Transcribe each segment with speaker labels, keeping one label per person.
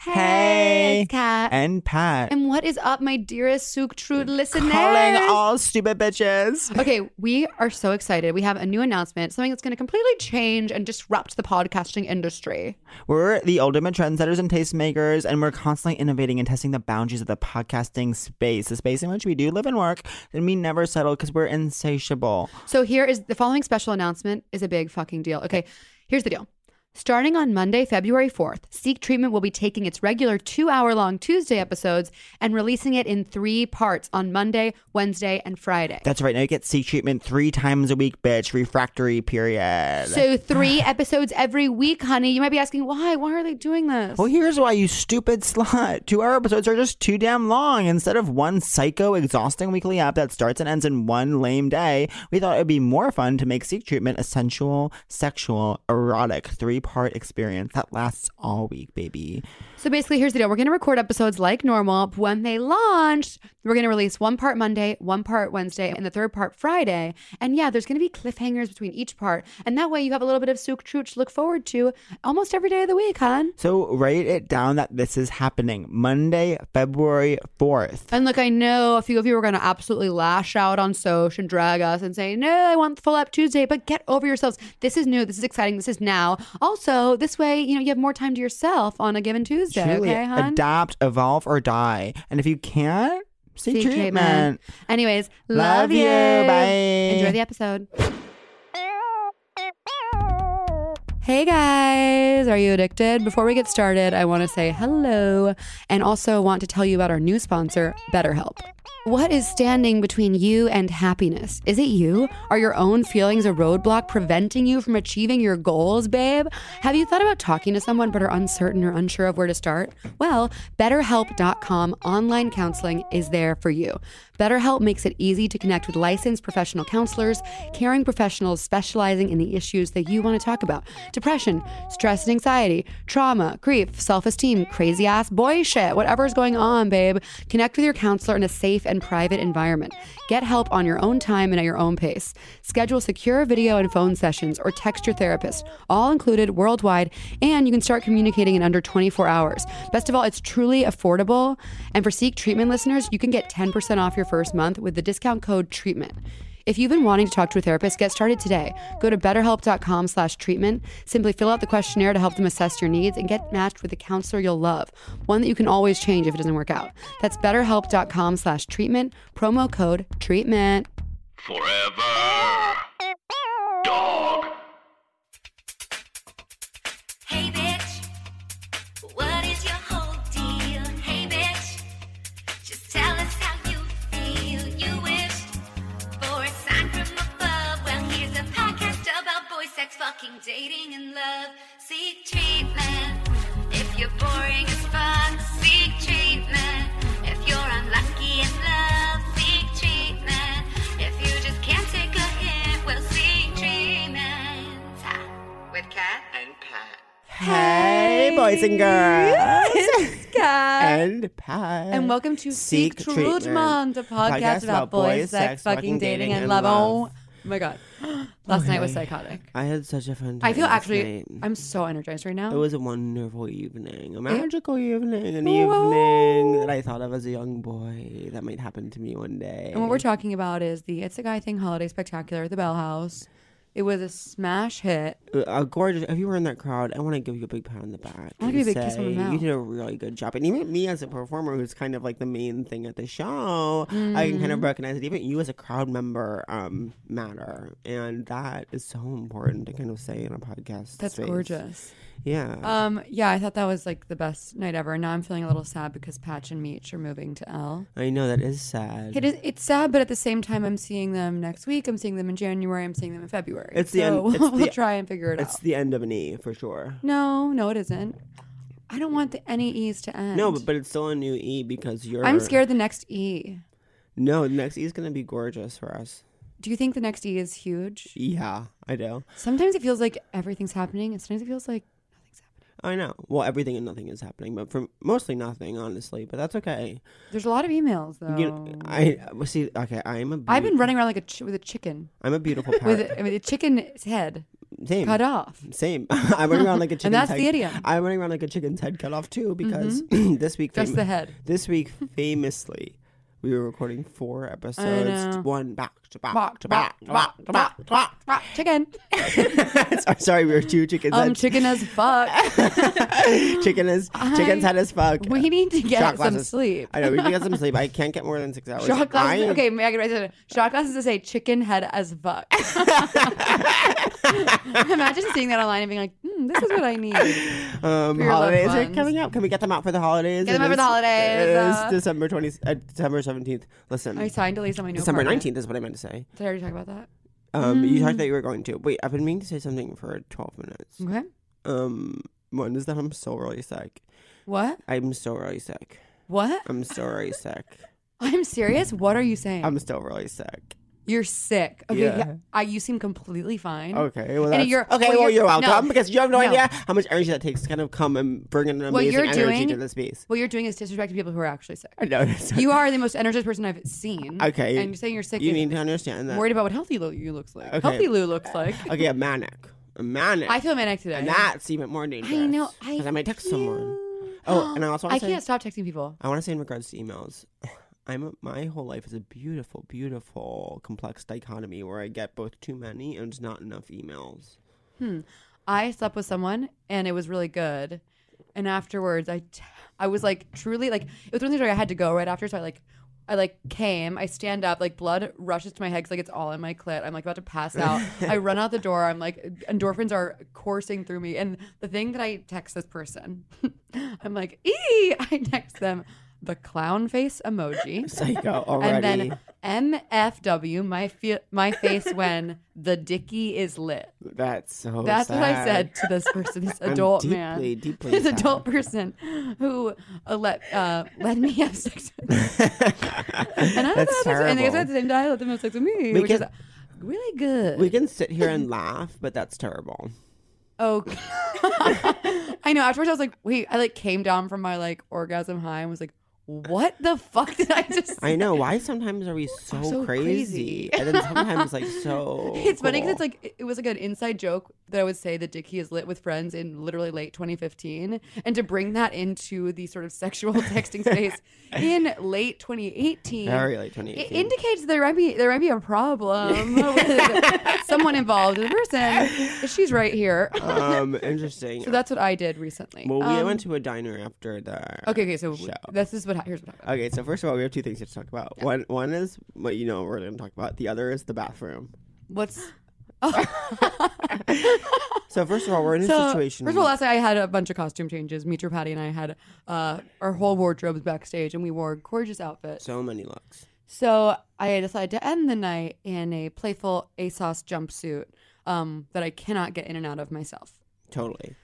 Speaker 1: Hey,
Speaker 2: Hey,
Speaker 1: it's Kat.
Speaker 2: and Pat.
Speaker 1: And what is up, my dearest Sook Truth listeners?
Speaker 2: Calling all stupid bitches.
Speaker 1: okay, we are so excited. We have a new announcement, something that's going to completely change and disrupt the podcasting industry.
Speaker 2: We're the ultimate trendsetters and tastemakers, and we're constantly innovating and testing the boundaries of the podcasting space, the space in which we do live and work, and we never settle because we're insatiable.
Speaker 1: So here is the following special announcement is a big fucking deal. Okay, here's the deal. Starting on Monday, February 4th, Seek Treatment will be taking its regular two hour long Tuesday episodes and releasing it in three parts on Monday, Wednesday, and Friday.
Speaker 2: That's right. Now you get seek treatment three times a week, bitch. Refractory period.
Speaker 1: So three episodes every week, honey. You might be asking, why? Why are they doing this?
Speaker 2: well, here's why, you stupid slut. Two hour episodes are just too damn long. Instead of one psycho, exhausting weekly app that starts and ends in one lame day, we thought it would be more fun to make Seek Treatment a sensual, sexual, erotic three part experience that lasts all week, baby.
Speaker 1: So basically, here's the deal. We're going to record episodes like normal, but when they launch, we're going to release one part Monday, one part Wednesday, and the third part Friday. And yeah, there's going to be cliffhangers between each part. And that way you have a little bit of Sook Truth to look forward to almost every day of the week, hon.
Speaker 2: So write it down that this is happening Monday, February 4th.
Speaker 1: And look, I know a few of you are going to absolutely lash out on Soch and drag us and say, no, I want the full up Tuesday, but get over yourselves. This is new. This is exciting. This is now. Also, this way, you know, you have more time to yourself on a given Tuesday.
Speaker 2: Truly,
Speaker 1: okay, hon?
Speaker 2: adapt, evolve, or die. And if you can't, seek,
Speaker 1: Seek
Speaker 2: treatment.
Speaker 1: treatment. Anyways,
Speaker 2: Love
Speaker 1: love,
Speaker 2: you.
Speaker 1: you.
Speaker 2: Bye.
Speaker 1: Enjoy the episode. Hey guys, are you addicted? Before we get started, I want to say hello and also want to tell you about our new sponsor, BetterHelp. What is standing between you and happiness? Is it you? Are your own feelings a roadblock preventing you from achieving your goals, babe? Have you thought about talking to someone but are uncertain or unsure of where to start? Well, BetterHelp.com online counseling is there for you. BetterHelp makes it easy to connect with licensed professional counselors, caring professionals specializing in the issues that you want to talk about depression, stress and anxiety, trauma, grief, self esteem, crazy ass boy shit, whatever's going on, babe. Connect with your counselor in a safe and private environment. Get help on your own time and at your own pace. Schedule secure video and phone sessions or text your therapist, all included worldwide, and you can start communicating in under 24 hours. Best of all, it's truly affordable. And for Seek Treatment listeners, you can get 10% off your first month with the discount code TREATMENT. If you've been wanting to talk to a therapist, get started today. Go to betterhelp.com slash treatment. Simply fill out the questionnaire to help them assess your needs and get matched with a counselor you'll love, one that you can always change if it doesn't work out. That's betterhelp.com slash treatment, promo code treatment.
Speaker 3: Forever. Dog.
Speaker 4: Hey bitch, what is your whole deal? Hey bitch, just tell us how you feel. You wish for a sign from above. Well, here's a podcast about boy sex, fucking, dating, and love. Seek treatment if you're boring as fuck. Seek treatment if you're unlucky in love. Seek treatment if you just can't take a hint. Well, seek treatment Ah, with Kat.
Speaker 2: Hey, boys and girls.
Speaker 1: Guys.
Speaker 2: and Pat.
Speaker 1: And welcome to Seek, Treatment, the podcast, about, boys, sex, fucking, dating, and love. Oh my God. Last night was
Speaker 5: Okay.
Speaker 1: psychotic.
Speaker 5: I had such a fun time.
Speaker 1: I feel
Speaker 5: last
Speaker 1: actually,
Speaker 5: night.
Speaker 1: I'm so energized right now.
Speaker 5: It was a wonderful evening, a magical evening, an evening that I thought of as a young boy that might happen to me one day.
Speaker 1: And what we're talking about is the It's a Guy Thing Holiday Spectacular at the Bell House. It was a smash hit.
Speaker 5: a gorgeous. If you were in that crowd, I want to give you a big pat on the back.
Speaker 1: I wanna give
Speaker 5: and
Speaker 1: you a big kiss on the
Speaker 5: say, You
Speaker 1: mouth."
Speaker 5: did a really good job, and even me as a performer, who's kind of like the main thing at the show, I can kind
Speaker 1: Mm.
Speaker 5: of recognize that even you as a crowd member um, matter, and that is so important to kind of say in a podcast.
Speaker 1: That's
Speaker 5: space.
Speaker 1: gorgeous.
Speaker 5: Yeah.
Speaker 1: Um, yeah, I thought that was like the best night ever. And now I'm feeling a little sad because Patch and Meech are moving to L.
Speaker 5: I know that is sad.
Speaker 1: It is, it's sad, but at the same time, I'm seeing them next week. I'm seeing them in January. I'm seeing them in February.
Speaker 5: It's the
Speaker 1: so
Speaker 5: end-
Speaker 1: We'll,
Speaker 5: it's the-
Speaker 1: we'll try and figure it
Speaker 5: It's
Speaker 1: out.
Speaker 5: the end of an E for sure.
Speaker 1: no, no, it isn't. I don't want the any E's to end.
Speaker 5: No, but, but it's still a new E because you're.
Speaker 1: I'm scared the next E.
Speaker 5: No, the next E is gonna be gorgeous for us.
Speaker 1: Do you think the next E is huge?
Speaker 5: Yeah, I do.
Speaker 1: Sometimes it feels like everything's happening, and sometimes it feels like nothing's happening.
Speaker 5: I know. Well, everything and nothing is happening, but for mostly nothing, honestly. But that's okay.
Speaker 1: There's a lot of emails though.
Speaker 5: You I
Speaker 1: Oh.
Speaker 5: well, see. Okay, I'm a.
Speaker 1: I've been running around like a ch- with a chicken
Speaker 5: am a beautiful. Par-
Speaker 1: with a, I mean, a chicken's head.
Speaker 5: Same.
Speaker 1: cut off.
Speaker 5: Same. I'm running around like a chicken.
Speaker 1: that's the idiom. Mm-hmm.
Speaker 5: I'm running around like a chicken's head cut off too because this week,
Speaker 1: Just
Speaker 5: fam-
Speaker 1: the head.
Speaker 5: This week, famously, we were recording four episodes,
Speaker 1: know.
Speaker 5: one back to back,
Speaker 1: Bok,
Speaker 5: to back,
Speaker 1: bok,
Speaker 5: to
Speaker 1: bok,
Speaker 5: back, to back, to back.
Speaker 1: bok, Chicken.
Speaker 5: sorry, sorry, we were two chickens.
Speaker 1: Um,
Speaker 5: Um,
Speaker 1: chicken as fuck.
Speaker 5: chicken is chicken's
Speaker 1: I-
Speaker 5: head as fuck.
Speaker 1: We need to get
Speaker 5: Shot
Speaker 1: some
Speaker 5: glasses.
Speaker 1: sleep.
Speaker 5: I know we need to get some sleep. I can't get more than six hours.
Speaker 1: Shot glasses.
Speaker 5: I-
Speaker 1: Okay, Megan, write that down. Shot glasses to say chicken head as fuck. Imagine seeing that online and being like, hmm, this is what I need.
Speaker 5: Um,
Speaker 1: For your loved
Speaker 5: holidays are
Speaker 1: ones.
Speaker 5: coming up. Can we get them out for the holidays?
Speaker 1: Get them
Speaker 5: It
Speaker 1: out for the
Speaker 5: is-
Speaker 1: holidays,
Speaker 5: It is
Speaker 1: uh,
Speaker 5: December twenty, uh, December seventeenth. Listen,
Speaker 1: I signed to lease on my new
Speaker 5: December
Speaker 1: apartment.
Speaker 5: nineteenth is what I meant to say.
Speaker 1: Did I already talk about that?
Speaker 5: Um, you talked that you were going to. Wait, I've been meaning to say something for twelve minutes.
Speaker 1: Okay.
Speaker 5: Um, one is that I'm so really sick.
Speaker 1: What?
Speaker 5: I'm so really sick.
Speaker 1: What?
Speaker 5: I'm so really sick.
Speaker 1: I'm serious. What are you saying?
Speaker 5: I'm still really sick.
Speaker 1: you're sick. Okay.
Speaker 5: Yeah. Oh.
Speaker 1: Yeah. I, you seem completely fine.
Speaker 5: Okay, well
Speaker 1: And
Speaker 5: that's
Speaker 1: you're- well,
Speaker 5: okay. Well,
Speaker 1: you're-
Speaker 5: you're, welcome
Speaker 1: no.
Speaker 5: because you have no,
Speaker 1: No.
Speaker 5: idea how much energy that takes to kind of come and bring an amazing
Speaker 1: What you're
Speaker 5: energy
Speaker 1: doing-
Speaker 5: to this piece.
Speaker 1: What you're doing is disrespecting people who are actually sick.
Speaker 5: I know. it's-
Speaker 1: You are the most energized person I've seen.
Speaker 5: Okay.
Speaker 1: And you're saying you're sick.
Speaker 5: you
Speaker 1: is-
Speaker 5: need to understand that.
Speaker 1: worried about what healthy Lou you looks like.
Speaker 5: Okay.
Speaker 1: Healthy Lou looks like.
Speaker 5: okay, a manic, a manic.
Speaker 1: I feel manic today.
Speaker 5: and that's even more dangerous.
Speaker 1: I know. I,
Speaker 5: Because I might text someone.
Speaker 1: feel-
Speaker 5: Oh, and I also
Speaker 1: I
Speaker 5: want to say,
Speaker 1: can't stop texting people.
Speaker 5: I want to say in regards to emails, I'm a, my whole life is a beautiful, beautiful, complex dichotomy where I get both too many and just not enough emails.
Speaker 1: I slept with someone and it was really good. And afterwards, I, t- I was like truly like it was one thing where I had to go right after, so I like. I like came, I stand up, like blood rushes to my head 'cause, like it's all in my clit. I'm like about to pass out. I run out the door. I'm like, endorphins are coursing through me. And the thing that I text this person, I'm like, ee, I text them the clown face emoji.
Speaker 5: Psycho already.
Speaker 1: And then MFW, my fe- my face when the dicky is lit.
Speaker 5: that's so.
Speaker 1: That's what I
Speaker 5: sad.
Speaker 1: said to this person, this
Speaker 5: I'm
Speaker 1: adult
Speaker 5: deeply,
Speaker 1: man,
Speaker 5: deeply
Speaker 1: this
Speaker 5: sad.
Speaker 1: adult person who uh, let uh, let me have sex. with me. and I let
Speaker 5: That's
Speaker 1: them have sex, and they
Speaker 5: terrible.
Speaker 1: said at the same time, I let them have sex with me,
Speaker 5: We
Speaker 1: which
Speaker 5: can-
Speaker 1: is really good.
Speaker 5: We can sit here and laugh, but that's terrible.
Speaker 1: Oh, I know. Afterwards, I was like, wait, I like came down from my like orgasm high and was like, what the fuck did I just?
Speaker 5: I know. Why sometimes are we so,
Speaker 1: so crazy.
Speaker 5: crazy? and then sometimes like so.
Speaker 1: It's funny because it's
Speaker 5: cool.
Speaker 1: like it- it was like an inside joke that I would say that Dickie is lit with friends in literally late 2015, and to bring that into the sort of sexual texting space in late 2018,
Speaker 5: very late
Speaker 1: it
Speaker 5: 2018.
Speaker 1: indicates there might be there might be a problem with someone involved. The person, she's right here.
Speaker 5: um, interesting.
Speaker 1: So that's what I did recently.
Speaker 5: well, we
Speaker 1: Um,
Speaker 5: went to a diner after the.
Speaker 1: Okay, okay. So
Speaker 5: show.
Speaker 1: this is what ha- here's what happened.
Speaker 5: Okay, so first of all, we have two things to talk about. One, one is what you know we're going to talk about. The other is the bathroom.
Speaker 1: What's Oh.
Speaker 5: So first of all, we're in a
Speaker 1: So,
Speaker 5: situation.
Speaker 1: First of all, last night I had a bunch of costume changes. Mitra Patty and I had uh, our whole wardrobes backstage, and we wore gorgeous outfits. So,
Speaker 5: so many looks.
Speaker 1: I decided to end the night in a playful ASOS jumpsuit um, that I cannot get in and out of myself.
Speaker 5: Totally.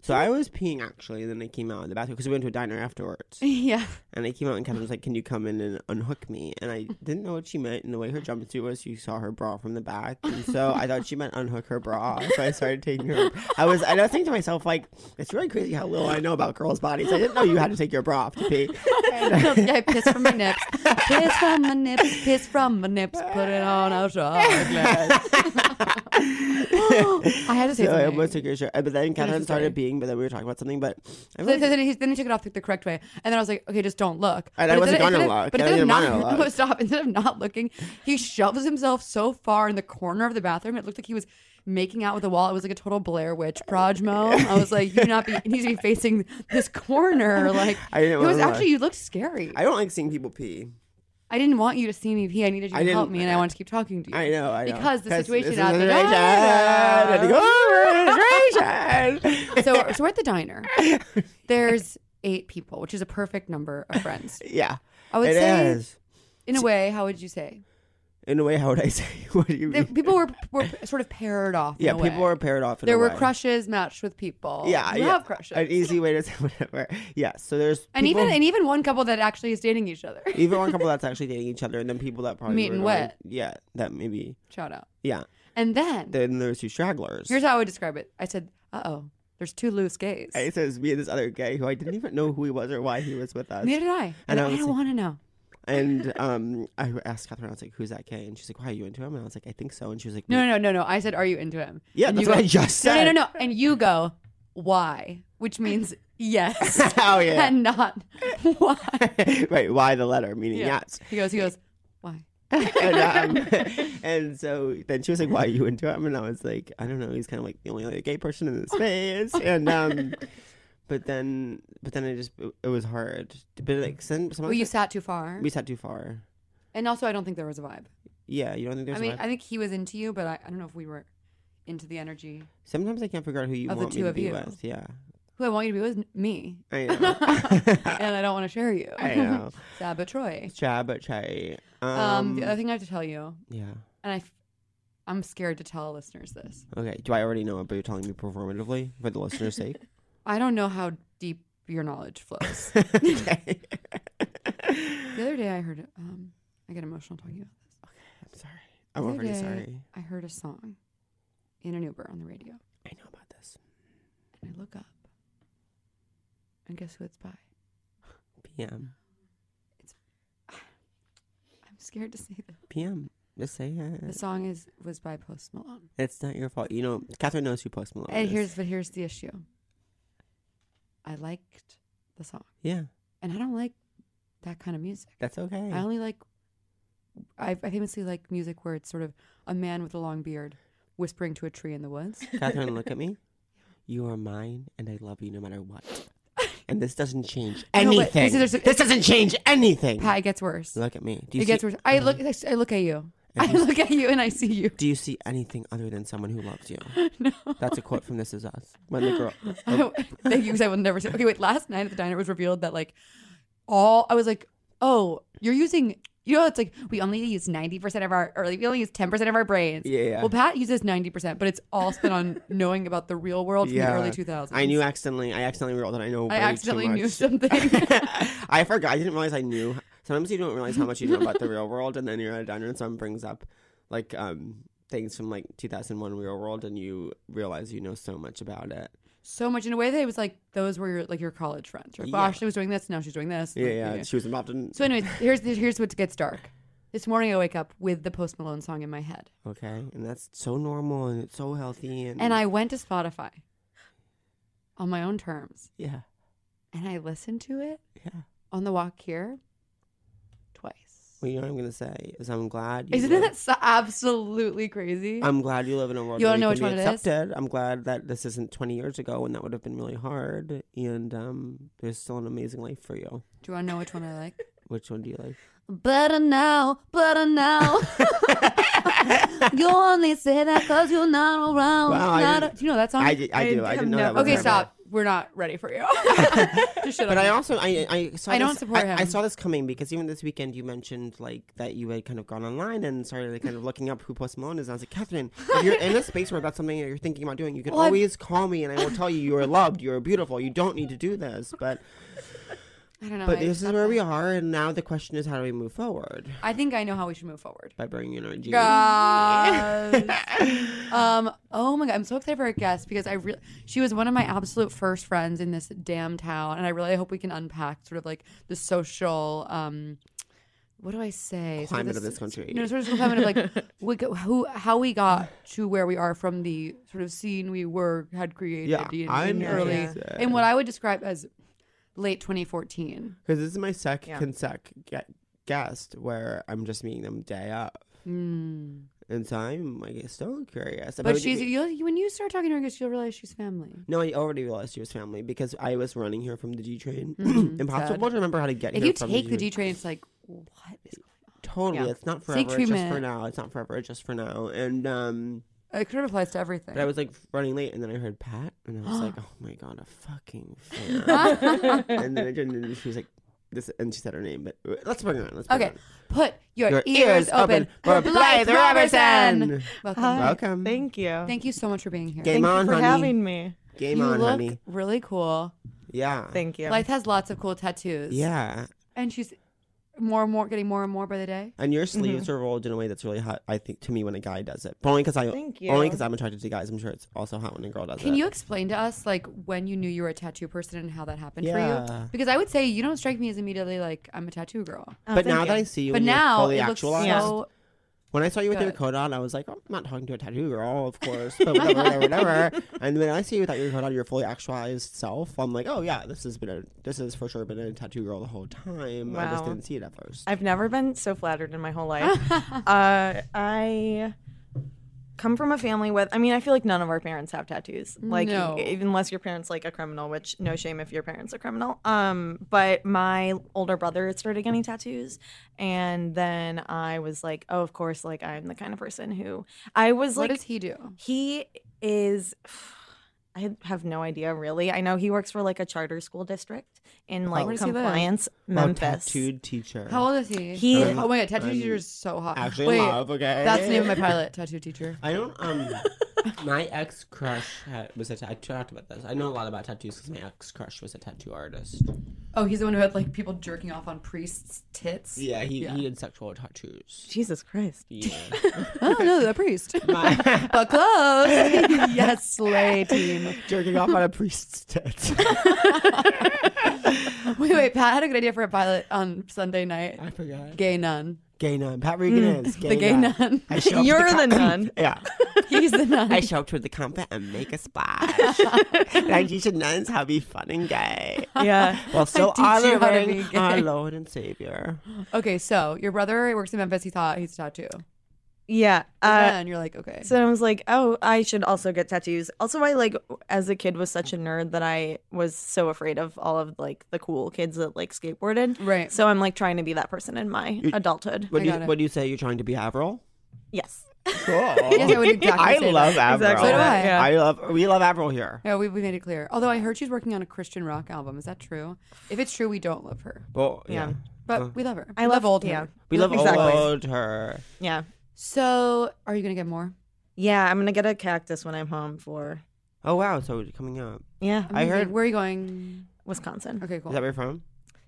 Speaker 5: So I was peeing actually, and then I came out of the bathroom because we went to a diner afterwards.
Speaker 1: yeah,
Speaker 5: And I came out and Kevin was like, "Can you come in and unhook me?" And I didn't know what she meant. And the way her jumpsuit was, you saw her bra from the back, and so I thought she meant unhook her bra. So I started taking her. I was, and I was thinking to myself, like, it's really crazy how little I know about girls' bodies. I didn't know you had to take your bra off to pee.
Speaker 1: yeah. I piss from my nips, piss from my nips, piss from my nips. Put it on a shot glass. I had to say
Speaker 5: So I
Speaker 1: something.
Speaker 5: almost took your shirt, but then Catherine
Speaker 1: I'm sorry.
Speaker 5: started peeing. But then we were talking about something. But I
Speaker 1: So,
Speaker 5: really,
Speaker 1: so then, he, then he took it off the, the correct way, and then I was like, "Okay, just don't look."
Speaker 5: And
Speaker 1: But
Speaker 5: I wasn't
Speaker 1: instead-
Speaker 5: gonna
Speaker 1: instead of-
Speaker 5: look.
Speaker 1: But
Speaker 5: I
Speaker 1: instead of
Speaker 5: didn't
Speaker 1: not,
Speaker 5: wanna
Speaker 1: no,
Speaker 5: look.
Speaker 1: stop. Instead of not looking, he shoves himself so far in the corner of the bathroom. It looked like he was making out with the wall. It was like a total Blair Witch Projmo. I was like, "You do not be he needs to be facing this corner." Like
Speaker 5: I didn't
Speaker 1: it was
Speaker 5: wanna
Speaker 1: actually you looked scary.
Speaker 5: I
Speaker 1: I,
Speaker 5: don't like seeing people pee.
Speaker 1: didn't want you to see me pee. I needed you
Speaker 5: I
Speaker 1: to
Speaker 5: didn't-
Speaker 1: help me, and I wanted to keep talking to you.
Speaker 5: I know, I know.
Speaker 1: because the situation
Speaker 5: this
Speaker 1: at
Speaker 5: is
Speaker 1: the
Speaker 5: a situation.
Speaker 1: diner.
Speaker 5: I think, oh, we're in a situation.
Speaker 1: so, so we're at the diner. There's eight people, which is a perfect number of friends.
Speaker 5: yeah,
Speaker 1: I would
Speaker 5: it
Speaker 1: say
Speaker 5: is.
Speaker 1: In a way, how would you say?
Speaker 5: In a way, how would I say? What do you
Speaker 1: The-
Speaker 5: mean?
Speaker 1: people were, were sort of paired off. in
Speaker 5: yeah,
Speaker 1: a way.
Speaker 5: people were paired off. In
Speaker 1: There
Speaker 5: a
Speaker 1: were
Speaker 5: way.
Speaker 1: crushes matched with people.
Speaker 5: Yeah,
Speaker 1: who
Speaker 5: yeah.
Speaker 1: have crushes.
Speaker 5: An easy way to say whatever. Yeah. So there's
Speaker 1: and
Speaker 5: people-
Speaker 1: even and even one couple that actually is dating each other.
Speaker 5: even one couple that's actually dating each other, and then people that probably
Speaker 1: Meet
Speaker 5: were
Speaker 1: and
Speaker 5: going-
Speaker 1: wet.
Speaker 5: Yeah, that maybe.
Speaker 1: Shout out.
Speaker 5: Yeah.
Speaker 1: And then
Speaker 5: Then there's two stragglers.
Speaker 1: here's how I would describe it. I said, "Uh oh, there's two loose gays."
Speaker 5: I- so it was me and this other guy who I didn't even know who he was or why he was with us.
Speaker 1: Neither did I.
Speaker 5: And
Speaker 1: And
Speaker 5: I
Speaker 1: I
Speaker 5: was
Speaker 1: don't
Speaker 5: like-
Speaker 1: want to know.
Speaker 5: And um, I asked Catherine, I was like, "Who's that K?" And she's like, "Why are you into him?" And I was like, "I think so." And she was like,
Speaker 1: No, no, no, no, no. I said, are you into him?
Speaker 5: yeah,
Speaker 1: And
Speaker 5: that's
Speaker 1: you
Speaker 5: what
Speaker 1: go,
Speaker 5: I just
Speaker 1: No,
Speaker 5: said."
Speaker 1: no, no, no. And you go, why? Which means yes.
Speaker 5: oh yeah,
Speaker 1: and not why.
Speaker 5: right. Why the letter? Meaning
Speaker 1: Yeah.
Speaker 5: yes.
Speaker 1: He goes, he goes, why?
Speaker 5: and, um, and so then she was like, "Why are you into him?" And I was like, "I don't know. He's kind of like the only other gay person in the space." And um, but then, but then I just it, it was hard. But like, some, some
Speaker 1: Well, you sat too far.
Speaker 5: we sat too far.
Speaker 1: And also, I don't think there was a vibe.
Speaker 5: Yeah, you don't think there's.
Speaker 1: I mean,
Speaker 5: a vibe?
Speaker 1: I think he was into you, but I, I don't know if we were into the energy.
Speaker 5: sometimes I can't figure out who you
Speaker 1: Of the
Speaker 5: want me
Speaker 1: two
Speaker 5: to
Speaker 1: of
Speaker 5: be
Speaker 1: you.
Speaker 5: with. Yeah,
Speaker 1: Who I want you to be with? Me.
Speaker 5: I know.
Speaker 1: and I don't want to share you.
Speaker 5: I know.
Speaker 1: Sabotroy.
Speaker 5: Jab at Chai. Um,
Speaker 1: Um, the other thing I have to tell you,
Speaker 5: yeah.
Speaker 1: and I, f- I'm scared to tell listeners this.
Speaker 5: Okay. Do I already know it? But you're telling me performatively for the listener's sake.
Speaker 1: I don't know how deep your knowledge flows.
Speaker 5: okay.
Speaker 1: the other day, I heard. Um, I get emotional talking about this.
Speaker 5: I'm sorry. I'm
Speaker 1: The other
Speaker 5: already
Speaker 1: day,
Speaker 5: sorry.
Speaker 1: I heard a song in an Uber on the radio,
Speaker 5: I know about this.
Speaker 1: and I look up, and guess who it's by?
Speaker 5: PM.
Speaker 1: I'm scared to say this.
Speaker 5: PM. Just say
Speaker 1: The
Speaker 5: it.
Speaker 1: song is was by Post Malone.
Speaker 5: It's not your fault. You know, Catherine knows who Post Malone
Speaker 1: And
Speaker 5: is.
Speaker 1: here's but here's the issue. I liked the song,
Speaker 5: yeah,
Speaker 1: and I don't like that kind of music.
Speaker 5: that's okay.
Speaker 1: I only like. I, I famously like music where it's sort of a man with a long beard whispering to a tree in the woods.
Speaker 5: Catherine, look at me. You are mine, and I love you no matter what. And this doesn't change anything.
Speaker 1: this is-
Speaker 5: this, doesn't change anything.
Speaker 1: Pat, it gets worse.
Speaker 5: Look at me. Do you
Speaker 1: It
Speaker 5: see, Uh-huh.
Speaker 1: gets worse. I look. I s- I look at you. I
Speaker 5: And you-
Speaker 1: look at you, and I see you.
Speaker 5: Do you see anything other than someone who loves you?
Speaker 1: No.
Speaker 5: That's a quote from This Is Us. When the girl,
Speaker 1: I don't- Thank you, because I will never say. Okay, wait. Last night at the diner, it was revealed that like all I was like, oh, you're using. You know, it's like we only use ninety percent of our, or like, we only use ten percent of our brains.
Speaker 5: Yeah, yeah.
Speaker 1: Well, Pat uses ninety percent, but it's all spent on knowing about the real world from the early two thousands.
Speaker 5: I knew accidentally. I accidentally rolled it. I know. way
Speaker 1: I
Speaker 5: too
Speaker 1: accidentally knew
Speaker 5: much.
Speaker 1: something.
Speaker 5: I forgot. I didn't realize I knew. Sometimes you don't realize how much you know about the real world, and then you're at a diner and someone brings up like um things from like 2001 Real World, and you realize you know so much about it.
Speaker 1: so much in a way that it was like those were your like your college friends. Right? Well,
Speaker 5: Yeah.
Speaker 1: Ashley was doing this, now she's doing this.
Speaker 5: Yeah,
Speaker 1: Like,
Speaker 5: yeah.
Speaker 1: okay.
Speaker 5: She was involved in.
Speaker 1: So, anyways, here's here's what gets dark. This morning I wake up with the Post Malone song in my head,
Speaker 5: okay, and that's so normal and it's so healthy and
Speaker 1: and I went to Spotify on my own terms,
Speaker 5: yeah
Speaker 1: and I listened to it
Speaker 5: yeah.
Speaker 1: on the walk here twice.
Speaker 5: Well, you know what I'm gonna say is I'm glad. You
Speaker 1: Isn't
Speaker 5: live-
Speaker 1: that so absolutely crazy?
Speaker 5: I'm glad you live in a world.
Speaker 1: You
Speaker 5: where
Speaker 1: wanna know
Speaker 5: can
Speaker 1: which
Speaker 5: be
Speaker 1: one it is?
Speaker 5: accepted. I'm glad that this isn't 20 years ago when that would have been really hard, and um, there's still an amazing life for you.
Speaker 1: Do you want to know which one I like?
Speaker 5: Which one do you like?
Speaker 1: Better now, better now. you only say that because you're not around.
Speaker 5: Wow, I
Speaker 1: Not
Speaker 5: didn't-
Speaker 1: a- do you know that song?
Speaker 5: I, did, I do. I didn't know that. Was
Speaker 1: Okay,
Speaker 5: her.
Speaker 1: stop. We're not ready for you. Just shut
Speaker 5: But
Speaker 1: up.
Speaker 5: I also I I saw
Speaker 1: I don't
Speaker 5: this-
Speaker 1: support
Speaker 5: I, I
Speaker 1: him.
Speaker 5: saw this coming because even this weekend you mentioned like that you had kind of gone online and started kind of looking up who Post Malone is. And I was like, Catherine, if you're in a space where that's something that you're thinking about doing, you can
Speaker 1: Well, I'm-
Speaker 5: always call me and I will tell you you are loved, you are beautiful, you don't need to do this. But
Speaker 1: I don't know.
Speaker 5: but
Speaker 1: I
Speaker 5: this is
Speaker 1: stopped
Speaker 5: where
Speaker 1: that.
Speaker 5: we are, and now the question is how do we move forward
Speaker 1: I think I know how we should move forward.
Speaker 5: by bringing in our genius?
Speaker 1: Guys. um. Oh my god, I'm so excited for our guest because I really she was one of my absolute first friends in this damn town, and I really hope we can unpack sort of like the social um. What do I say? Sort
Speaker 5: Climate of this country.
Speaker 1: No, sort of the climate of like we go, who, how we got to where we are from the sort of scene we were had created
Speaker 5: Yeah,
Speaker 1: in,
Speaker 5: I
Speaker 1: in
Speaker 5: know.
Speaker 1: early
Speaker 5: Yeah.
Speaker 1: in what I would describe as late 2014.
Speaker 5: Because this is my sec consec get guest where I'm just meeting them day up. And so I'm like still curious.
Speaker 1: Hmm. But she's you, when you start talking to her, I guess you'll realize she's family.
Speaker 5: No, I already realized she was family because I was running here from the G train. Impossible to remember how to get
Speaker 1: Mm-hmm. If you
Speaker 5: here. from
Speaker 1: take the
Speaker 5: G
Speaker 1: G train, it's like what is going on?
Speaker 5: totally,
Speaker 1: yeah.
Speaker 5: it's not forever.
Speaker 1: Take
Speaker 5: It's just for
Speaker 1: treatment.
Speaker 5: now. It's not forever. It's just for now. And um,
Speaker 1: It kind of applies to everything.
Speaker 5: but I was like running late, and then I heard Pat, and I was like, oh my god, a fucking fan. and then I turned and she was like, this, and she said her name, but uh, let's bring her on. Let's bring
Speaker 1: okay,
Speaker 5: her on.
Speaker 1: Put your,
Speaker 5: Your
Speaker 1: ears,
Speaker 5: ears
Speaker 1: open
Speaker 5: open
Speaker 1: for
Speaker 5: for
Speaker 1: Blythe
Speaker 5: Blythe
Speaker 1: Robertson.
Speaker 5: Robertson.
Speaker 1: Welcome.
Speaker 5: Welcome.
Speaker 6: Thank you.
Speaker 1: Thank you so much for being here.
Speaker 5: Game
Speaker 6: Thank
Speaker 5: on,
Speaker 6: you for
Speaker 5: honey.
Speaker 6: having me.
Speaker 5: Game
Speaker 1: you
Speaker 5: on,
Speaker 1: look
Speaker 5: honey.
Speaker 1: really cool.
Speaker 5: Yeah.
Speaker 6: Thank you.
Speaker 1: Blythe has lots of cool tattoos.
Speaker 5: yeah.
Speaker 1: and she's more and more, getting more and more by the day.
Speaker 5: And
Speaker 6: Mm-hmm.
Speaker 5: your sleeves are rolled in a way that's really hot. I think to me when a guy does it, but only because I
Speaker 6: Thank
Speaker 5: only
Speaker 6: you.
Speaker 5: because I'm attracted to guys. I'm sure it's also hot when a girl does
Speaker 1: Can
Speaker 5: it.
Speaker 1: you explain to us like when you knew you were a tattoo person and how that happened for
Speaker 5: Yeah.
Speaker 1: you? Because I would say you don't strike me as immediately like I'm a tattoo girl.
Speaker 6: Oh,
Speaker 5: but
Speaker 6: thank
Speaker 5: now
Speaker 6: you.
Speaker 5: that I see you,
Speaker 1: but
Speaker 5: and you're
Speaker 1: now
Speaker 5: fully
Speaker 1: it looks
Speaker 5: actualized,
Speaker 1: so
Speaker 5: when I saw you with your
Speaker 1: good.
Speaker 5: coat on, I was like, oh, I'm not talking to a tattoo girl, of course, but whatever, whatever, whatever. And when I see you without your coat on, your fully actualized self, I'm like, oh yeah, this has been a this has for sure been a tattoo girl the whole time. I just
Speaker 6: Wow.
Speaker 5: didn't see it at first.
Speaker 6: I've never been so flattered in my whole life. uh, I come from a family with. I mean, I feel like none of our parents have tattoos. Like,
Speaker 1: No.
Speaker 6: e- unless your parents like a criminal, which no shame if your parents a criminal. Um, but my older brother started getting tattoos, and then I was like, oh, of course, like I'm the kind of person who I was
Speaker 1: what
Speaker 6: like,
Speaker 1: does he do?
Speaker 6: he is. I have no idea, really. I know he works for like a charter school district in like
Speaker 1: Where does he live?
Speaker 6: compliance,
Speaker 5: A
Speaker 6: Memphis.
Speaker 5: tattooed teacher.
Speaker 1: How old is he?
Speaker 6: He-
Speaker 1: oh my god, tattoo
Speaker 5: I'm
Speaker 1: teacher is so hot.
Speaker 5: actually
Speaker 1: Wait,
Speaker 5: in love? Okay,
Speaker 1: that's the name of my pilot, tattoo teacher.
Speaker 5: I don't. Um, my ex crush had, was a. Ta- I talked about this. I know a lot about tattoos because my ex crush was a tattoo artist.
Speaker 1: Oh, he's the one who had like people jerking off on priests' tits.
Speaker 5: Yeah, he,
Speaker 1: Yeah.
Speaker 5: he did sexual tattoos.
Speaker 6: Jesus Christ.
Speaker 5: Yeah.
Speaker 1: Oh no, the priest.
Speaker 5: My-
Speaker 1: but close. yes, slay team.
Speaker 5: jerking off on a priest's tits.
Speaker 1: Wait, wait. Pat had a good idea for a pilot on Sunday night.
Speaker 5: I forgot.
Speaker 1: Gay nun.
Speaker 5: Gay nun. Pat Regan is gay
Speaker 1: Mm, the gay
Speaker 5: nun.
Speaker 1: nun.
Speaker 5: I show up
Speaker 6: You're
Speaker 5: with
Speaker 6: the
Speaker 5: con-
Speaker 6: nun.
Speaker 5: yeah.
Speaker 1: He's the nun.
Speaker 5: I show up to the convent and make a splash. and I teach the nuns how to be fun and gay.
Speaker 6: Yeah.
Speaker 5: While still
Speaker 1: teach you how to be
Speaker 5: honoring
Speaker 1: gay.
Speaker 5: our Lord and Savior.
Speaker 1: Okay, so your brother works in Memphis. He thought he's a tattoo.
Speaker 6: Yeah.
Speaker 1: And
Speaker 6: Uh,
Speaker 1: then you're like, okay.
Speaker 6: so I was like, oh, I should also get tattoos. Also, I like as a kid was such a nerd that I was so afraid of all of like the cool kids that like skateboarded.
Speaker 1: Right.
Speaker 6: So I'm like trying to be that person in my adulthood.
Speaker 5: What do, you,
Speaker 1: got it.
Speaker 5: what do you say? You're trying to be Avril?
Speaker 6: Yes.
Speaker 5: Cool.
Speaker 1: Yes, I would exactly
Speaker 5: I
Speaker 1: say
Speaker 5: love Avril.
Speaker 6: Exactly.
Speaker 1: So do I.
Speaker 6: Yeah.
Speaker 5: I love. We love Avril here.
Speaker 1: yeah, we, we made it clear. Although I heard she's working on a Christian rock album. Is that true? If it's true, we don't love her,
Speaker 5: Well, yeah.
Speaker 6: Yeah.
Speaker 1: but
Speaker 5: Uh,
Speaker 1: we love her.
Speaker 6: I
Speaker 1: We
Speaker 6: love-
Speaker 1: old.
Speaker 6: yeah.
Speaker 1: Her.
Speaker 5: We love
Speaker 6: Exactly.
Speaker 5: old her.
Speaker 6: Yeah.
Speaker 1: So, are you gonna get more?
Speaker 6: Yeah. I'm gonna get a cactus when I'm home for
Speaker 5: Oh wow! So it's coming up.
Speaker 6: yeah
Speaker 5: I
Speaker 1: Amazing.
Speaker 5: heard-
Speaker 1: Where are you going?
Speaker 6: Wisconsin.
Speaker 1: Okay, cool.
Speaker 5: Is that where you're from?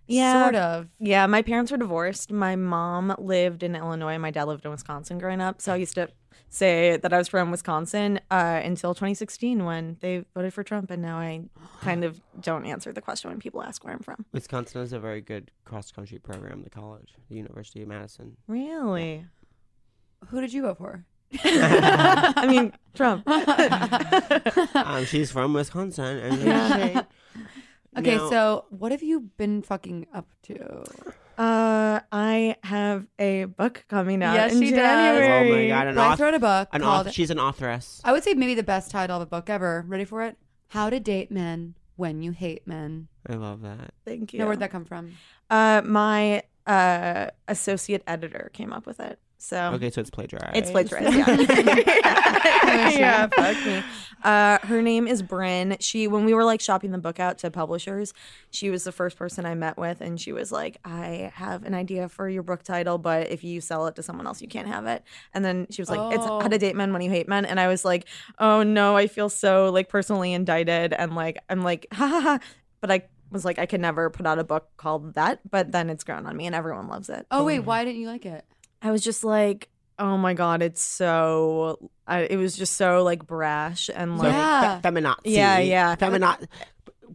Speaker 6: Yeah.
Speaker 1: Sort of.
Speaker 6: Yeah, my parents were divorced. My mom lived in Illinois. and My dad lived in Wisconsin growing up. So I used to say that I was from Wisconsin uh, until 2016 when they voted for Trump. And now I kind of don't answer the question when people ask where I'm from.
Speaker 5: Wisconsin has a very good cross country program. The college, the University of Madison.
Speaker 6: Really?
Speaker 1: Who did you vote for?
Speaker 6: I mean, Trump.
Speaker 5: um, she's from Wisconsin, and
Speaker 6: Yeah.
Speaker 1: Okay,
Speaker 5: Now-
Speaker 1: so what have you been fucking up to?
Speaker 6: Uh, I have a book coming out.
Speaker 1: Yes,
Speaker 6: in
Speaker 1: she does.
Speaker 5: oh my
Speaker 6: January.
Speaker 5: god, an
Speaker 1: Bryce
Speaker 5: author.
Speaker 1: wrote a book
Speaker 5: An
Speaker 1: called.
Speaker 5: author. She's an authoress.
Speaker 1: I would say maybe the best title of a book ever. Ready for it? How to Date Men When You Hate Men.
Speaker 5: I love that.
Speaker 6: Thank you.
Speaker 1: Now, where'd that come from?
Speaker 6: uh, my uh, associate editor came up with it. So
Speaker 1: Oh.
Speaker 5: Okay, so it's plagiarized.
Speaker 6: It's plagiarized. Yeah. yeah, fuck me. Uh, her name is Bryn. She, when we were like shopping the book out to publishers, she was the first person I met with, and she was like, "I have an idea for your book title, but if you sell it to someone else, you can't have it." And then she was like, "It's
Speaker 1: Oh.
Speaker 6: how to date men when you hate men," and I was like, "Oh no, I feel so like personally indicted," and like I'm like, "Ha ha ha," but I was like, I could never put out a book called that. But then it's grown on me, and everyone loves it.
Speaker 1: Oh, wait, why didn't you like it?
Speaker 6: I was just like, oh my god, it's so. I, it was just so like brash and like.
Speaker 1: Yeah.
Speaker 5: Fe- feminazi.
Speaker 6: Yeah, yeah.
Speaker 5: Feminazi.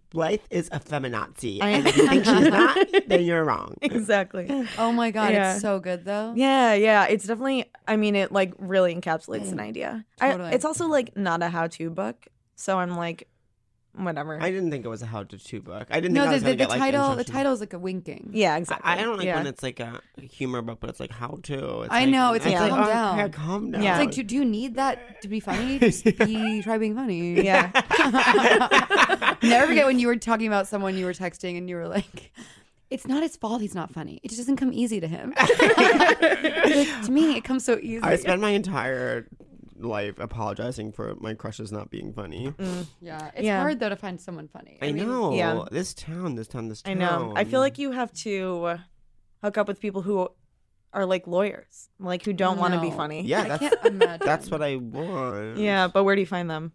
Speaker 5: Blythe is a feminazi.
Speaker 6: I-
Speaker 5: and if you think she's not, then you're wrong.
Speaker 6: Exactly.
Speaker 1: Oh my God,
Speaker 6: Yeah.
Speaker 1: it's so good though.
Speaker 6: Yeah, yeah. It's definitely. I mean, it like really encapsulates an idea.
Speaker 1: Mm, Totally.
Speaker 6: I, it's also like not a how-to book, so I'm like, whatever.
Speaker 5: I didn't think it was a how to two book. I didn't
Speaker 1: No,
Speaker 5: think I
Speaker 1: the,
Speaker 5: was
Speaker 1: the,
Speaker 5: going
Speaker 1: the
Speaker 5: to get like
Speaker 1: title the
Speaker 5: instructions.
Speaker 1: title is like a winking.
Speaker 6: yeah,
Speaker 5: I-
Speaker 6: exactly.
Speaker 5: I don't like
Speaker 6: yeah.
Speaker 5: when it's like a humor book, but it's like how to. It's
Speaker 1: I
Speaker 5: like-
Speaker 1: know, it's
Speaker 6: like,
Speaker 5: like,
Speaker 1: calm
Speaker 5: oh,
Speaker 1: down.
Speaker 5: okay, calm down.
Speaker 6: Yeah.
Speaker 1: It's like, do, do you need that to be funny? Just be, try being funny.
Speaker 6: Yeah.
Speaker 1: Never forget when you were talking about someone you were texting and you were like, it's not his fault he's not funny. It just doesn't come easy to him. Like, to me, it comes so easy.
Speaker 5: I spent my entire life apologizing for my crushes not being funny.
Speaker 1: yeah. It's
Speaker 6: Yeah.
Speaker 1: hard though to find someone funny.
Speaker 5: I, know.
Speaker 6: yeah.
Speaker 5: This town, this town, this town.
Speaker 6: I know. I feel like you have to hook up with people who are like lawyers, like who don't want to be
Speaker 1: No.
Speaker 6: funny.
Speaker 5: Yeah,
Speaker 1: I
Speaker 5: that's
Speaker 1: can't imagine.
Speaker 5: that's what I want.
Speaker 6: Yeah, but where do you find them?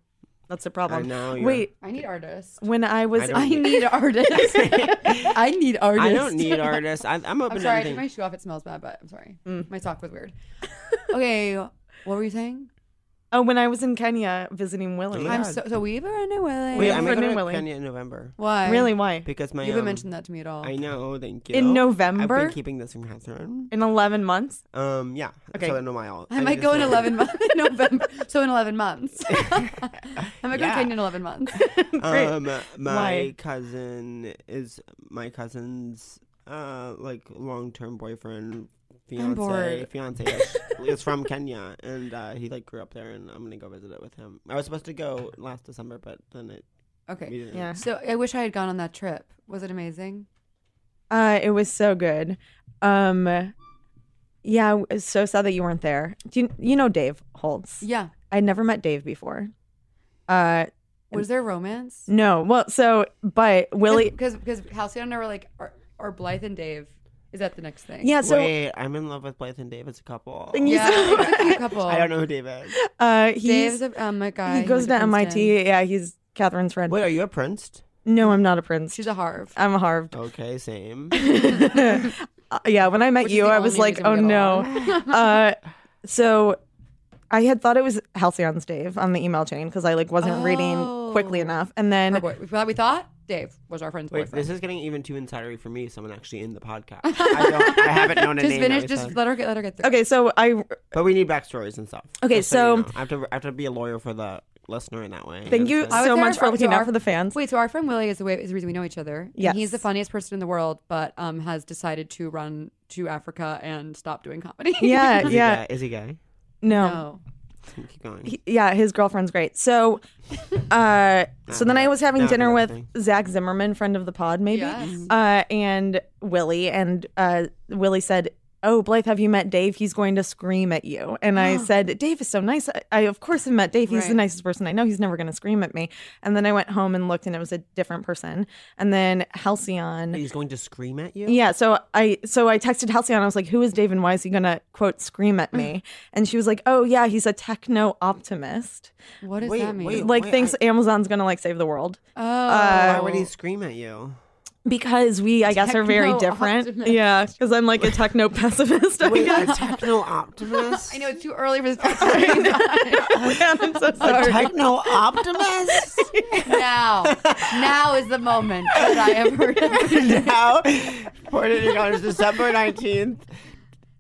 Speaker 6: That's the problem.
Speaker 5: know, you're-
Speaker 6: Wait,
Speaker 1: I need artists.
Speaker 6: when I was
Speaker 5: I don't
Speaker 1: I need artists. I need artists.
Speaker 5: I don't need artists. I, I'm open
Speaker 1: I'm
Speaker 5: to
Speaker 1: sorry, I took
Speaker 5: anything. Mm.
Speaker 1: my shoe off. It smells bad, but I'm sorry. My sock was weird. okay, what were you saying?
Speaker 6: oh when I was in Kenya visiting
Speaker 5: Oh
Speaker 6: Willie.
Speaker 1: I'm so so we've been in Willie.
Speaker 5: Wait,
Speaker 6: Yeah,
Speaker 5: I'm
Speaker 6: for
Speaker 5: going
Speaker 6: New
Speaker 5: to
Speaker 6: Willing.
Speaker 5: Kenya in November
Speaker 1: Why?
Speaker 6: really why?
Speaker 5: because my
Speaker 1: You haven't
Speaker 5: um,
Speaker 1: mentioned that to me at all.
Speaker 5: I know. Thank you.
Speaker 6: In
Speaker 5: I've
Speaker 6: November?
Speaker 5: been keeping this from Catherine.
Speaker 6: In eleven months?
Speaker 5: Um, yeah.
Speaker 6: Okay.
Speaker 5: So in a while.
Speaker 1: I might
Speaker 5: just
Speaker 1: go in
Speaker 5: know.
Speaker 1: 11 months. in November. So in 11 months. I might go to
Speaker 5: Yeah.
Speaker 1: Kenya in 11 months.
Speaker 6: Great.
Speaker 5: Um, my
Speaker 6: Why?
Speaker 5: cousin is my cousin's uh like long term boyfriend, fiance,
Speaker 1: bored.
Speaker 5: fiance ish is from Kenya, and uh, he like grew up there, and I'm gonna go visit it with him. I was supposed to go last December, but then it we
Speaker 1: Okay.
Speaker 5: didn't.
Speaker 6: Yeah.
Speaker 1: So I wish I had gone on that trip. Was it amazing?
Speaker 6: Uh, it was so good. Um, yeah, it's so sad that you weren't there. Do you, you know Dave Holtz?
Speaker 1: Yeah.
Speaker 6: I never met Dave before. Uh,
Speaker 1: Was there romance?
Speaker 6: no. Well, so but Willie.
Speaker 1: Because because Halcyon and I were like, are, are Blythe and Dave? Is that the next thing?
Speaker 6: Yeah. So
Speaker 5: Wait, I'm in love with Blythe and Dave as a couple.
Speaker 6: And you-
Speaker 1: Yeah, it's a cute couple.
Speaker 5: I don't know who Dave is.
Speaker 6: uh, he's,
Speaker 1: Dave's a, um, a guy.
Speaker 6: he
Speaker 1: who
Speaker 6: goes
Speaker 1: went
Speaker 6: to
Speaker 1: Princeton.
Speaker 6: MIT. Yeah, he's Catherine's friend.
Speaker 5: Wait, are you a prince?
Speaker 6: No, I'm not a prince.
Speaker 1: She's a Harv.
Speaker 5: Uh,
Speaker 6: I'm a Harvard.
Speaker 5: Okay, same.
Speaker 6: Uh, yeah, when I met
Speaker 1: Which is
Speaker 6: you,
Speaker 1: the
Speaker 6: I was
Speaker 1: only
Speaker 6: like,
Speaker 1: reason
Speaker 6: oh
Speaker 1: we get
Speaker 6: no. uh, so I had thought it was Halcyon's Dave on the email chain because I like wasn't reading quickly
Speaker 1: Oh.
Speaker 6: enough, and then
Speaker 1: Her boy. We thought, we thought Dave was our friend's
Speaker 5: Wait,
Speaker 1: boyfriend.
Speaker 5: this is getting even too insidery for me. Someone actually in the podcast. I, don't, I haven't known a
Speaker 1: just
Speaker 5: name.
Speaker 1: finish.
Speaker 5: that we
Speaker 1: Just
Speaker 5: said.
Speaker 1: let her get. Let her get through.
Speaker 6: okay, so I
Speaker 5: But we need backstories and stuff.
Speaker 6: Okay,
Speaker 5: Just so, you
Speaker 6: so-
Speaker 5: know. I have to I have to be a lawyer for the listener in that way.
Speaker 6: thank you
Speaker 5: It's
Speaker 1: I
Speaker 5: like-
Speaker 1: was
Speaker 6: so
Speaker 1: there
Speaker 6: much
Speaker 1: for-
Speaker 6: for looking
Speaker 1: to
Speaker 6: out
Speaker 1: our-
Speaker 6: for the fans.
Speaker 1: Wait, so our friend Willie is the way is the reason we know each other. Yeah,
Speaker 6: Yes.
Speaker 1: he's the funniest person in the world, but um has decided to run to Africa and stop doing comedy.
Speaker 6: Yeah,
Speaker 5: Is he
Speaker 6: yeah,
Speaker 5: gay? Is he gay?
Speaker 6: no.
Speaker 1: No.
Speaker 5: Keep going.
Speaker 6: He- yeah, his girlfriend's great. So, uh, so then I was having
Speaker 5: Nah,
Speaker 6: dinner
Speaker 5: nah,
Speaker 6: with
Speaker 5: thing.
Speaker 6: Zach Zimmerman, friend of the pod, maybe,
Speaker 1: Yes.
Speaker 6: uh, and Willie, and uh, Willie said. Oh, Blythe, have you met Dave? He's going to scream at you. And I said, Dave is so nice. I, I of course have met Dave. He's the
Speaker 1: Right.
Speaker 6: nicest person I know. He's never going to scream at me. And then I went home and looked, and it was a different person. And then Halcyon.
Speaker 5: He's going to scream at you.
Speaker 6: Yeah, so I so I texted Halcyon. I was like, "Who is Dave, and why is he gonna quote scream at me?" And she was like, "Oh yeah, he's a techno optimist.
Speaker 1: What does
Speaker 5: Wait,
Speaker 1: that mean?
Speaker 5: wait,
Speaker 6: Like
Speaker 5: wait,
Speaker 6: thinks
Speaker 5: I-
Speaker 6: Amazon's gonna like save the world
Speaker 1: oh,
Speaker 6: Uh,
Speaker 5: Why would he scream at you?
Speaker 6: because we, I guess, are very different.
Speaker 1: Techno-optimist.
Speaker 6: Yeah, because I'm like a techno pessimist. I
Speaker 5: Wait, a
Speaker 6: guess.
Speaker 5: techno optimist.
Speaker 1: I know it's too early for this podcast.
Speaker 6: I'm so
Speaker 5: A
Speaker 6: sorry.
Speaker 5: techno optimist.
Speaker 1: now, now is the moment that I have heard. Of.
Speaker 5: now, Puerto Rico is December nineteenth.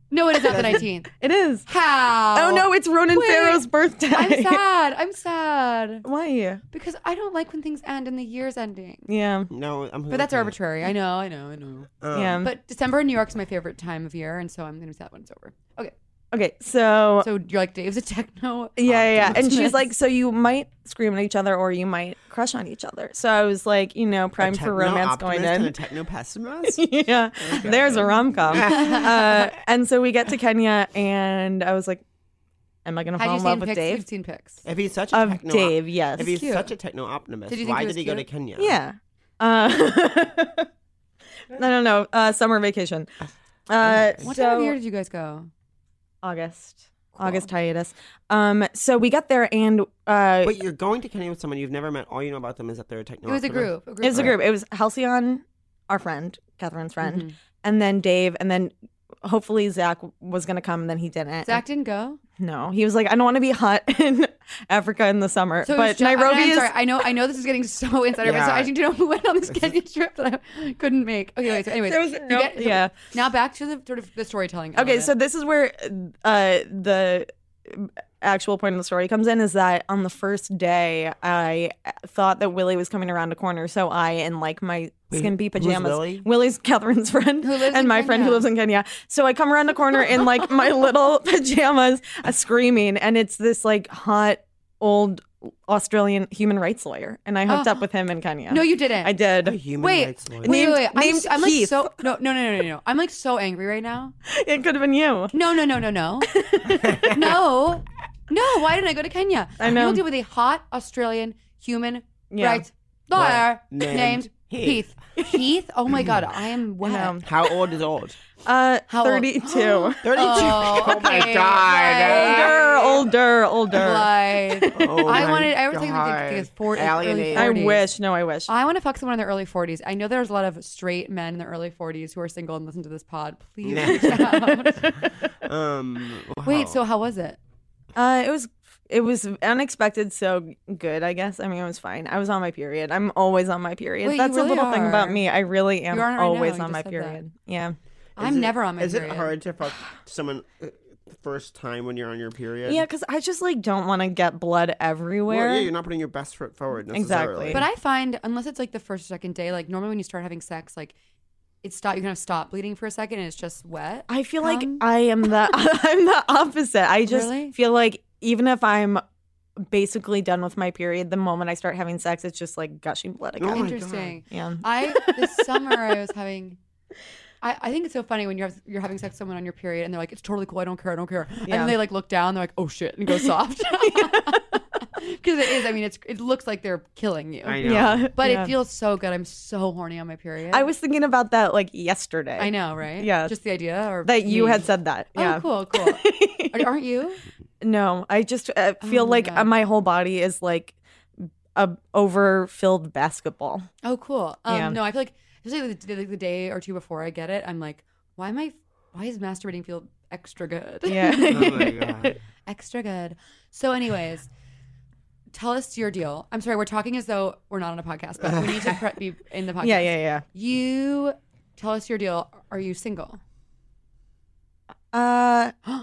Speaker 1: No, it is not the nineteenth.
Speaker 6: It is.
Speaker 1: How?
Speaker 6: Oh no, it's Ronan
Speaker 1: Wait.
Speaker 6: Farrow's birthday.
Speaker 1: I'm sad. I'm sad
Speaker 6: Why?
Speaker 1: because I don't like when things end and the year's ending.
Speaker 6: Yeah,
Speaker 5: No, I'm.
Speaker 1: But that's
Speaker 5: okay.
Speaker 1: arbitrary. I know. I know. I know.
Speaker 5: Um,
Speaker 6: yeah.
Speaker 1: But December in New York is my favorite time of year, and so I'm gonna be sad when it's over. Okay.
Speaker 6: okay, so.
Speaker 1: So you're like Dave's a techno.
Speaker 6: yeah, yeah, yeah. And she's
Speaker 1: optimist.
Speaker 6: like, so you might scream at each other, or you might crush on each other. So I was like, you know,
Speaker 5: a
Speaker 6: prime for
Speaker 5: techno
Speaker 6: romance going
Speaker 5: optimist
Speaker 6: in.
Speaker 5: And a techno pessimist.
Speaker 6: yeah, there's a rom com. uh, and so we get to Kenya, and I was like, "Am I gonna
Speaker 1: Have you
Speaker 6: fall in
Speaker 1: seen
Speaker 6: love with
Speaker 1: pics?
Speaker 6: Dave?"
Speaker 1: You've seen pics.
Speaker 5: If he's such a
Speaker 6: Of
Speaker 5: techno
Speaker 6: Dave, yes.
Speaker 5: If he's
Speaker 1: Cute.
Speaker 5: such a techno optimist,
Speaker 1: Did you think
Speaker 5: why
Speaker 1: he
Speaker 5: did
Speaker 1: was
Speaker 5: he go to
Speaker 1: cute?
Speaker 5: Kenya?
Speaker 6: yeah. Uh, I don't know. Uh, summer vacation. Uh,
Speaker 1: What
Speaker 6: so
Speaker 1: time of year did you guys go?
Speaker 6: August. August hiatus. Um, so we got there, and uh,
Speaker 5: Wait, you're going to Kenya with someone you've never met. All you know about them is that they're a techno.
Speaker 1: It was a
Speaker 5: optimist?
Speaker 1: group. A group
Speaker 6: it was a
Speaker 1: photo.
Speaker 6: group. It was Halcyon, our friend, Catherine's friend,
Speaker 1: Mm-hmm.
Speaker 6: and then Dave, and then hopefully Zach was gonna come, and then he didn't.
Speaker 1: Zach didn't go.
Speaker 6: No, he was like, I don't want to be hot in Africa in the summer.
Speaker 1: So it was
Speaker 6: but
Speaker 1: ju-
Speaker 6: Nairobi
Speaker 1: I'm
Speaker 6: is.
Speaker 1: sorry. I know. I know this is getting so insider, but so I
Speaker 5: Yeah.
Speaker 1: need to know who went on this Kenya trip that I couldn't make. Okay, wait. So anyways,
Speaker 6: There was
Speaker 1: you
Speaker 6: no-
Speaker 1: get-
Speaker 6: yeah.
Speaker 1: Now back to the sort of the storytelling.
Speaker 6: Okay,
Speaker 1: element.
Speaker 6: so this is where uh, the actual point of the story comes in is that on the first day, I thought that Willie was coming around a corner. So I, in like my skin pee
Speaker 5: who's
Speaker 6: pajamas,
Speaker 5: Willie?
Speaker 6: Willie's Catherine's friend
Speaker 1: Who lives
Speaker 6: and
Speaker 1: in
Speaker 6: my friend who
Speaker 1: Kenya.
Speaker 6: lives in Kenya. So I come around the corner in like my little pajamas, uh, screaming, and it's this like hot old Australian human rights lawyer. And I hooked up with him in Kenya.
Speaker 1: Oh. no, you didn't.
Speaker 6: I did.
Speaker 5: A human
Speaker 1: Wait,
Speaker 5: rights lawyer.
Speaker 1: wait, wait, wait.
Speaker 6: Named-
Speaker 1: I'm,
Speaker 6: named
Speaker 1: s- I'm like
Speaker 6: Keith.
Speaker 1: so no, no, no, no, no, no. I'm like so angry right now.
Speaker 6: It could have been you.
Speaker 1: No, no, no, no, no, no, no. Why didn't I go to Kenya?
Speaker 6: I know.
Speaker 1: You'll deal with a hot Australian human
Speaker 6: Yeah.
Speaker 1: rights lawyer
Speaker 5: Named
Speaker 1: named, Heath. Heath? Oh my God. I am wow.
Speaker 5: How old is old?
Speaker 6: Uh,
Speaker 1: How old?
Speaker 6: 32.
Speaker 5: Thirty-two.
Speaker 1: Oh,
Speaker 5: my
Speaker 1: okay,
Speaker 5: god.
Speaker 6: older, older, older.
Speaker 1: Like,
Speaker 5: Oh
Speaker 1: I
Speaker 5: my
Speaker 1: wanted, I was thinking like
Speaker 5: God.
Speaker 1: is 40,
Speaker 5: Alienated.
Speaker 6: I
Speaker 1: early 40s.
Speaker 6: wish. No, I wish.
Speaker 1: I want to fuck someone in their early 40s. I know there's a lot of straight men in their early 40s who are single and listen to this pod. Please reach out.
Speaker 5: Um.
Speaker 1: Wait, so how was it?
Speaker 6: Uh, it was it was unexpected, so good. I guess. I mean, it was fine. I was on my period. I'm always on my period.
Speaker 1: Wait, you
Speaker 6: That's
Speaker 1: really
Speaker 6: a little thing about
Speaker 1: are.
Speaker 6: me. I really am
Speaker 1: You're on it right
Speaker 6: always
Speaker 1: now. You
Speaker 6: on my
Speaker 1: just said that.
Speaker 6: period. Yeah.
Speaker 1: I'm never on my
Speaker 5: Is
Speaker 1: period.
Speaker 5: it hard to fuck someone uh, the first time when you're on your period?
Speaker 6: Yeah, because I just like don't want to get blood
Speaker 5: Well,
Speaker 6: everywhere.
Speaker 5: yeah, you're not putting your best foot forward necessarily.
Speaker 6: Exactly.
Speaker 1: But I find unless it's like the first or second day, like normally when you start having sex, like it stop you kind of stop bleeding for a second and it's just wet.
Speaker 6: I feel like
Speaker 1: Come.
Speaker 6: I am the I'm the opposite. I just
Speaker 1: Um. Really?
Speaker 6: feel like even if I'm basically done with my period, the moment I start having sex, it's just like gushing blood
Speaker 5: Oh
Speaker 6: again.
Speaker 5: my God.
Speaker 1: Interesting.
Speaker 6: yeah.
Speaker 1: I this summer I was having. I, I think it's so funny when you're you're having sex with someone on your period and they're like, "It's totally cool. I don't care. I don't care." And
Speaker 6: Yeah.
Speaker 1: then they like look down. They're like, "Oh shit," and go soft. Because it is. I mean, it's it looks like they're killing you,
Speaker 5: I know.
Speaker 6: Yeah.
Speaker 1: but
Speaker 6: yeah.
Speaker 1: it feels so good. I'm so horny on my period.
Speaker 6: I was thinking about that like yesterday.
Speaker 1: I know, right?
Speaker 6: Yeah.
Speaker 1: Just the idea, or
Speaker 6: That you
Speaker 1: me.
Speaker 6: had said that.
Speaker 1: Oh,
Speaker 6: yeah.
Speaker 1: cool, cool. Are- Aren't you?
Speaker 6: No, I just uh, feel
Speaker 1: Oh my
Speaker 6: like
Speaker 1: God.
Speaker 6: uh, my whole body is like a overfilled basketball.
Speaker 1: Oh, cool. Um,
Speaker 6: Yeah.
Speaker 1: No, I feel like especially the, the, the day or two before I get it, I'm like, why am I? Why is masturbating feel extra good?
Speaker 5: Oh
Speaker 6: Yeah.
Speaker 5: my god.
Speaker 1: extra good. So, anyways, tell us your deal. I'm sorry, we're talking as though we're not on a podcast, but we need to pre- be in the podcast.
Speaker 6: yeah, yeah, yeah.
Speaker 1: You tell us your deal. Are you single?
Speaker 6: Uh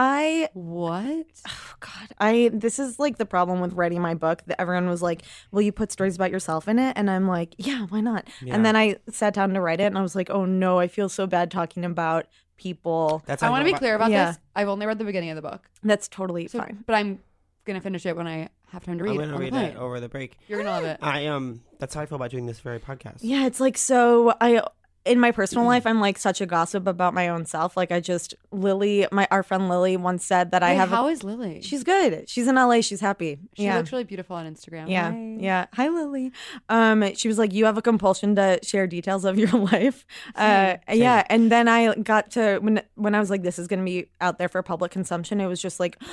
Speaker 6: I
Speaker 1: What?
Speaker 6: Oh, God, I this is like the problem with writing my book. That everyone was like, "Will you put stories about yourself in it?" And I'm like, "Yeah, why not?" And then I sat down to write it, and I was like, "Oh no, I feel so bad talking about people."
Speaker 5: That's
Speaker 1: I want to be clear about
Speaker 6: Yeah.
Speaker 1: this. I've only read the beginning of the book,
Speaker 6: That's totally
Speaker 1: so,
Speaker 6: fine.
Speaker 1: but I'm gonna finish it when I have time to read.
Speaker 5: I'm
Speaker 1: it
Speaker 5: gonna
Speaker 1: on the
Speaker 5: read
Speaker 1: plane.
Speaker 5: it
Speaker 6: Oh.
Speaker 5: over the break.
Speaker 1: You're gonna love it.
Speaker 5: I um. That's how I feel about doing this very podcast.
Speaker 6: Yeah, it's like so. I in my personal life, I'm like such a gossip about my own self. Like I just Lily, my our friend Lily once said that I
Speaker 1: Wait,
Speaker 6: have. a-
Speaker 1: How is Lily?
Speaker 6: she's good. She's in LA. She's happy.
Speaker 1: She
Speaker 6: yeah.
Speaker 1: looks really beautiful on Instagram.
Speaker 6: Yeah.
Speaker 1: Hi.
Speaker 6: Yeah. Hi, Lily. Um, she was like, You have a compulsion to share details of your life. Uh, yeah. And then I got to when when I was like, This is gonna be out there for public consumption, it was just like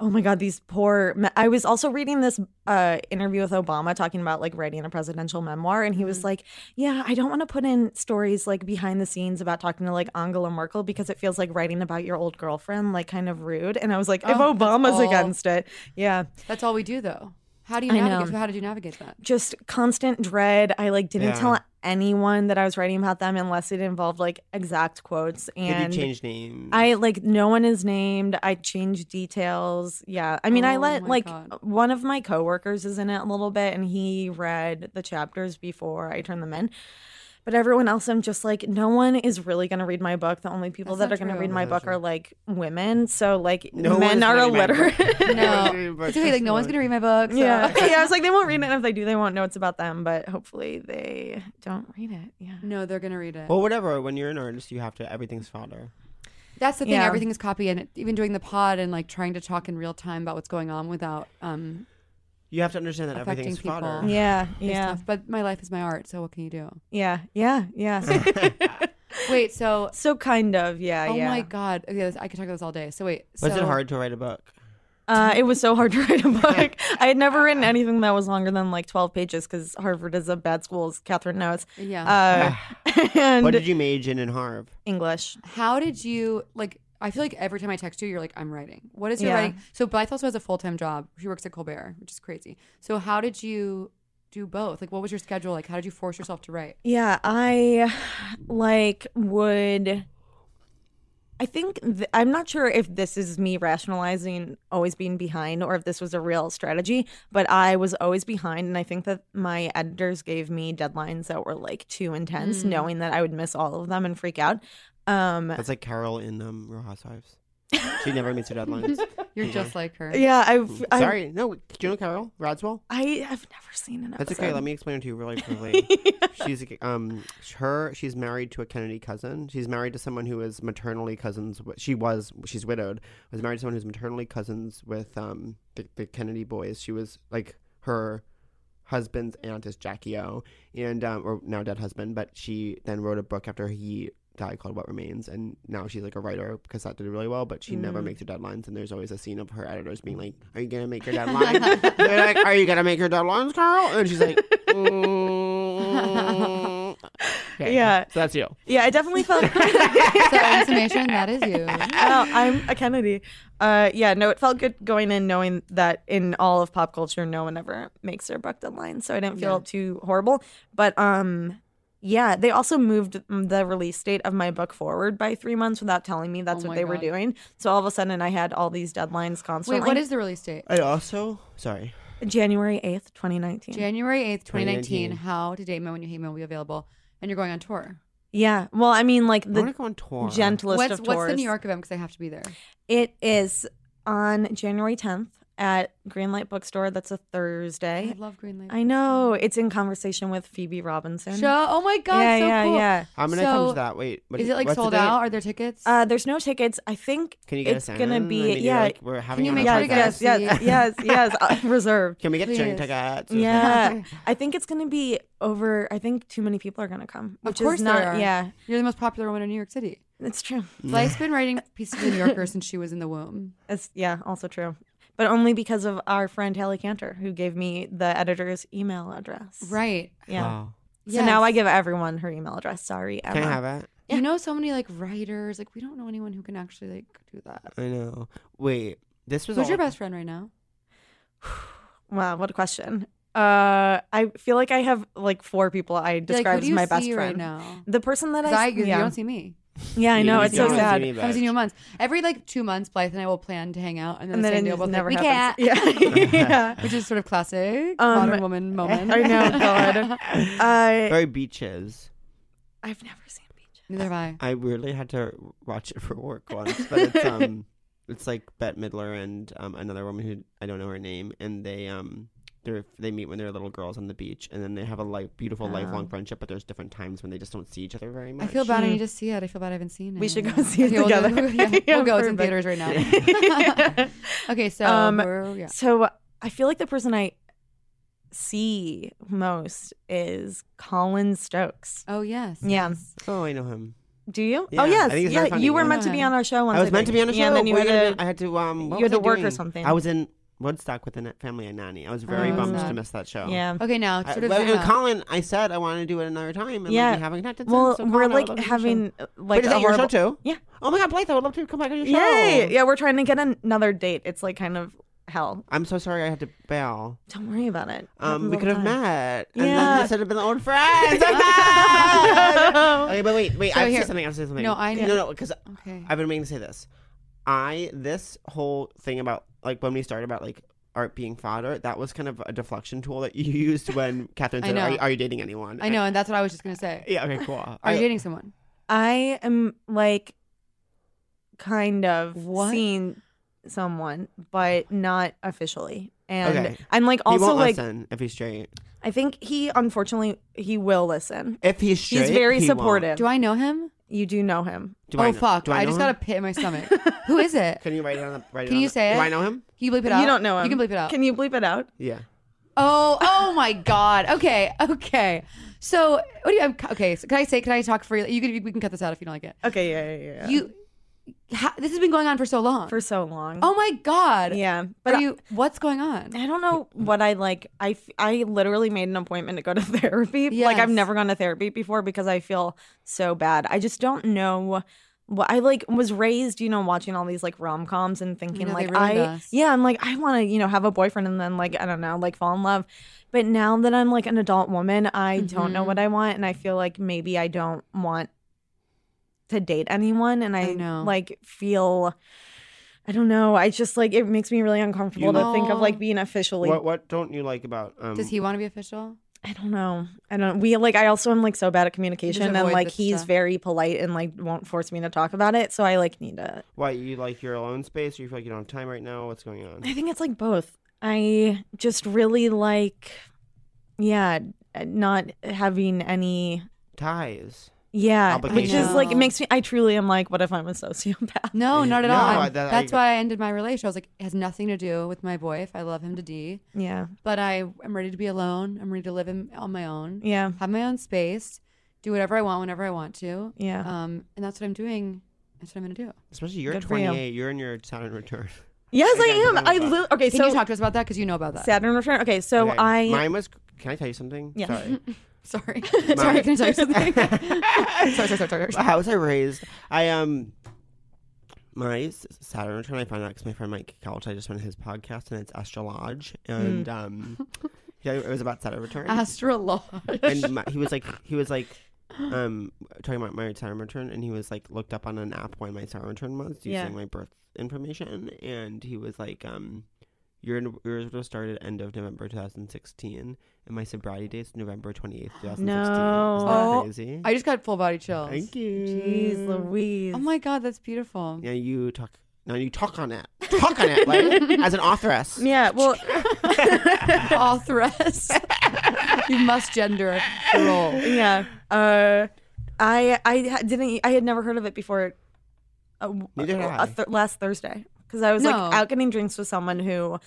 Speaker 6: Oh my God, these poor. Me- I was also reading this uh, interview with Obama talking about like writing a presidential memoir. And he
Speaker 1: Mm-hmm.
Speaker 6: was like, Yeah, I don't want to put in stories like behind the scenes about talking to like Angela Merkel because it feels like writing about your old girlfriend, like kind of rude. And I was like, If
Speaker 1: Oh, that's
Speaker 6: Obama's
Speaker 1: all-
Speaker 6: against it, yeah.
Speaker 1: That's all we do though. How do you
Speaker 6: I
Speaker 1: navigate?
Speaker 6: know.
Speaker 1: How did you navigate that?
Speaker 6: just constant dread. I like didn't
Speaker 5: Yeah.
Speaker 6: tell anyone that I was writing about them unless it involved like exact quotes
Speaker 5: Did
Speaker 6: and
Speaker 5: you change names?
Speaker 6: I like no one is named. I change details. Yeah. I mean, I
Speaker 1: Oh
Speaker 6: let
Speaker 1: my
Speaker 6: like
Speaker 1: God.
Speaker 6: one of my coworkers is in it a little bit and he read the chapters before I turned them in. But everyone else, I'm just like, no one is really going to read my book. The only people
Speaker 1: That's
Speaker 6: that
Speaker 1: not
Speaker 6: are going to
Speaker 1: true.
Speaker 6: read my
Speaker 5: That's
Speaker 6: book are like women. So, like,
Speaker 5: No one
Speaker 6: men
Speaker 5: is
Speaker 6: are
Speaker 5: reading my book.
Speaker 6: illiterate.
Speaker 1: No, it's okay. Like no one's gonna read my book. So.
Speaker 6: Yeah. yeah. I was like, they won't read it. And if they do, they won't know it's about them, but hopefully they don't read it. Yeah.
Speaker 1: No, they're gonna read it.
Speaker 5: Well, whatever. When you're an artist, you have to. Everything's fodder.
Speaker 1: That's the thing.
Speaker 6: Yeah.
Speaker 1: Everything is copy, and it- even doing the pod and like trying to talk in real time about what's going on without um
Speaker 5: You have to understand that
Speaker 1: Affecting
Speaker 5: everything's
Speaker 1: people.
Speaker 5: fodder.
Speaker 6: Yeah.
Speaker 1: is
Speaker 6: Yeah.
Speaker 1: tough. But my life is my art, so what can you do?
Speaker 6: Yeah. Yeah. Yeah.
Speaker 1: Wait, so
Speaker 6: so kind of. Yeah.
Speaker 1: oh
Speaker 6: yeah.
Speaker 1: my god, okay, this- I could talk about this all day. So wait, so,
Speaker 5: Was it hard to write a book?
Speaker 6: Uh, it was so hard to write a book. I had never written anything that was longer than like 12 pages because Harvard is a bad school, as Catherine knows.
Speaker 1: Yeah.
Speaker 6: Uh, and
Speaker 5: What did you major in in Harv?
Speaker 6: English.
Speaker 1: How did you like? I feel like every time I text you, you're like, I'm writing. What is your
Speaker 6: Yeah.
Speaker 1: writing? So Blythe also has a full time job. She works at Colbert, which is crazy. So how did you do both? Like, what was your schedule like? How did you force yourself to write?
Speaker 6: Yeah, I like would. I think th- I'm not sure if this is me rationalizing always being behind or if this was a real strategy, but I was always behind. And I think that my editors gave me deadlines that were like too
Speaker 5: Hmm.
Speaker 6: intense, knowing that I would miss all of them and freak out. Um,
Speaker 5: That's like Carol in um, Real Housewives. She never meets her deadlines.
Speaker 1: You're
Speaker 5: Mm-hmm.
Speaker 1: just like her.
Speaker 6: yeah, I've, I,
Speaker 5: Sorry, no. Do you know Carol Radswell?
Speaker 6: I have never seen an
Speaker 5: That's
Speaker 6: episode.
Speaker 5: okay. Let me explain it to you really quickly. She's um her she's married to a Kennedy cousin. She's married to someone who is maternally cousins. wi- She was she's widowed. Was married to someone who's maternally cousins with um the, the Kennedy boys. She was like her husband's aunt is Jackie O, and um, or now dead husband, but she then wrote a book after he died called What Remains, and now she's like a writer because that did really well, but she
Speaker 1: Mm.
Speaker 5: never makes her deadlines, and there's always a scene of her editors being like, "Are you gonna make your deadline?" They're like, "Are you gonna make your deadlines, Carl?" And she's like. "Mm." Okay,
Speaker 6: Yeah.
Speaker 5: so that's you.
Speaker 6: Yeah, I definitely felt. oh,
Speaker 1: So, in summation, that is you.
Speaker 6: I'm a Kennedy. Uh, yeah, no, it felt good going in knowing that in all of pop culture, no one ever makes their buck deadline, so I didn't feel too horrible. But um, yeah, they also moved the release date of my book forward by three months without telling me that's
Speaker 1: Oh
Speaker 6: what
Speaker 1: my
Speaker 6: they were
Speaker 1: God.
Speaker 6: doing. So all of a sudden, I had all these deadlines
Speaker 1: Wait,
Speaker 6: constantly.
Speaker 1: what is the release date?
Speaker 5: I also sorry.
Speaker 6: January eighth, twenty nineteen?
Speaker 1: January 8th, 2019.
Speaker 5: 2019.
Speaker 1: How to Date Me When You Hate Me will be available. And you're going on tour.
Speaker 6: yeah. Well, I mean, like
Speaker 5: I want to
Speaker 6: the
Speaker 5: go on tour.
Speaker 6: gentlest
Speaker 1: What's,
Speaker 6: of tours.
Speaker 1: what's the New York event? Because I have to be there.
Speaker 6: It is on January 10th at Greenlight Bookstore. That's a Thursday.
Speaker 1: I love Green Lake.
Speaker 6: I know. It's in conversation with Phoebe Robinson.
Speaker 1: Show. Oh my God.
Speaker 6: yeah,
Speaker 1: so
Speaker 6: yeah,
Speaker 1: cool.
Speaker 6: yeah.
Speaker 5: I'm gonna come
Speaker 1: So,
Speaker 5: to that. Wait, what-
Speaker 1: Is it like
Speaker 5: what's the
Speaker 1: sold
Speaker 5: date?
Speaker 1: out? Are there tickets?
Speaker 6: Uh, there's no tickets. I think
Speaker 5: Can you get
Speaker 6: it's
Speaker 5: us
Speaker 6: gonna
Speaker 5: in? I
Speaker 6: be
Speaker 5: mean,
Speaker 6: yeah,
Speaker 5: Like, we're having
Speaker 1: you
Speaker 5: it on
Speaker 1: make
Speaker 5: our
Speaker 1: sure
Speaker 6: yeah,
Speaker 1: to get
Speaker 5: podcast.
Speaker 1: us
Speaker 6: yes, yes, yes,
Speaker 1: seats?
Speaker 6: yes, uh, reserved.
Speaker 5: Can we get
Speaker 1: Please.
Speaker 5: train tickets?
Speaker 6: Yeah, I think it's gonna be over. I think too many people are gonna come.
Speaker 1: Of
Speaker 6: Which
Speaker 1: course
Speaker 6: is
Speaker 1: there
Speaker 6: not.
Speaker 1: are.
Speaker 6: Yeah,
Speaker 1: You're the most popular woman in New York City.
Speaker 6: it's true.
Speaker 1: Life's been writing pieces to New Yorker since she was in the womb.
Speaker 6: It's yeah, also true. But only because of our friend Haley Cantor, who gave me the editor's email address.
Speaker 1: Right.
Speaker 6: Yeah.
Speaker 5: Wow.
Speaker 6: So now
Speaker 1: Yes.
Speaker 6: I give everyone her email address. Sorry, Emma.
Speaker 5: Can I have it?
Speaker 1: You know so many like writers. Like we don't know anyone who can actually like do that.
Speaker 5: I know. Wait, this was
Speaker 1: Who's
Speaker 5: all-
Speaker 1: your best friend right now?
Speaker 6: Wow, what a question. Uh, I feel like I have like four people I
Speaker 1: Like, who
Speaker 6: describe
Speaker 1: do
Speaker 6: as
Speaker 1: you
Speaker 6: my best
Speaker 1: see
Speaker 6: friend.
Speaker 1: right now?
Speaker 6: The person that
Speaker 1: 'Cause
Speaker 6: I,
Speaker 1: I,
Speaker 6: s-
Speaker 1: you
Speaker 6: yeah.
Speaker 1: don't see me.
Speaker 6: yeah, I know
Speaker 1: Oh,
Speaker 5: You
Speaker 6: it's
Speaker 5: don't
Speaker 6: so
Speaker 5: see
Speaker 6: sad.
Speaker 5: me,
Speaker 1: I haven't seen
Speaker 5: bitch.
Speaker 1: you in months. Every like two months, Blythe and I will plan to hang out, and then,
Speaker 6: And then
Speaker 1: Sandy
Speaker 6: it
Speaker 1: will both
Speaker 6: just never
Speaker 1: like, we
Speaker 6: happens.
Speaker 1: can't,
Speaker 6: Yeah, yeah.
Speaker 1: which is sort of classic
Speaker 6: Um,
Speaker 1: modern woman moment.
Speaker 6: I know, God. I
Speaker 5: Very beaches.
Speaker 6: I've never seen Beach.
Speaker 1: Neither have I.
Speaker 5: I weirdly had to watch it for work once, but it's um, it's like Bette Midler and um another woman who I don't know her name, and they um. They're, they meet when they're little girls on the beach, and then they have a life,
Speaker 6: Oh.
Speaker 5: beautiful lifelong friendship. But there's different times when they just don't see each other very much.
Speaker 1: I feel bad. I need to see it. I feel bad. I haven't seen it.
Speaker 6: We should go see it
Speaker 1: Okay, we'll do-
Speaker 6: together.
Speaker 1: yeah, we'll
Speaker 6: Yeah,
Speaker 1: go. It's in
Speaker 6: perfect.
Speaker 1: theaters right now. okay, so
Speaker 6: Um,
Speaker 1: we're- yeah.
Speaker 6: So I feel like the person I see most is Colin Stokes.
Speaker 1: Oh yes.
Speaker 6: Yeah.
Speaker 1: yes.
Speaker 5: Oh, I know him.
Speaker 6: Do you?
Speaker 5: Yeah,
Speaker 6: oh yes,
Speaker 5: I think it's very
Speaker 6: yeah.
Speaker 5: funny,
Speaker 6: You were
Speaker 5: yeah.
Speaker 6: meant to be on our show once.
Speaker 5: I was meant to be on a
Speaker 6: think.
Speaker 5: show.
Speaker 6: and then you
Speaker 5: What
Speaker 6: had
Speaker 5: did I
Speaker 6: to
Speaker 5: do? I had to um. what
Speaker 6: you had
Speaker 5: was
Speaker 6: to
Speaker 5: I
Speaker 6: work or
Speaker 5: doing?
Speaker 6: something.
Speaker 5: I was in Woodstock with the Net Family and Nanny. I was very
Speaker 1: Oh,
Speaker 5: bummed
Speaker 1: sad.
Speaker 5: to miss that show.
Speaker 6: Yeah.
Speaker 1: Okay, now
Speaker 5: I,
Speaker 1: sort of.
Speaker 5: well,
Speaker 1: zoom
Speaker 5: and
Speaker 1: out.
Speaker 5: Colin, I said I wanted to do it another time, and
Speaker 6: Yeah.
Speaker 5: like, we haven't connected.
Speaker 6: Well,
Speaker 5: since, so
Speaker 6: we're
Speaker 5: Colin, I would love
Speaker 6: like
Speaker 5: to do your show.
Speaker 6: having uh, like
Speaker 5: Wait, is
Speaker 6: a
Speaker 5: that your show
Speaker 6: horrible-
Speaker 5: too?
Speaker 6: Yeah.
Speaker 5: Oh my God, Blythe, I would love to come back on your show.
Speaker 6: Yay! Yeah, we're trying to get an- another date. It's like kind of hell.
Speaker 5: I'm so sorry I had to bail.
Speaker 6: Don't worry about it.
Speaker 5: Um, we could have met, and
Speaker 6: Yeah.
Speaker 5: then just had been old friends. okay, but wait, wait,
Speaker 1: So
Speaker 5: I have to
Speaker 1: here-
Speaker 5: say something. I have to say something.
Speaker 1: No, I know.
Speaker 5: no, no, because
Speaker 1: Okay.
Speaker 5: I've been meaning to say this. I this whole thing about like when we started about like art being fodder, that was kind of a deflection tool that you used when Catherine
Speaker 1: I
Speaker 5: said, are
Speaker 1: know.
Speaker 5: you, "Are you dating anyone?"
Speaker 1: I know, and that's what I was just gonna say.
Speaker 5: Yeah. Okay. Cool.
Speaker 1: Are
Speaker 5: I-
Speaker 1: you dating someone?
Speaker 6: I am like kind of
Speaker 1: What?
Speaker 6: seeing someone, but not officially. And
Speaker 5: Okay.
Speaker 6: I'm like
Speaker 5: he
Speaker 6: also
Speaker 5: won't
Speaker 6: like
Speaker 5: listen if he's straight.
Speaker 6: I think he unfortunately he will listen.
Speaker 5: If he's straight,
Speaker 6: He's very
Speaker 5: he won't.
Speaker 6: supportive.
Speaker 1: Do I know him?
Speaker 6: You do know him.
Speaker 5: Do
Speaker 1: oh
Speaker 5: I know-
Speaker 1: fuck!
Speaker 5: Do
Speaker 1: I,
Speaker 5: I,
Speaker 1: just
Speaker 5: know
Speaker 1: got
Speaker 5: him?
Speaker 1: a pit in my stomach. Who is it? Can
Speaker 5: Can you write it on the? Write it
Speaker 1: you,
Speaker 5: on the-
Speaker 1: say it?
Speaker 5: Do I know him?
Speaker 1: Can you bleep it out?
Speaker 6: You don't know him.
Speaker 1: You can bleep it out.
Speaker 6: Can you bleep it out?
Speaker 5: Yeah.
Speaker 1: Oh, oh my God. Okay, okay. So, what do you? I'm- Okay, so can I say? Can I talk freely? You can. We can cut this out if you don't like it.
Speaker 6: Okay, yeah, yeah, yeah.
Speaker 1: You. Ha, this has been going on for so long.
Speaker 6: for so long.
Speaker 1: oh my God.
Speaker 6: yeah.
Speaker 1: But
Speaker 6: But
Speaker 1: Are you? What's going on?
Speaker 6: I don't know what I like. I, f- I literally made an appointment to go to therapy. Like
Speaker 1: Yes.
Speaker 6: I've never gone to therapy before because I feel so bad. I just don't know. What I like was raised, you know, watching all these like rom coms and thinking
Speaker 1: know, they
Speaker 6: like
Speaker 1: ruined
Speaker 6: I,
Speaker 1: us.
Speaker 6: yeah, I'm like I want to, you know, have a boyfriend and then like I don't know, like fall in love. But now that I'm like an adult woman, I don't
Speaker 1: Mm-hmm.
Speaker 6: know what I want, and I feel like maybe I don't want to date anyone, and I,
Speaker 1: know.
Speaker 6: like feel. I don't know. I just like it makes me really uncomfortable to think of
Speaker 1: Aw.
Speaker 6: like being officially
Speaker 5: What What don't you like about? Um,
Speaker 1: Does he want to be official?
Speaker 6: I don't know. I don't. We like. I also am like so bad at communication, and
Speaker 1: avoid
Speaker 6: like
Speaker 1: this
Speaker 6: he's
Speaker 1: stuff.
Speaker 6: very polite and like won't force me to talk about it. So I like need to.
Speaker 5: Why you like your alone space, or you feel like you don't have time right now? What's going on?
Speaker 6: I think it's like both. I just really like, yeah, not having any.
Speaker 5: Ties.
Speaker 6: Yeah, which is
Speaker 1: I
Speaker 6: like it
Speaker 1: know.
Speaker 6: makes me. I truly am like, what if I'm a sociopath?
Speaker 1: No, not at
Speaker 2: No,
Speaker 1: all.
Speaker 2: I-
Speaker 1: I'm-
Speaker 2: that- I-
Speaker 1: That's why I ended my relationship. I was like, it has nothing to do with my boy. If I love him to D,
Speaker 6: Yeah,
Speaker 1: but I am ready to be alone. I'm ready to live in, on my own.
Speaker 6: yeah,
Speaker 1: Have my own space. Do whatever I want whenever I want to.
Speaker 6: yeah.
Speaker 1: Um, and that's what I'm doing. That's what I'm gonna do.
Speaker 5: Especially you're
Speaker 6: Good for you.
Speaker 5: 28. You. are in your Saturn return.
Speaker 6: yes, I
Speaker 5: okay,
Speaker 6: am.
Speaker 5: what
Speaker 6: I
Speaker 5: about-
Speaker 6: li- okay.
Speaker 1: Can
Speaker 6: so
Speaker 1: you talk to us about that? Because you know about that.
Speaker 6: Saturn return. Okay, so
Speaker 5: Okay.
Speaker 6: I
Speaker 5: Mine was. Can I tell you something?
Speaker 6: Yeah.
Speaker 5: Sorry.
Speaker 1: Sorry. sorry. Can I tell you something? sorry, sorry, sorry, sorry. sorry.
Speaker 5: How was I raised? I um. My s- Saturn return, I found out because my friend Mike Couch, I just went to his podcast and it's Astrologe.
Speaker 6: Hmm.
Speaker 5: And um, yeah, it was about Saturn return.
Speaker 1: Astrologe.
Speaker 5: and my, he was like he was like um talking about my Saturn return and he was like looked up on an app when my Saturn return was using
Speaker 6: Yeah.
Speaker 5: my birth information and he was like um your yours was started end of November 2016 and my sobriety date's November 28th 2016 Isn't that
Speaker 1: No. Oh,
Speaker 5: crazy
Speaker 1: I just got full body chills.
Speaker 5: thank you
Speaker 6: Jeez Louise.
Speaker 1: Oh my god, that's beautiful.
Speaker 5: now you talk now you talk on it talk on it like as an authoress
Speaker 6: Yeah, well,
Speaker 1: Authoress. you must gender the role.
Speaker 6: yeah. Uh, I I ha- didn't. e, I had never heard of it before. uh, w-
Speaker 5: Neither had
Speaker 6: uh,
Speaker 5: I.
Speaker 6: th- last Thursday, because I was
Speaker 1: No.
Speaker 6: like out getting drinks with someone who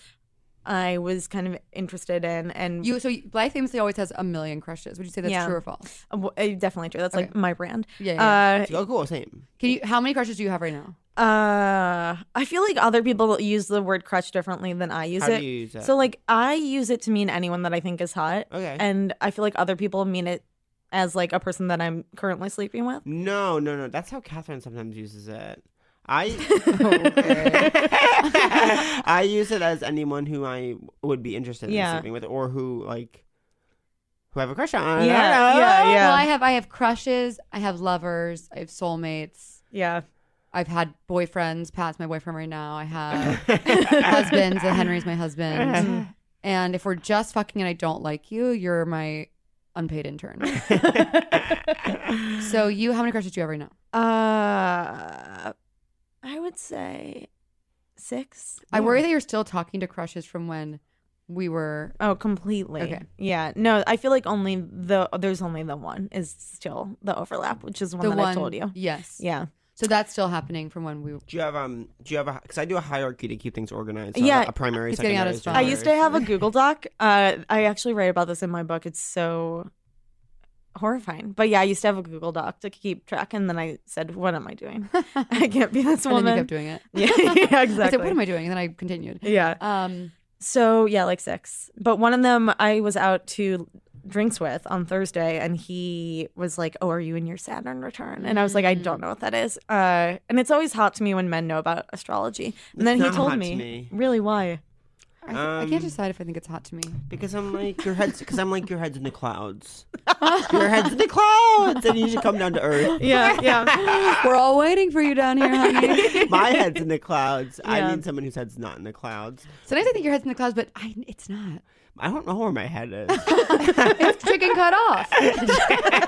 Speaker 6: I was kind of interested in, and
Speaker 1: You so you- Blythe famously always has a million crushes. Would you say that's
Speaker 6: Yeah.
Speaker 1: true or false?
Speaker 6: Uh, w- uh, definitely true. That's like
Speaker 1: Okay.
Speaker 6: my brand.
Speaker 1: Yeah. yeah, yeah.
Speaker 6: Uh,
Speaker 5: It's like, oh cool same
Speaker 1: Can you? How many crushes do you have right now?
Speaker 6: Uh, I feel like other people use the word crutch differently than I use
Speaker 5: How do
Speaker 6: it.
Speaker 5: you use it?
Speaker 6: So like I use it to mean anyone that I think is hot,
Speaker 5: okay
Speaker 6: and I feel like other people mean it as like a person that I'm currently sleeping with.
Speaker 5: no no no that's how Catherine sometimes uses it I I use it as anyone who I would be interested
Speaker 6: Yeah.
Speaker 5: in sleeping with, or who like who I have a crush on.
Speaker 6: Yeah, yeah, yeah.
Speaker 1: Well, I have I have crushes. I have lovers. I have soulmates.
Speaker 6: Yeah.
Speaker 1: I've had boyfriends. Pat's my boyfriend right now. I have husbands. And Henry's my husband. and if we're just fucking and I don't like you, you're my unpaid intern. so you, how many crushes do you have right now?
Speaker 6: Uh, I would say six.
Speaker 1: I worry that you're still talking to crushes from when we were.
Speaker 6: Oh, completely.
Speaker 1: Okay.
Speaker 6: Yeah. No, I feel like only the there's only the one is still the overlap, which is one
Speaker 1: the
Speaker 6: that
Speaker 1: one
Speaker 6: I told you.
Speaker 1: Yes.
Speaker 6: Yeah.
Speaker 1: So that's still happening from when we.
Speaker 5: Do you have um? Do you have a? Because I do a hierarchy to keep things organized. So
Speaker 6: Yeah.
Speaker 5: a primary.
Speaker 1: He's
Speaker 5: secondary,
Speaker 1: getting out his phone.
Speaker 6: I used to have a Google Doc. Uh, I actually write about this in my book. It's so horrifying. But yeah, I used to have a Google Doc to keep track, and then I said, "What am I doing? I can't be this
Speaker 1: And
Speaker 6: woman."
Speaker 1: then you kept doing it.
Speaker 6: yeah, yeah, exactly.
Speaker 1: I said, "What am I doing?" And then I continued.
Speaker 6: Yeah.
Speaker 1: Um,
Speaker 6: So yeah, like six. But one of them I was out to drinks with on Thursday, and he was like, "Oh, are you in your Saturn return?" And I was like, "I
Speaker 5: Mm.
Speaker 6: don't know what that is." Uh, and it's always hot to me when men know about astrology. And then
Speaker 5: It's
Speaker 6: he
Speaker 5: not
Speaker 6: told
Speaker 5: hot to
Speaker 6: me,
Speaker 5: me.
Speaker 6: "Really, why?"
Speaker 1: I, th- I can't
Speaker 5: Um,
Speaker 1: decide if I think it's hot to me.
Speaker 5: because I'm like your head's because I'm like your head's in the clouds. your head's in the clouds, and you should come down to earth.
Speaker 6: Yeah, yeah,
Speaker 1: We're all waiting for you down here, honey.
Speaker 5: My head's in the clouds.
Speaker 6: Yeah.
Speaker 5: I need someone whose head's not in the clouds.
Speaker 1: Sometimes I think your head's in the clouds, but I, it's not.
Speaker 5: I don't know where my head is.
Speaker 1: It's chicken cut off.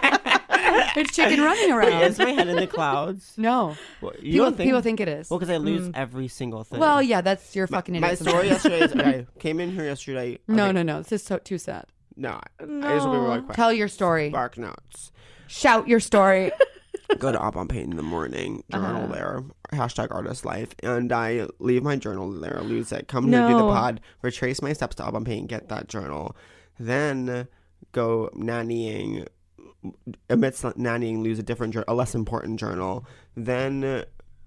Speaker 1: it's chicken running
Speaker 5: Wait, is
Speaker 1: around.
Speaker 5: my head in the clouds?
Speaker 1: No,
Speaker 5: Well, you
Speaker 1: people
Speaker 5: don't
Speaker 1: think, people think it is. Mm. Well,
Speaker 5: Well, because I lose every single thing.
Speaker 1: yeah, that's your fucking
Speaker 5: my
Speaker 1: idiot.
Speaker 5: story yesterday is okay. Came in here yesterday.
Speaker 1: No,
Speaker 5: okay,
Speaker 1: no, no. This is so, too sad.
Speaker 5: no, I just will be really quick.
Speaker 1: Tell your story.
Speaker 5: Bark notes.
Speaker 1: Shout your story.
Speaker 5: Go to Up on Pain in the morning. Journal there. Hashtag artist life. And I leave my journal there. Lose it. Come to do the
Speaker 6: No.
Speaker 5: pod. Retrace my steps to Up on Pain. Get that journal. Then go nannying. Amidst nannying, lose a different journal, a less important journal. Then.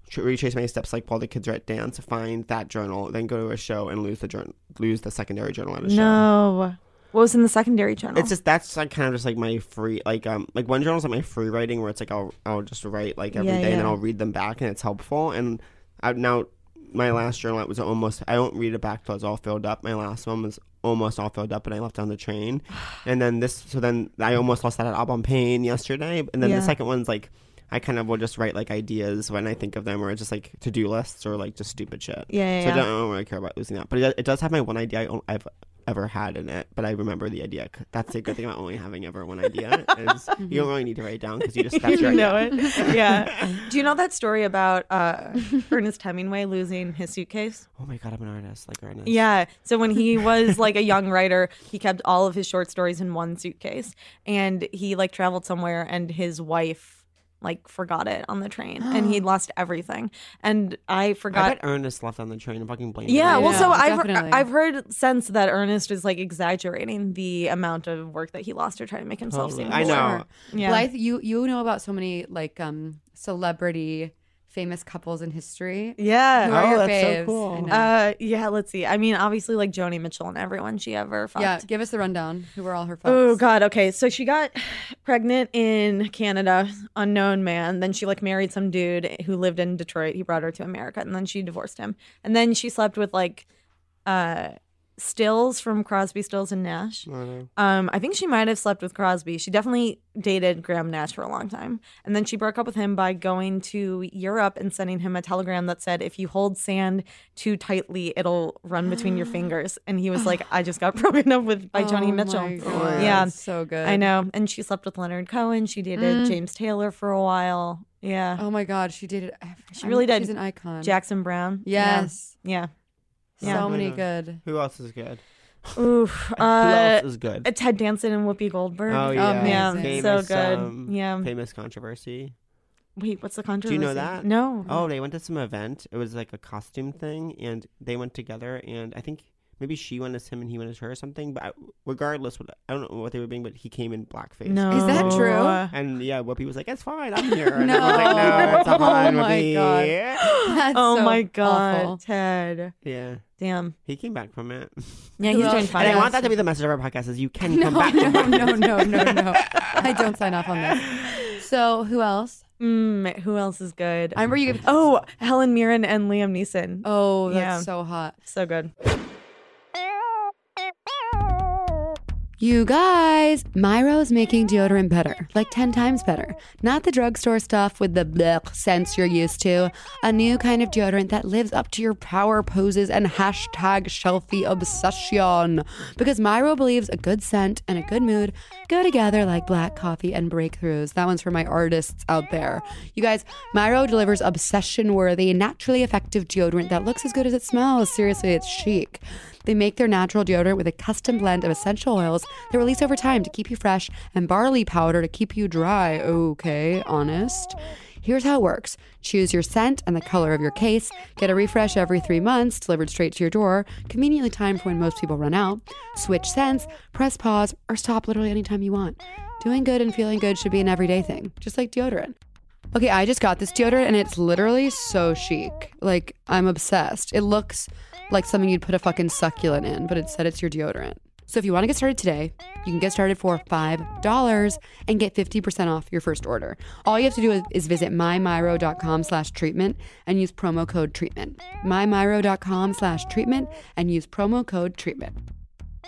Speaker 5: tr- Retrace my steps like while the kids are at dance. Find that journal, then go to a show and lose the journal, lose the secondary journal at a show.
Speaker 6: no. What was in the secondary channel?
Speaker 5: It's just that's like kind of just like my free like um like one journal's like my free writing where it's like I'll I'll just write like every day
Speaker 6: Yeah,
Speaker 5: and then
Speaker 6: yeah.
Speaker 5: I'll read them back and it's helpful and I now my last journal it was almost I don't read it back till it's all filled up. My last one was almost all filled up and I left on the train. And then this so then I almost lost that at Albon Pain yesterday. And then
Speaker 6: Yeah.
Speaker 5: the second one's like I kind of will just write like ideas when I think of them or just like to do lists or like just stupid shit.
Speaker 6: Yeah, yeah,
Speaker 5: So I
Speaker 6: yeah.
Speaker 5: don't, I don't really care about losing that. But it, it does have my one idea I o- I've ever had in it. But I remember the idea. 'cause That's the good thing about only having ever one idea is you don't really need to write it down because you just that's your
Speaker 6: Mm-hmm. you know
Speaker 5: idea.
Speaker 6: it. Yeah. Do you know that story about uh, Ernest Hemingway losing his suitcase?
Speaker 5: Oh my god, I'm an artist, like Ernest.
Speaker 6: Yeah. So when he was like a young writer, he kept all of his short stories in one suitcase, and he like traveled somewhere, and his wife like forgot it on the train and he lost everything. And I
Speaker 5: I
Speaker 6: forgot
Speaker 5: bet Ernest left on the train and fucking blamed
Speaker 6: yeah,
Speaker 5: him.
Speaker 6: well, so
Speaker 1: Yeah,
Speaker 6: I've
Speaker 1: definitely.
Speaker 6: I've heard since that Ernest is like exaggerating the amount of work that he lost to try to make himself
Speaker 5: Totally.
Speaker 6: seem.
Speaker 5: I
Speaker 6: cooler.
Speaker 5: know.
Speaker 6: Yeah.
Speaker 1: Blythe, you you know about so many like um celebrity famous couples in history. Who
Speaker 6: Yeah.
Speaker 1: are
Speaker 2: Oh,
Speaker 1: your
Speaker 2: that's so
Speaker 1: faves? I
Speaker 2: cool.
Speaker 1: know.
Speaker 6: Uh, yeah. Let's see. I mean, obviously, like Joni Mitchell and everyone she ever fucked.
Speaker 1: yeah, give us the rundown. Who were all her folks?
Speaker 6: Oh God. Okay. So she got pregnant in Canada, unknown man. Then she like married some dude who lived in Detroit. He brought her to America, and then she divorced him. And then she slept with like, uh, Stills from Crosby, Stills and Nash. Um, I think she might have slept with Crosby. She definitely dated Graham Nash for a long time, and then she broke up with him by going to Europe and sending him a telegram that said, "If you hold sand too tightly, it'll run between your fingers." And he was like, "I just got broken up with by Johnny
Speaker 1: Oh
Speaker 6: Mitchell."
Speaker 1: my God,
Speaker 6: Yeah.
Speaker 1: so good.
Speaker 6: I know. And she slept with Leonard Cohen. She dated
Speaker 1: Mm.
Speaker 6: James Taylor for a while. Yeah.
Speaker 1: Oh my God, she did it. every-
Speaker 6: She really did.
Speaker 1: She's an icon.
Speaker 6: Jackson Brown. Yeah.
Speaker 1: Yes,
Speaker 6: Yeah. Yeah.
Speaker 1: so
Speaker 5: Yeah.
Speaker 1: many good.
Speaker 5: Who else is good?
Speaker 6: Oof.
Speaker 5: Who
Speaker 6: Uh,
Speaker 5: else is good?
Speaker 6: uh, Ted Danson and Whoopi Goldberg.
Speaker 5: Oh yeah,
Speaker 1: yeah,
Speaker 5: Famous,
Speaker 6: so good.
Speaker 5: um,
Speaker 6: Yeah.
Speaker 5: Famous controversy.
Speaker 6: Wait, what's the controversy?
Speaker 5: you know that?
Speaker 6: No.
Speaker 5: Oh, they went to some event. It was like a costume thing, and they went together. And I think maybe she went as him and he went as her or something. But I, regardless, what I don't know what they were being, but he came in blackface.
Speaker 6: No.
Speaker 1: Is that true?
Speaker 5: And yeah, Whoopi was like, "It's fine, I'm here." And
Speaker 1: No.
Speaker 5: everyone's like, no, it's
Speaker 1: Oh
Speaker 5: fine,
Speaker 1: my
Speaker 5: Whoopi."
Speaker 1: God. That's
Speaker 6: oh
Speaker 1: so
Speaker 6: my god,
Speaker 1: awful.
Speaker 6: Ted.
Speaker 5: Yeah,
Speaker 6: Damn.
Speaker 5: he came back from it.
Speaker 6: Yeah,
Speaker 1: Who
Speaker 6: he's
Speaker 1: else?
Speaker 6: doing
Speaker 5: And I
Speaker 1: Yeah.
Speaker 6: fine.
Speaker 5: want that to be the message of our podcast: is you can
Speaker 1: No,
Speaker 5: come back. from
Speaker 1: no,
Speaker 5: it.
Speaker 1: no, no, no, no. I don't sign off on this. So who else?
Speaker 6: Mm, who else is good?
Speaker 1: I remember you. Gave,
Speaker 6: oh, Helen Mirren and Liam Neeson.
Speaker 1: oh, that's
Speaker 6: Yeah.
Speaker 1: so hot.
Speaker 6: So good.
Speaker 1: You guys, Myro's making deodorant better, like 10 times better. Not the drugstore stuff with the blech scents you're used to. A new kind of deodorant that lives up to your power poses and hashtag shelfie obsession. Because Myro believes a good scent and a good mood go together like black coffee and breakthroughs. That one's for my artists out there. You guys, Myro delivers obsession worthy, naturally effective deodorant that looks as good as it smells. Seriously, it's chic. They make their natural deodorant with a custom blend of essential oils that release over time to keep you fresh and barley powder to keep you dry. Okay, honest. Here's how it works choose your scent and the color of your case, get a refresh every three months, delivered straight to your door, conveniently timed for when most people run out, switch scents, press pause, or stop literally anytime you want. Doing good and feeling good should be an everyday thing, just like deodorant. Okay, I just got this deodorant and it's literally so chic. Like, I'm obsessed. It looks like something you'd put a fucking succulent in, but it said it's your deodorant. So if you want to get started today, you can get started for $5 and get 50% off your first order. All you have to do is, is visit mymyro.com slash treatment and use promo code treatment. mymyro.com slash treatment and use promo code treatment.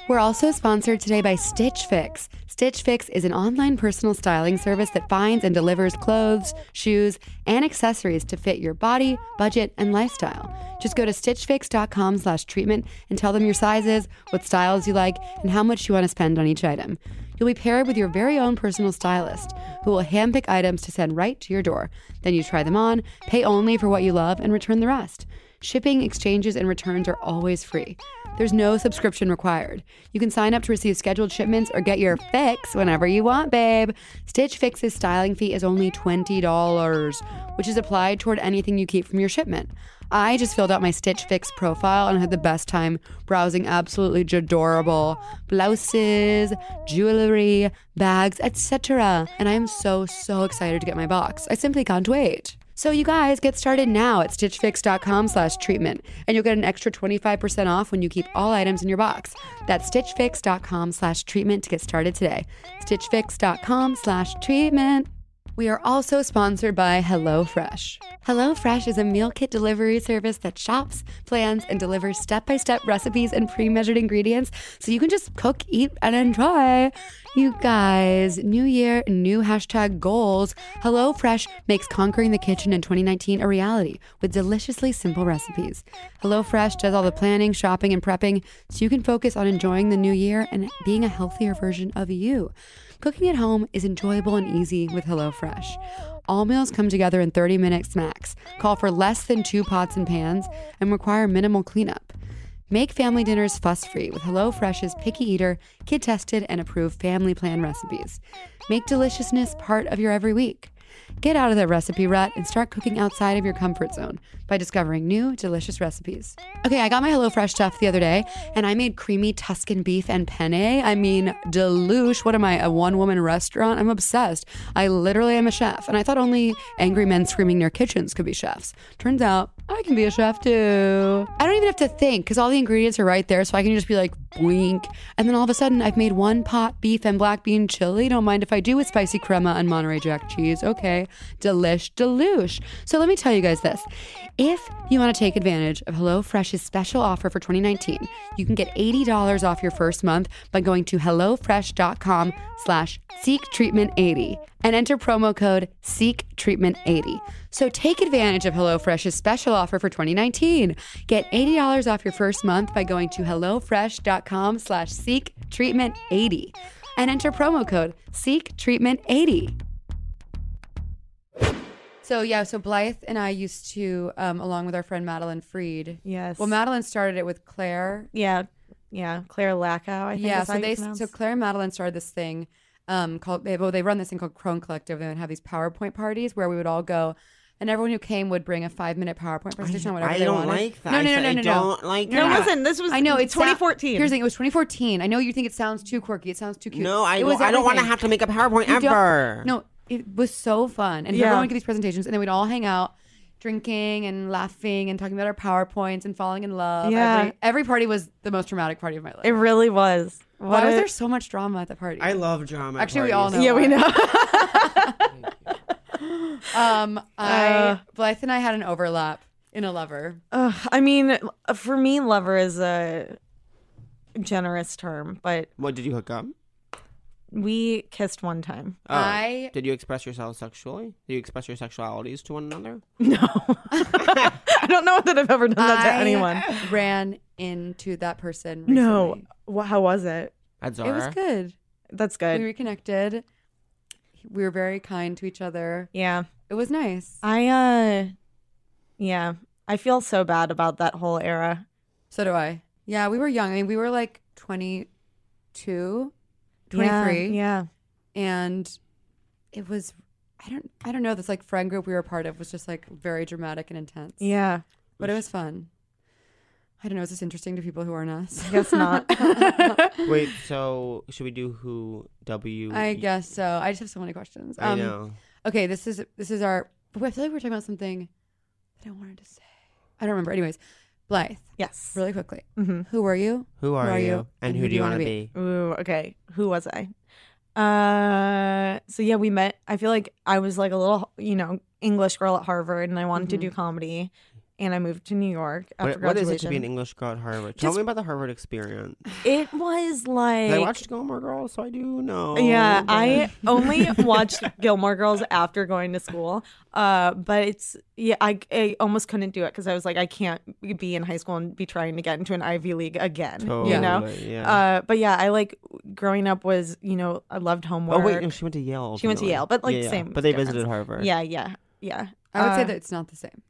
Speaker 1: We're also sponsored today by Stitch Fix. Stitch Fix is an online personal styling service that finds and delivers clothes, shoes, and accessories to fit your body, budget, and lifestyle. Just go to stitchfix.com slash treatment and tell them your sizes, what styles you like, and how much you want to spend on each item. You'll be paired with your very own personal stylist who will handpick items to send right to your door. Then you try them on, pay only for what you love, and return the rest. Shipping, exchanges, and returns are always free. There's no subscription required. You can sign up to receive scheduled shipments or get your fix whenever you want, babe. Stitch Fix's styling fee is only $20, which is applied toward anything you keep from your shipment. I just filled out my Stitch Fix profile and had the best time browsing absolutely adorable blouses, jewelry, bags, etc. And I am so, so excited to get my box. I simply can't wait. So you guys get started now at stitchfix.com slash treatment and you'll get an extra 25% off when you keep all items in your box. That's stitchfix.com slash treatment to get started today. Stitchfix.com slash treatment. We are also sponsored by HelloFresh. HelloFresh is a meal kit delivery service that shops, plans, and delivers step by step recipes and pre measured ingredients so you can just cook, eat, and enjoy. You guys, new year, new hashtag goals. HelloFresh makes conquering the kitchen in 2019 a reality with deliciously simple recipes. HelloFresh does all the planning, shopping, and prepping so you can focus on enjoying the new year and being a healthier version of you. Cooking at home is enjoyable and easy with HelloFresh. All meals come together in 30 minutes max, call for less than two pots and pans, and require minimal cleanup. Make family dinners fuss free with HelloFresh's picky eater, kid tested, and approved family plan recipes. Make deliciousness part of your every week. Get out of that recipe rut and start cooking outside of your comfort zone by discovering new delicious recipes. Okay, I got my HelloFresh stuff the other day and I made creamy Tuscan beef and penne. I mean, deluge. What am I, a one woman restaurant? I'm obsessed. I literally am a chef. And I thought only angry men screaming their kitchens could be chefs. Turns out I can be a chef too. I don't even have to think because all the ingredients are right there. So I can just be like, blink. And then all of a sudden, I've made one pot beef and black bean chili. Don't mind if I do with spicy crema and Monterey Jack cheese. Okay. Delish, deluge. So let me tell you guys this. If you want to take advantage of HelloFresh's special offer for 2019, you can get $80 off your first month by going to HelloFresh.com slash Seek Treatment 80 and enter promo code Seek Treatment 80. So take advantage of HelloFresh's special offer for 2019. Get $80 off your first month by going to HelloFresh.com slash Seek Treatment 80 and enter promo code Seek Treatment 80. So yeah, so Blythe and I used to, um, along with our friend Madeline Freed.
Speaker 6: Yes.
Speaker 1: Well, Madeline started it with Claire
Speaker 6: Yeah. Yeah. Claire Lackow, I think.
Speaker 1: yeah,
Speaker 6: is
Speaker 1: so
Speaker 6: how you
Speaker 1: they
Speaker 6: pronounce-
Speaker 1: so Claire and Madeline started this thing um, called they well they run this thing called Crone Collective. They would have these PowerPoint parties where we would all go, and everyone who came would bring a five minute PowerPoint presentation on whatever
Speaker 5: I
Speaker 1: they
Speaker 5: don't
Speaker 1: wanted.
Speaker 5: like that.
Speaker 1: No,
Speaker 5: I
Speaker 1: no, no,
Speaker 5: said
Speaker 1: no,
Speaker 5: I
Speaker 1: no, no.
Speaker 5: don't like
Speaker 6: No,
Speaker 5: that.
Speaker 6: listen, this was
Speaker 1: I know it's sou-
Speaker 6: 2014.
Speaker 1: Here's the thing: it was 2014. I know you think it sounds too quirky. It sounds too cute.
Speaker 5: No, I
Speaker 1: It was
Speaker 5: don't, I don't want to
Speaker 1: everything.
Speaker 5: have to make a PowerPoint
Speaker 1: You don't-
Speaker 5: ever.
Speaker 1: No, it was so fun, and
Speaker 6: Yeah.
Speaker 1: everyone would give these presentations, and then we'd all hang out. Drinking and laughing and talking about our powerpoints and falling in love.
Speaker 6: Yeah.
Speaker 1: Every, every party was the most traumatic party of my life.
Speaker 6: It really was.
Speaker 1: Why
Speaker 6: What
Speaker 1: was
Speaker 6: a-
Speaker 1: there so much drama at the party?
Speaker 5: I love drama.
Speaker 1: Actually, we all
Speaker 5: parties.
Speaker 1: know.
Speaker 6: Yeah, we
Speaker 1: why.
Speaker 6: know.
Speaker 1: Um, I
Speaker 6: Uh.
Speaker 1: Blythe and I had an overlap in a lover.
Speaker 6: Ugh, I mean, for me, lover is a generous term, but
Speaker 5: What did you hook up?
Speaker 6: we kissed one time.
Speaker 5: Oh,
Speaker 1: I-
Speaker 5: did you express yourself sexually? Did you express your sexualities to one another?
Speaker 6: No. I don't know that I've ever done that to
Speaker 1: I
Speaker 6: anyone.
Speaker 1: ran into that person.
Speaker 6: No.
Speaker 1: recently.
Speaker 6: Wha how was it?
Speaker 5: At
Speaker 1: it
Speaker 5: Zara.
Speaker 1: was good.
Speaker 6: That's
Speaker 1: We
Speaker 6: good.
Speaker 1: reconnected. We were very kind to each other.
Speaker 6: Yeah.
Speaker 1: It was nice.
Speaker 6: I, uh, yeah. I feel so bad about that whole era.
Speaker 1: So do I. Yeah, we were young. I mean, we were like 22, 23,
Speaker 6: Yeah. yeah.
Speaker 1: and it was. I don't. I don't know. This like friend group we were a part of was just like very dramatic and intense.
Speaker 6: Yeah.
Speaker 1: but it was fun. I don't know. Is this interesting to people who aren't us?
Speaker 6: I guess not.
Speaker 5: Wait, so should we do who W? E?
Speaker 1: I guess so. I just have so many questions. Um,
Speaker 5: I know.
Speaker 1: Okay, this is this is our. I feel like we're talking about something that I wanted to say. I don't remember. Anyways, Blythe,
Speaker 6: yes.
Speaker 1: really quickly.
Speaker 6: Mm-hmm.
Speaker 1: Who were you?
Speaker 5: Who are,
Speaker 1: are
Speaker 5: you?
Speaker 1: you?
Speaker 5: And, who do you want to
Speaker 1: wanna
Speaker 5: be?
Speaker 6: Ooh, okay. Who was I? Uh, so yeah, we met. I feel like I was like a little, you know, English girl at Harvard, and I wanted
Speaker 1: Mhm.
Speaker 6: to do comedy, and I moved to New York after
Speaker 5: Mm-hmm. What, what is it to be an
Speaker 6: graduation.
Speaker 5: English girl at Harvard? Tell
Speaker 6: Just-
Speaker 5: me about the Harvard experience.
Speaker 6: It was like
Speaker 5: 'Cause I watched Gilmore Girls, so I do know. Oh
Speaker 6: Yeah,
Speaker 5: but-
Speaker 6: I only watched Gilmore Girls after going to school. Uh, but it's yeah, I, I almost couldn't do it because I was like, I can't be in high school and be trying to get into an Ivy League again.
Speaker 5: totally,
Speaker 6: You know.
Speaker 5: Yeah.
Speaker 6: Uh, but yeah, I like growing up was you know I loved homework.
Speaker 5: oh wait, no, she went to Yale.
Speaker 6: She went to
Speaker 5: ultimately.
Speaker 6: Yale, but, like,
Speaker 5: Yeah, yeah.
Speaker 6: same
Speaker 5: But they
Speaker 6: difference.
Speaker 5: visited Harvard.
Speaker 6: Yeah, yeah, yeah.
Speaker 1: I would say
Speaker 6: Uh,
Speaker 1: that it's not the same.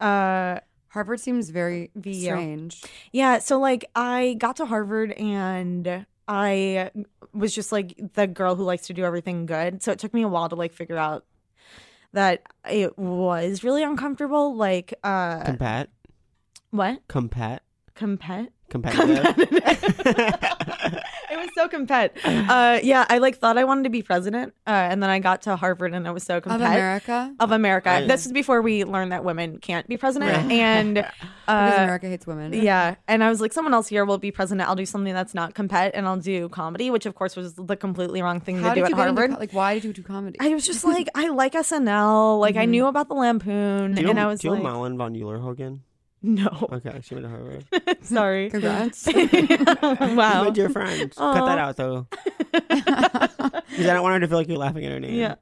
Speaker 6: Uh,
Speaker 1: Harvard seems very
Speaker 6: VU.
Speaker 1: strange.
Speaker 6: yeah. So like, I got to Harvard and I was just like the girl who likes to do everything good. So it took me a while to like figure out that it was really uncomfortable. Like, uh,
Speaker 5: Compat.
Speaker 6: what
Speaker 5: Compat.
Speaker 6: compet?
Speaker 5: Competitive.
Speaker 6: Competitive. it was so compet. Uh, yeah, I like thought I wanted to be president, uh, and then I got to Harvard and I was so compet.
Speaker 1: Of America?
Speaker 6: Of America.
Speaker 5: Right.
Speaker 6: This is before we learned that women can't be president,
Speaker 5: Right.
Speaker 6: and uh,
Speaker 1: Because America hates women.
Speaker 6: Yeah. And I was like, someone else here will be president. I'll do something that's not compet and I'll do comedy, which of course was the completely wrong thing
Speaker 1: How
Speaker 6: to do
Speaker 1: did
Speaker 6: at
Speaker 1: you get into
Speaker 6: Harvard.
Speaker 1: co- like, why did you do comedy?
Speaker 6: I was just like, I like SNL. Like, I
Speaker 1: Mm-hmm.
Speaker 6: knew about the Lampoon.
Speaker 5: Do you,
Speaker 6: and
Speaker 5: know-
Speaker 6: I was
Speaker 5: do you
Speaker 6: like,
Speaker 5: know Malin von Eulerhogen?
Speaker 6: no,
Speaker 5: Okay, she went to Harvard.
Speaker 6: sorry.
Speaker 1: Congrats.
Speaker 6: wow.
Speaker 5: My dear friend. Cut that
Speaker 6: Aw.
Speaker 5: out though. Because I don't want her to feel like you're laughing at her name.
Speaker 6: Yeah.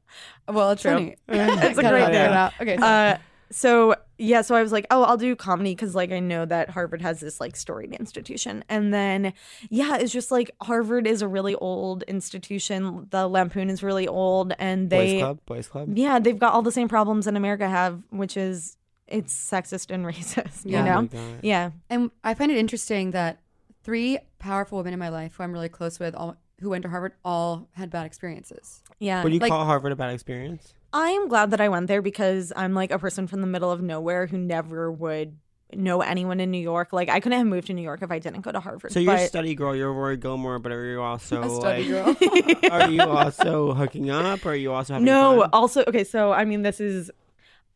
Speaker 1: well, it's
Speaker 6: True.
Speaker 1: funny.
Speaker 6: It's a
Speaker 1: Cut it out,
Speaker 6: great
Speaker 1: cut
Speaker 6: day.
Speaker 1: it out. Okay. so-
Speaker 6: Uh, so yeah, so I was like, oh, I'll do comedy because like I know that Harvard has this like storied institution, and then yeah, it's just like Harvard is a really old institution. The Lampoon is really old, and
Speaker 5: Boys
Speaker 6: they
Speaker 5: Club. Boys Club.
Speaker 6: yeah, they've got all the same problems in America have, which is it's sexist and racist.
Speaker 1: Yeah.
Speaker 6: You
Speaker 5: Oh my
Speaker 6: know?
Speaker 5: God.
Speaker 6: Yeah.
Speaker 1: And I find it interesting that three powerful women in my life who I'm really close with, all who went to Harvard, all had bad experiences.
Speaker 6: Yeah.
Speaker 5: Would you
Speaker 1: Like-
Speaker 5: call Harvard a bad experience?
Speaker 6: I am glad that I went there because I'm like a person from the middle of nowhere who never would know anyone in New York. Like I couldn't have moved to New York if I didn't go to Harvard.
Speaker 5: So you're a
Speaker 6: but-
Speaker 5: study girl, you're Rory Gilmore, but are you also
Speaker 1: A study
Speaker 5: like, are you also hooking up? Or are you also having
Speaker 6: no, uh,
Speaker 5: fun?
Speaker 6: also okay, so I mean this is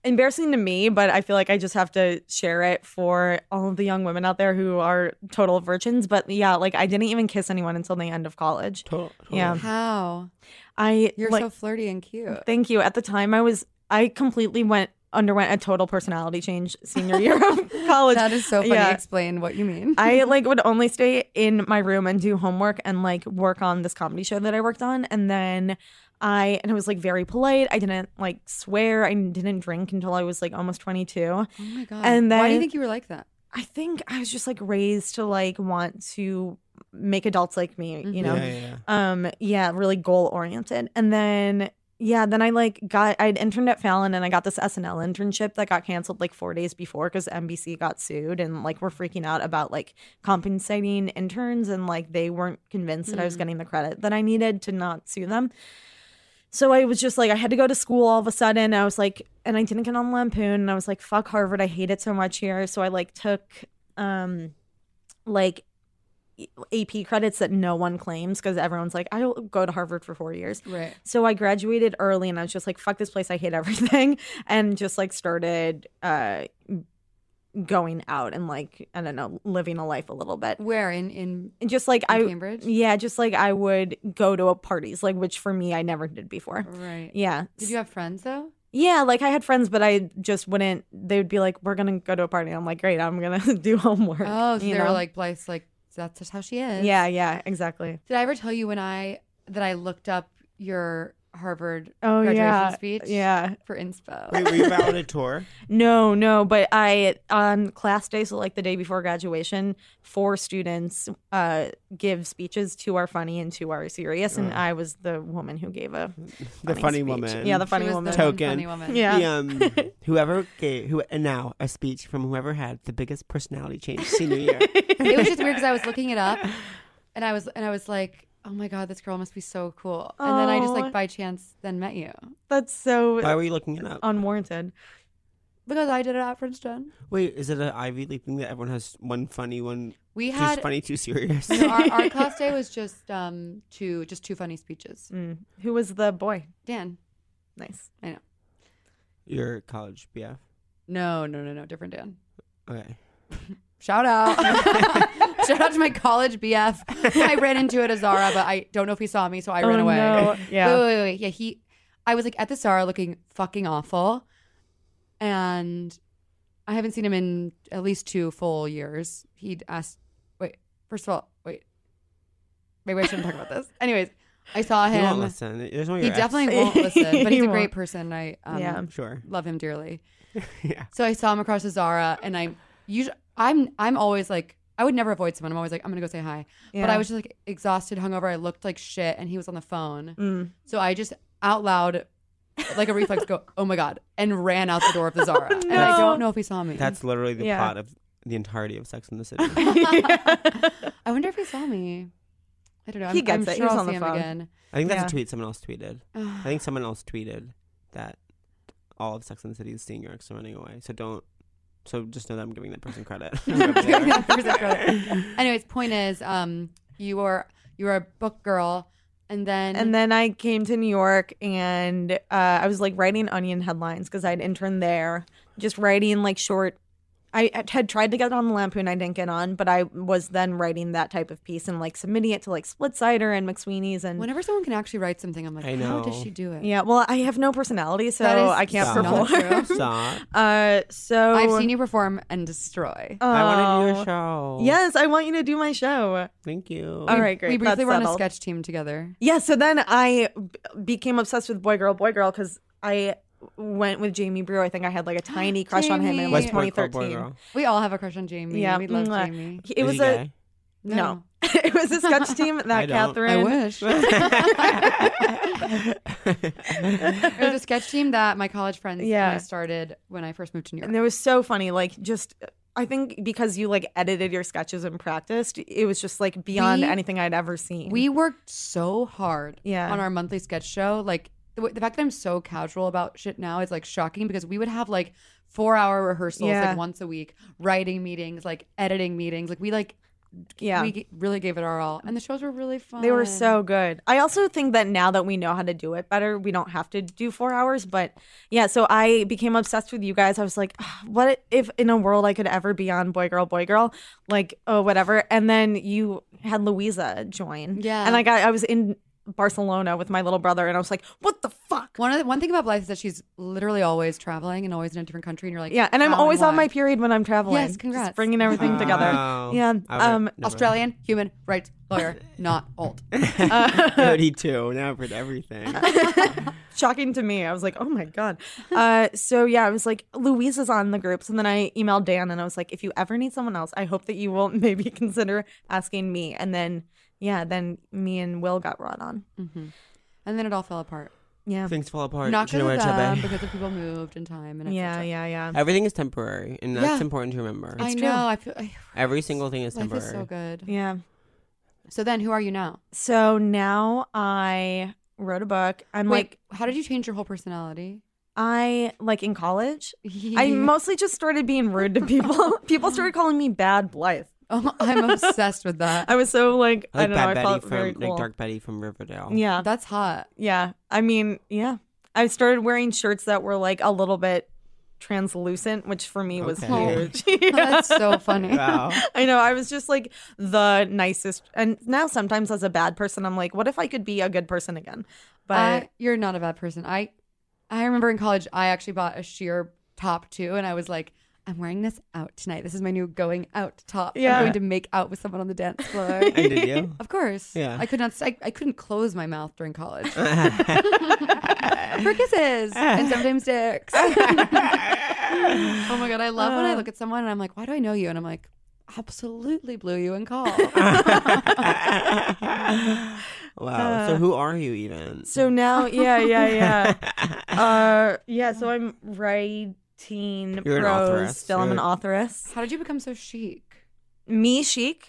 Speaker 6: embarrassing to me, but I feel like I just have to share it for all of the young women out there who are total virgins, but yeah, like I didn't even kiss anyone until the end of college.
Speaker 5: Tot-
Speaker 6: Yeah.
Speaker 1: How?
Speaker 6: I
Speaker 1: You're
Speaker 6: like,
Speaker 1: so flirty and cute.
Speaker 6: Thank you. At the time, I was I completely went underwent a total personality change senior year of college.
Speaker 1: That is so funny.
Speaker 6: Yeah.
Speaker 1: Explain what you mean.
Speaker 6: I like would only stay in my room and do homework and like work on this comedy show that I worked on, and then I and I was like very polite. I didn't like swear. I didn't drink until I was like almost twenty two.
Speaker 1: oh my god.
Speaker 6: and
Speaker 1: why do you
Speaker 6: then-
Speaker 1: think you were like that?
Speaker 6: I think I was just like raised to like want to make adults like me. You know,
Speaker 5: Yeah, yeah, yeah.
Speaker 6: um yeah really goal oriented and then yeah then i like got i'd interned at fallon and i got this snl internship that got canceled like four days before because nbc got sued and like we're freaking out about like compensating interns and like they weren't convinced that i was
Speaker 1: Mm.
Speaker 6: getting the credit that i needed to not sue them so I was just like, I had to go to school all of a sudden. I was like, and I didn't get on Lampoon, and I was like, fuck Harvard, I hate it so much here. So I like took, um, like AP credits that no one claims because everyone's like, I'll go to Harvard for four years.
Speaker 1: Right.
Speaker 6: So I graduated early, and I was just like, fuck this place, I hate everything, and just like started, uh, going out and like I don't know, living a life a little bit.
Speaker 1: Where in in,
Speaker 6: And just like
Speaker 1: in
Speaker 6: I,
Speaker 1: Cambridge?
Speaker 6: yeah, just like I would go to a parties, like which for me I never did before.
Speaker 1: Right.
Speaker 6: Yeah.
Speaker 1: Did you have friends though?
Speaker 6: yeah, like I had friends, but I just wouldn't. They would be like, "We're gonna go to a party." I'm like, "Great, I'm gonna do homework."
Speaker 1: Oh, so
Speaker 6: you
Speaker 1: they were
Speaker 6: know?
Speaker 1: like, Blythe, like that's just how she is.
Speaker 6: "Yeah, yeah, exactly."
Speaker 1: Did I ever tell you when I that I looked up your Harvard
Speaker 6: Oh
Speaker 1: graduation
Speaker 6: yeah,
Speaker 1: speech
Speaker 6: yeah.
Speaker 1: for inspo?
Speaker 5: Wait, were you valedictor?
Speaker 6: No, no, but I on class day, so like the day before graduation, four students uh give speeches. Two are funny and two are serious, and
Speaker 5: Oh.
Speaker 6: I was the woman who gave a
Speaker 5: the funny
Speaker 6: speech.
Speaker 5: woman.
Speaker 6: Yeah, the
Speaker 1: She
Speaker 6: funny
Speaker 1: was the
Speaker 6: woman.
Speaker 1: one
Speaker 5: Token.
Speaker 1: funny woman.
Speaker 6: yeah.
Speaker 5: The, um, whoever gave who and now a speech from whoever had the biggest personality change senior year.
Speaker 1: it was just weird because I was looking it up, and I was and I was like, oh my god, this girl must be so cool. And then I just
Speaker 6: Oh.
Speaker 1: like by chance then met you
Speaker 6: That's so
Speaker 5: Why were you looking it up?
Speaker 6: unwarranted.
Speaker 1: because I did it at Princeton.
Speaker 5: Wait, is it an Ivy League thing that everyone has one funny, one
Speaker 1: We
Speaker 5: too
Speaker 1: had
Speaker 5: funny, too serious?
Speaker 1: no, our, our class day was just um two just two funny speeches.
Speaker 6: Mm. Who was the boy?
Speaker 1: Dan,
Speaker 6: Nice.
Speaker 5: Your college BF.
Speaker 1: no, no, no, no, different Dan.
Speaker 5: Okay.
Speaker 1: Shout out. Shout out to my college BF. I ran into it at Zara, but I don't know if he saw me, so I ran
Speaker 6: Oh,
Speaker 1: away.
Speaker 6: no. Yeah.
Speaker 1: Wait, wait, wait, wait. Yeah, he. I was like at the Zara looking fucking awful, and I haven't seen him in at least two full years. He'd asked. Wait, first of all, wait. Maybe I shouldn't talk about this. Anyways, I saw
Speaker 5: He
Speaker 6: Um,
Speaker 5: won't
Speaker 1: him.
Speaker 5: listen. There's no
Speaker 1: He definitely won't listen, but
Speaker 6: He
Speaker 1: he's a
Speaker 6: won't.
Speaker 1: great person. I um,
Speaker 6: Yeah.
Speaker 5: Sure.
Speaker 1: love him dearly.
Speaker 5: yeah.
Speaker 1: So I saw him across the Zara, and I usually I'm I'm always like I would never avoid someone. I'm always like I'm gonna go say hi, but
Speaker 6: Yeah.
Speaker 1: I was just like exhausted, hungover. I looked like shit, and he was on the phone.
Speaker 6: Mm.
Speaker 1: So I just out loud, like a reflex, go, "Oh my god!" and ran out the door of the Zara. And I
Speaker 6: No.
Speaker 1: don't know if he saw me.
Speaker 5: That's literally the
Speaker 6: Yeah.
Speaker 5: plot of the entirety of Sex in the City.
Speaker 1: I wonder if he saw me. I don't know.
Speaker 6: He
Speaker 1: I'm,
Speaker 6: gets
Speaker 1: I'm
Speaker 6: it. He
Speaker 1: sure
Speaker 6: was
Speaker 1: I'll
Speaker 6: on the
Speaker 1: see him
Speaker 6: phone.
Speaker 1: again.
Speaker 5: I think that's
Speaker 6: Yeah.
Speaker 5: a tweet someone else tweeted. I think someone else tweeted that all of Sex and the City is seeing your ex running away. So don't. So just know that I'm giving that person credit.
Speaker 1: That person credit. Anyways, point is, um, you were you were a book girl, and then
Speaker 6: And then I came to New York and uh, I was like writing Onion headlines because I'd interned there, just writing like short. I had tried to get on the Lampoon, I didn't get on, but I was then writing that type of piece and like submitting it to like Split Sider and McSweeney's and
Speaker 1: whenever someone can actually write something, I'm like,
Speaker 5: I
Speaker 1: how does
Speaker 5: know.
Speaker 1: she do it?
Speaker 6: yeah. Well, I have no personality, so
Speaker 1: That is
Speaker 6: I can't
Speaker 5: so not
Speaker 6: perform.
Speaker 1: true.
Speaker 5: Stop.
Speaker 6: uh, so
Speaker 1: I've seen you perform and destroy.
Speaker 5: I want to do
Speaker 6: Oh.
Speaker 5: your show.
Speaker 6: Yes, I want you to do my show.
Speaker 5: Thank you.
Speaker 6: All right,
Speaker 1: We
Speaker 6: great.
Speaker 1: briefly
Speaker 6: That's
Speaker 1: were on a
Speaker 6: settled.
Speaker 1: sketch team together.
Speaker 6: Yeah, so then I b- became obsessed with boy girl boy girl because I went with Jamie Brewer. I think I had like a tiny crush on him, and it was
Speaker 1: Jamie.
Speaker 5: Boy, girl,
Speaker 6: 2013.
Speaker 5: boy, girl.
Speaker 1: We all have a crush on Jamie.
Speaker 6: Yeah.
Speaker 1: we love
Speaker 6: Mwah.
Speaker 1: Jamie.
Speaker 6: He- It
Speaker 5: Is
Speaker 6: was
Speaker 5: he
Speaker 6: a
Speaker 5: gay?
Speaker 6: no. it was a sketch team
Speaker 5: I
Speaker 6: that
Speaker 5: don't.
Speaker 1: I
Speaker 6: Catherine.
Speaker 1: wish. It was a sketch team that my college friends and
Speaker 6: Yeah.
Speaker 1: I started when I first moved to New York.
Speaker 6: And it was so funny, like just. I think because you like edited your sketches and practiced, it was just like beyond
Speaker 1: We-
Speaker 6: anything I'd ever seen.
Speaker 1: we worked so hard
Speaker 6: Yeah.
Speaker 1: on our monthly sketch show. Like the, way- the fact that I'm so casual about shit now is like shocking because we would have like four hour rehearsals
Speaker 6: Yeah.
Speaker 1: like once a week, writing meetings, like editing meetings. Like we like
Speaker 6: Yeah.
Speaker 1: we g- really gave it our all, and the shows were really fun.
Speaker 6: They were so good. I also think that now that we know how to do it better, we don't have to do four hours. But yeah, so I became obsessed with you guys. I was like, "Ah, what if in a world I could ever be on Boy Girl, Boy Girl, like, oh, whatever. And then you had Louisa join.
Speaker 1: Yeah.
Speaker 6: And I got, I was in Barcelona with my little brother and I was like, what the fuck?
Speaker 1: One of the, one thing about Blythe is that she's literally always traveling and always in a different country, and you're like,
Speaker 6: Yeah. And I'm
Speaker 1: how
Speaker 6: always on
Speaker 1: why?
Speaker 6: my period when I'm traveling.
Speaker 1: Yes,
Speaker 6: Just
Speaker 1: congrats.
Speaker 6: bringing
Speaker 5: Ah.
Speaker 6: everything together.
Speaker 5: Wow.
Speaker 6: Yeah.
Speaker 5: Oh. I would've
Speaker 6: Um,
Speaker 5: never-
Speaker 1: Australian human rights lawyer, not old.
Speaker 5: Thirty-two. Now I've heard everything.
Speaker 6: shocking to me. I was like, oh my God. Uh, so yeah, I was like, Louise is on the groups. And then I emailed Dan and I was like, if you ever need someone else, I hope that you will maybe consider asking me. And then, yeah, then me and Will got brought on.
Speaker 1: And then it all fell apart.
Speaker 6: Yeah.
Speaker 5: Things fall apart.
Speaker 1: Not
Speaker 5: You
Speaker 1: because
Speaker 5: know
Speaker 1: of
Speaker 5: what,
Speaker 1: them,
Speaker 5: Chubby?
Speaker 1: because of people moved in time. And et
Speaker 6: Yeah,
Speaker 1: cetera.
Speaker 6: yeah, yeah.
Speaker 5: Everything is temporary, and that's
Speaker 1: Yeah.
Speaker 5: important to remember.
Speaker 1: I
Speaker 6: true.
Speaker 1: know. I feel I,
Speaker 5: Every single thing is
Speaker 1: life
Speaker 5: temporary.
Speaker 1: is so good.
Speaker 6: Yeah.
Speaker 1: So then, who are you now?
Speaker 6: So now I wrote a book. I'm like,
Speaker 1: Wait, how did you change your whole personality?
Speaker 6: I like in college, I mostly just started being rude to people. people started calling me Bad Blythe.
Speaker 1: Oh, I'm obsessed with that.
Speaker 6: I was so like,
Speaker 5: I
Speaker 6: I,
Speaker 5: like
Speaker 6: don't know,
Speaker 5: Bad
Speaker 6: I
Speaker 5: Betty
Speaker 6: felt
Speaker 5: from
Speaker 6: very cool.
Speaker 5: like Dark Betty from Riverdale.
Speaker 6: yeah.
Speaker 1: That's hot.
Speaker 6: Yeah. I mean, yeah. I started wearing shirts that were like a little bit translucent, which for me was
Speaker 5: Okay.
Speaker 6: huge. Yeah.
Speaker 1: That's so funny.
Speaker 5: Wow.
Speaker 6: I know. I was just like the nicest. And now sometimes as a bad person, I'm like, what if I could be a good person again? But
Speaker 1: I, you're not a bad person. I I remember in college I actually bought a sheer top too, and I was like, I'm wearing this out tonight. This is my new going out top.
Speaker 6: Yeah.
Speaker 1: I'm going to make out with someone on the dance floor.
Speaker 5: and did you?
Speaker 1: of course.
Speaker 5: Yeah.
Speaker 1: I could not. I, I couldn't close my mouth during college. For kisses and sometimes dicks. oh my god, I love
Speaker 6: Uh.
Speaker 1: when I look at someone and I'm like, why do I know you? And I'm like, absolutely blew you in call.
Speaker 5: Wow. so who are you even?
Speaker 6: Uh, so now, yeah, yeah, yeah. uh, yeah. So I'm writing
Speaker 5: You're an
Speaker 6: prose.
Speaker 5: authoress.
Speaker 6: Still, I'm
Speaker 5: You're
Speaker 6: an
Speaker 5: like-
Speaker 6: authoress.
Speaker 1: How did you become so chic?
Speaker 6: me chic,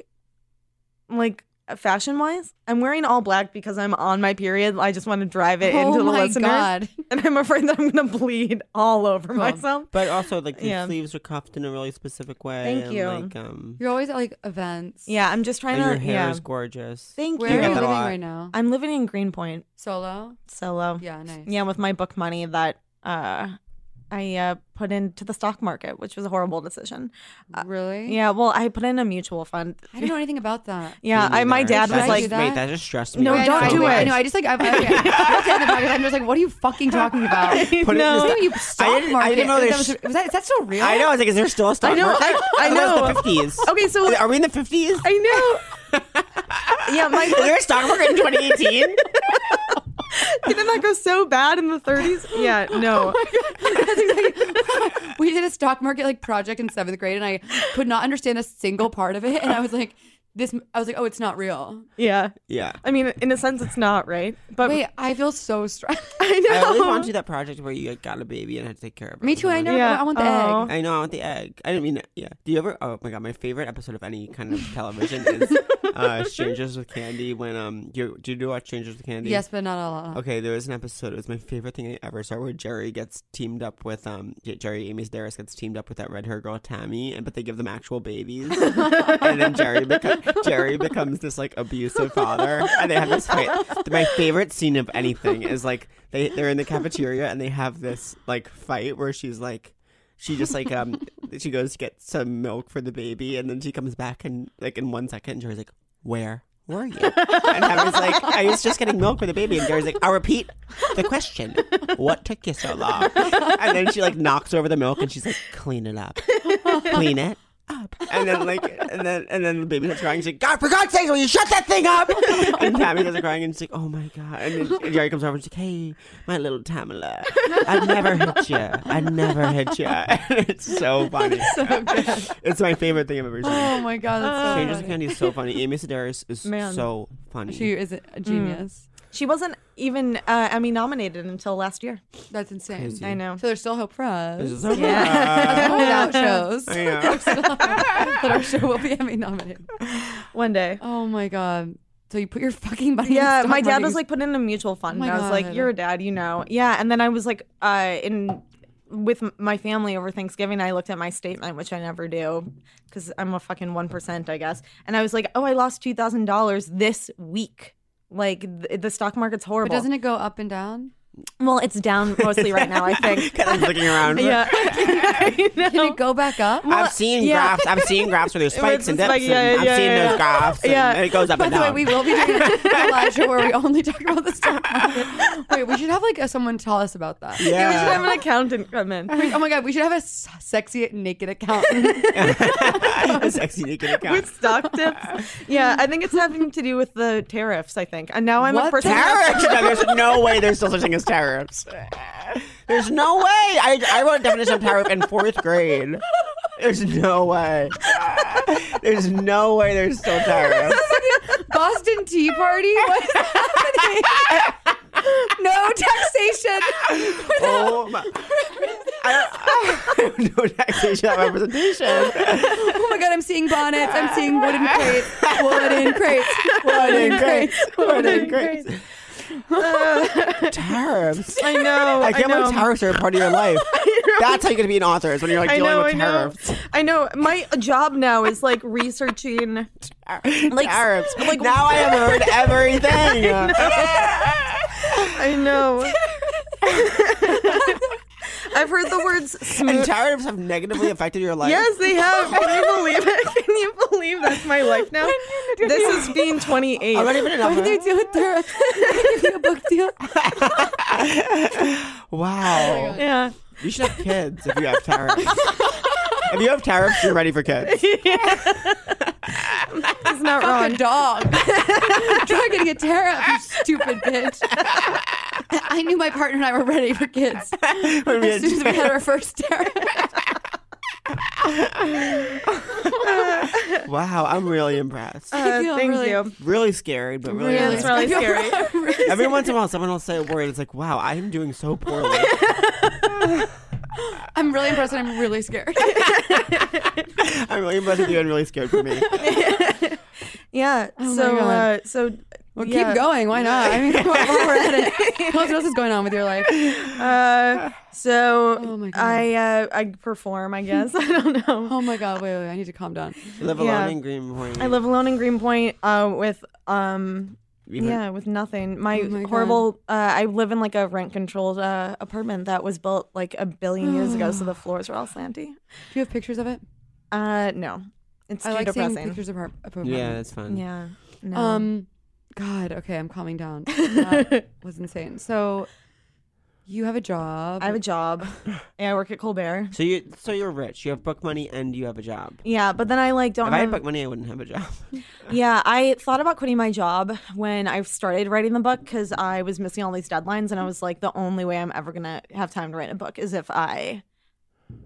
Speaker 6: like fashion wise. I'm wearing all black because I'm on my period. I just want to drive it
Speaker 1: oh
Speaker 6: into the
Speaker 1: my
Speaker 6: listeners,
Speaker 1: god.
Speaker 6: and I'm afraid that I'm going to bleed all over myself.
Speaker 5: But also, like the
Speaker 6: Yeah.
Speaker 5: sleeves are cuffed in a really specific way.
Speaker 6: Thank
Speaker 5: and,
Speaker 6: you.
Speaker 5: Like, um,
Speaker 1: You're always at like events.
Speaker 6: Yeah, I'm just trying
Speaker 5: and your
Speaker 6: to.
Speaker 5: hair
Speaker 6: yeah.
Speaker 5: is gorgeous.
Speaker 6: Thank
Speaker 1: Where
Speaker 5: You
Speaker 1: are
Speaker 5: get
Speaker 1: you
Speaker 5: that
Speaker 6: you.
Speaker 5: a
Speaker 1: living
Speaker 5: lot.
Speaker 1: right now?
Speaker 6: I'm living in Greenpoint
Speaker 1: Solo?
Speaker 6: solo.
Speaker 1: Yeah, nice.
Speaker 6: Yeah, with my book money that uh, I uh, put into the stock market, which was a horrible decision.
Speaker 1: Really?
Speaker 6: Yeah, well, I put in a mutual fund.
Speaker 1: I don't know anything about that.
Speaker 6: Yeah, I, my dad
Speaker 5: That
Speaker 6: was
Speaker 5: just-
Speaker 6: like,
Speaker 1: do that?
Speaker 5: wait, that just stressed me.
Speaker 6: No,
Speaker 5: out
Speaker 1: I know,
Speaker 6: don't
Speaker 1: I
Speaker 5: so
Speaker 6: do
Speaker 1: know,
Speaker 6: it.
Speaker 1: I
Speaker 5: much.
Speaker 1: know. I just like I'm, okay. That's the end of the podcast. I'm just like, what are you fucking talking about?
Speaker 5: Put it in
Speaker 6: No.
Speaker 1: This
Speaker 5: the stock-
Speaker 1: thing you stock
Speaker 5: I didn't- I
Speaker 1: market.
Speaker 5: didn't know
Speaker 1: That
Speaker 5: there's-
Speaker 1: was, was that, is that still real?
Speaker 5: I know. I was like, is there still a stock
Speaker 6: I know,
Speaker 5: market?
Speaker 6: I- I
Speaker 5: That was
Speaker 6: know.
Speaker 5: the fifties.
Speaker 6: Okay, so-
Speaker 5: are we in the fifties?
Speaker 6: I know. yeah, my
Speaker 5: Is there a stock market in 2018?
Speaker 6: didn't that go so bad in the 30s? Yeah, no.
Speaker 1: we did a stock market like project in seventh grade, and I could not understand a single part of it. And I was like, this. I was like, oh, it's not real.
Speaker 6: Yeah.
Speaker 5: yeah.
Speaker 6: I mean, in a sense, it's not, right? But
Speaker 1: Wait, I feel so stressed.
Speaker 6: I know.
Speaker 5: I always wanted to do that project where you like, got a baby and had to take care of it.
Speaker 1: Me too. I
Speaker 5: know.
Speaker 1: never.
Speaker 6: Yeah.
Speaker 1: I want the
Speaker 6: Oh.
Speaker 1: egg.
Speaker 5: I know. I want the egg. I didn't mean. Yeah. Do you ever? Oh my god. My favorite episode of any kind of television is uh, Strangers with Candy. When um, you do you watch Strangers with Candy?
Speaker 1: Yes, but not a lot.
Speaker 5: Okay, there was an episode. It was my favorite thing I ever saw, where Jerry gets teamed up with um, J- Jerry Amy's Darris gets teamed up with that red hair girl Tammy, and but they give them actual babies, and then Jerry becomes Jerry becomes this like abusive father, and they have this fight. My favorite scene of anything is like they they're in the cafeteria and they have this like fight where she's like. She just like um she goes to get some milk for the baby and then she comes back and like in one second and Jerry's like, Where were you? And I was like, I was just getting milk for the baby and Jerry's like, I'll repeat the question. What took you so long? And then she like knocks over the milk and she's like, Clean it up. Clean it. Up. And then like and then and then the baby starts crying. She's like, God, for God's sake, will you shut that thing up? And Tammy starts crying and she's like, Oh my god. And then Jerry comes over and she's like, Hey, my little Tamala, I never hit you. I never hit you. And it's so funny. It's my favorite thing I've ever seen.
Speaker 1: Oh my god, that's so
Speaker 5: Strangers and
Speaker 1: funny.
Speaker 5: Candy is so funny. Amy Sedaris is
Speaker 6: Man.
Speaker 5: so funny.
Speaker 1: She is
Speaker 6: Mm.
Speaker 1: a genius.
Speaker 6: She wasn't even uh, Emmy nominated until last year.
Speaker 1: That's insane.
Speaker 5: Crazy.
Speaker 6: I know.
Speaker 1: So there's still hope for us.
Speaker 5: This is so
Speaker 6: Yeah.
Speaker 5: funny.
Speaker 1: Without shows,
Speaker 5: I know.
Speaker 1: that our show will be Emmy nominated.
Speaker 6: One day.
Speaker 1: Oh my god. So you put your fucking money. in the
Speaker 6: Yeah,
Speaker 1: stock
Speaker 6: my dad
Speaker 1: market.
Speaker 6: was like put in a mutual fund.
Speaker 1: Oh my
Speaker 6: and I was
Speaker 1: God.
Speaker 6: like, "You're a dad, you know." Yeah, and then I was like, uh, in with m- my family over Thanksgiving, I looked at my statement, which I never do because I'm a fucking one percent, I guess. And I was like, "Oh, I lost two thousand dollars this week." Like th- the stock market's
Speaker 1: But
Speaker 6: horrible.
Speaker 1: doesn't it go up and down?
Speaker 6: well, it's down mostly right now, I think.
Speaker 5: I'm looking around.
Speaker 6: yeah, I
Speaker 1: Did
Speaker 6: know.
Speaker 1: it go back up?
Speaker 5: I've seen
Speaker 6: yeah.
Speaker 5: graphs. I've seen graphs where there's spikes
Speaker 6: it's
Speaker 5: and dips.
Speaker 6: like, yeah,
Speaker 5: and
Speaker 6: yeah,
Speaker 5: I've seen
Speaker 6: yeah, yeah.
Speaker 5: those graphs. and
Speaker 6: Yeah.
Speaker 5: it goes up
Speaker 1: By
Speaker 5: and
Speaker 1: the
Speaker 5: down.
Speaker 1: way, we will be doing a show where we only talk about the stock market. Wait, we should have like a, someone tell us about that.
Speaker 6: We should have
Speaker 5: yeah.
Speaker 6: an accountant come in.
Speaker 1: Wait, oh my god, we should have a s- sexy naked accountant.
Speaker 5: A sexy naked account.
Speaker 6: with stock tips. Yeah, I think it's having to do with the tariffs. I think, and now I'm
Speaker 1: What
Speaker 6: a person.
Speaker 5: Tariffs? No, there's no way there's still such thing as tariffs. There's no way. I, I wrote a definition of tariff in fourth grade. There's no way. There's no way there's still tariffs.
Speaker 1: Boston Tea Party? What is happening? no taxation.
Speaker 5: Oh my. I, I have no taxation on representation.
Speaker 1: Oh my god, I'm seeing bonnets. I'm seeing wooden crates. Wooden crates. Wooden crates.
Speaker 5: Wooden crates. Tariffs.
Speaker 6: I know.
Speaker 5: I can't
Speaker 6: know.
Speaker 5: believe tariffs are a part of your life. That's how you're gonna be an author is when you're like
Speaker 6: I
Speaker 5: dealing
Speaker 6: know. I
Speaker 5: with
Speaker 6: know.
Speaker 5: tariffs.
Speaker 6: I know. My job now is like researching. Like-
Speaker 5: tariffs.
Speaker 6: like-
Speaker 5: now I have heard everything.
Speaker 6: I know. I've heard the words
Speaker 5: and
Speaker 6: smooth.
Speaker 5: tariffs have negatively affected your life.
Speaker 6: Yes, they have. Can you believe it? Can you believe that's my life now? This is being 28.
Speaker 5: I'm not even an
Speaker 1: Why do
Speaker 5: author.
Speaker 1: they do it there? They give you a book deal.
Speaker 6: Oh
Speaker 5: Wow.
Speaker 6: Yeah.
Speaker 5: you should have kids if you have tariffs. if you have tariffs, you're ready for kids.
Speaker 6: It's not
Speaker 1: Fuck
Speaker 6: wrong.
Speaker 1: a dog. Try getting a tariff, you stupid bitch. I knew my partner and I were ready for kids.
Speaker 5: When we
Speaker 1: As
Speaker 5: had
Speaker 1: soon as we had our first tariff.
Speaker 5: tariffs. wow, I'm really impressed.
Speaker 1: I feel
Speaker 6: Thank
Speaker 1: really-
Speaker 6: you.
Speaker 5: Really scared, but really.
Speaker 1: Really
Speaker 6: Yeah,
Speaker 5: impressed.
Speaker 6: it's really
Speaker 1: I feel
Speaker 6: scary.
Speaker 1: really-
Speaker 5: Every once in a while, someone will say a word. It's like, wow, I am doing so poorly.
Speaker 1: I'm really impressed and I'm really scared.
Speaker 5: I'm really impressed with you and really scared for me.
Speaker 6: Yeah.
Speaker 1: Oh my
Speaker 6: so, uh,
Speaker 1: God.
Speaker 6: so
Speaker 1: Well,
Speaker 6: yeah.
Speaker 1: keep going. Why not? I mean, come on, while we're at it. What else is going on with your life?
Speaker 6: Uh, so
Speaker 1: Oh my God.
Speaker 6: I uh, I perform, I guess. I don't know.
Speaker 1: Oh my God. Wait, wait, wait. I need to calm down.
Speaker 5: Live
Speaker 6: Yeah.
Speaker 5: alone in Greenpoint.
Speaker 6: I live alone in Greenpoint uh, with um
Speaker 5: Even-
Speaker 6: yeah with nothing. My,
Speaker 1: Oh my God.
Speaker 6: horrible. Uh, I live in like a rent controlled uh, apartment that was built like a billion years ago, so the floors are all slanty.
Speaker 1: Do you have pictures of it?
Speaker 6: Uh, no, it's
Speaker 1: I
Speaker 6: too
Speaker 1: like seeing
Speaker 6: depressing.
Speaker 1: pictures of her. Of her
Speaker 5: Yeah, that's fun.
Speaker 6: Yeah. No.
Speaker 1: Um. God. Okay, I'm calming down. That was insane. So, you have a job.
Speaker 6: I have a job. yeah, I work at Colbert.
Speaker 5: So you, so you're rich. You have book money and you have a job.
Speaker 6: Yeah, but then I like don't.
Speaker 5: If I had
Speaker 6: have-
Speaker 5: book money, I wouldn't have a job.
Speaker 6: Yeah, I thought about quitting my job when I started writing the book because I was missing all these deadlines, and I was like, the only way I'm ever gonna have time to write a book is if I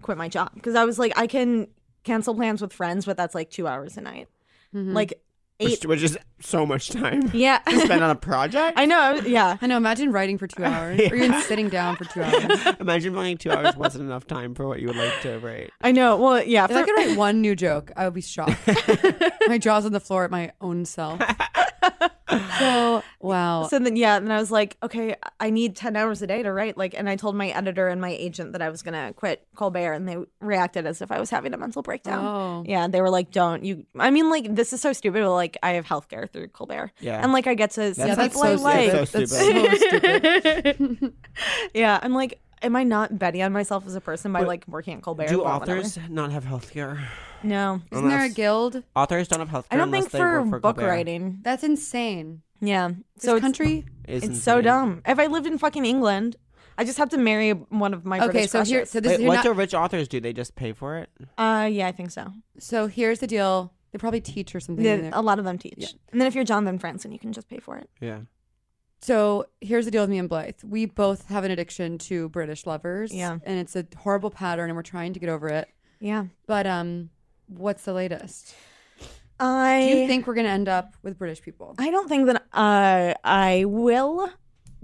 Speaker 6: quit my job. Because I was like, I can cancel plans with friends, but that's like two hours a night, like eight.
Speaker 5: Which, which is so much time
Speaker 6: Yeah,
Speaker 5: spent on a project.
Speaker 6: I know. I was- Yeah,
Speaker 1: I know. Imagine writing for two hours, or even sitting down for two hours.
Speaker 5: Imagine only two hours wasn't enough time for what you would like to write.
Speaker 6: I know. Well, yeah.
Speaker 1: If
Speaker 6: for-
Speaker 1: I could write one new joke, I would be shocked. my jaw's on the floor at my own self. So wow.
Speaker 6: so then, yeah, then I was like, okay, I need ten hours a day to write. Like, and I told my editor and my agent that I was gonna quit Colbert, and they reacted as if I was having a mental breakdown.
Speaker 1: oh.
Speaker 6: Yeah, they were like, "Don't you?" I mean, like, this is so stupid. But, like, I have healthcare through Colbert,
Speaker 5: Yeah.
Speaker 6: and like, I get to see
Speaker 5: Yeah,
Speaker 1: that's
Speaker 6: people
Speaker 1: so
Speaker 6: I like.
Speaker 5: stupid.
Speaker 1: stupid.
Speaker 5: That's so
Speaker 1: That's so stupid.
Speaker 6: yeah, I'm like, am I not betting on myself as a person by like working at Colbert?
Speaker 5: Do
Speaker 6: Well, whatever.
Speaker 5: authors not have health care?
Speaker 6: No,
Speaker 1: Isn't there a
Speaker 5: Unless-
Speaker 1: guild?
Speaker 5: Authors don't have health
Speaker 6: I
Speaker 5: care.
Speaker 6: don't think
Speaker 5: unless they
Speaker 6: for,
Speaker 5: work for
Speaker 6: book
Speaker 5: Colbert.
Speaker 6: writing.
Speaker 1: That's insane.
Speaker 6: Yeah,
Speaker 1: This
Speaker 6: so it's,
Speaker 1: country.
Speaker 5: Is
Speaker 6: it's so
Speaker 5: insane.
Speaker 6: dumb. If I lived in fucking England, I just have to marry one of my
Speaker 1: Okay,
Speaker 6: British
Speaker 1: so here,
Speaker 6: crushes.
Speaker 1: so this
Speaker 5: Wait,
Speaker 1: is
Speaker 5: what
Speaker 1: not,
Speaker 5: do rich authors do? They just pay for it?
Speaker 6: uh, yeah, I think so.
Speaker 1: so here's the deal. They probably teach or something. in
Speaker 6: Yeah,
Speaker 1: there.
Speaker 6: a lot of them teach, and then if you're Jonathan Franzen, you can just pay for it.
Speaker 5: Yeah.
Speaker 1: So here's the deal with me and Blythe. We both have an addiction to British lovers.
Speaker 6: Yeah.
Speaker 1: And it's a horrible pattern and we're trying to get over it.
Speaker 6: Yeah,
Speaker 1: But um what's the latest?
Speaker 6: I
Speaker 1: Do you think we're gonna end up with British people?
Speaker 6: I don't think that uh, I will,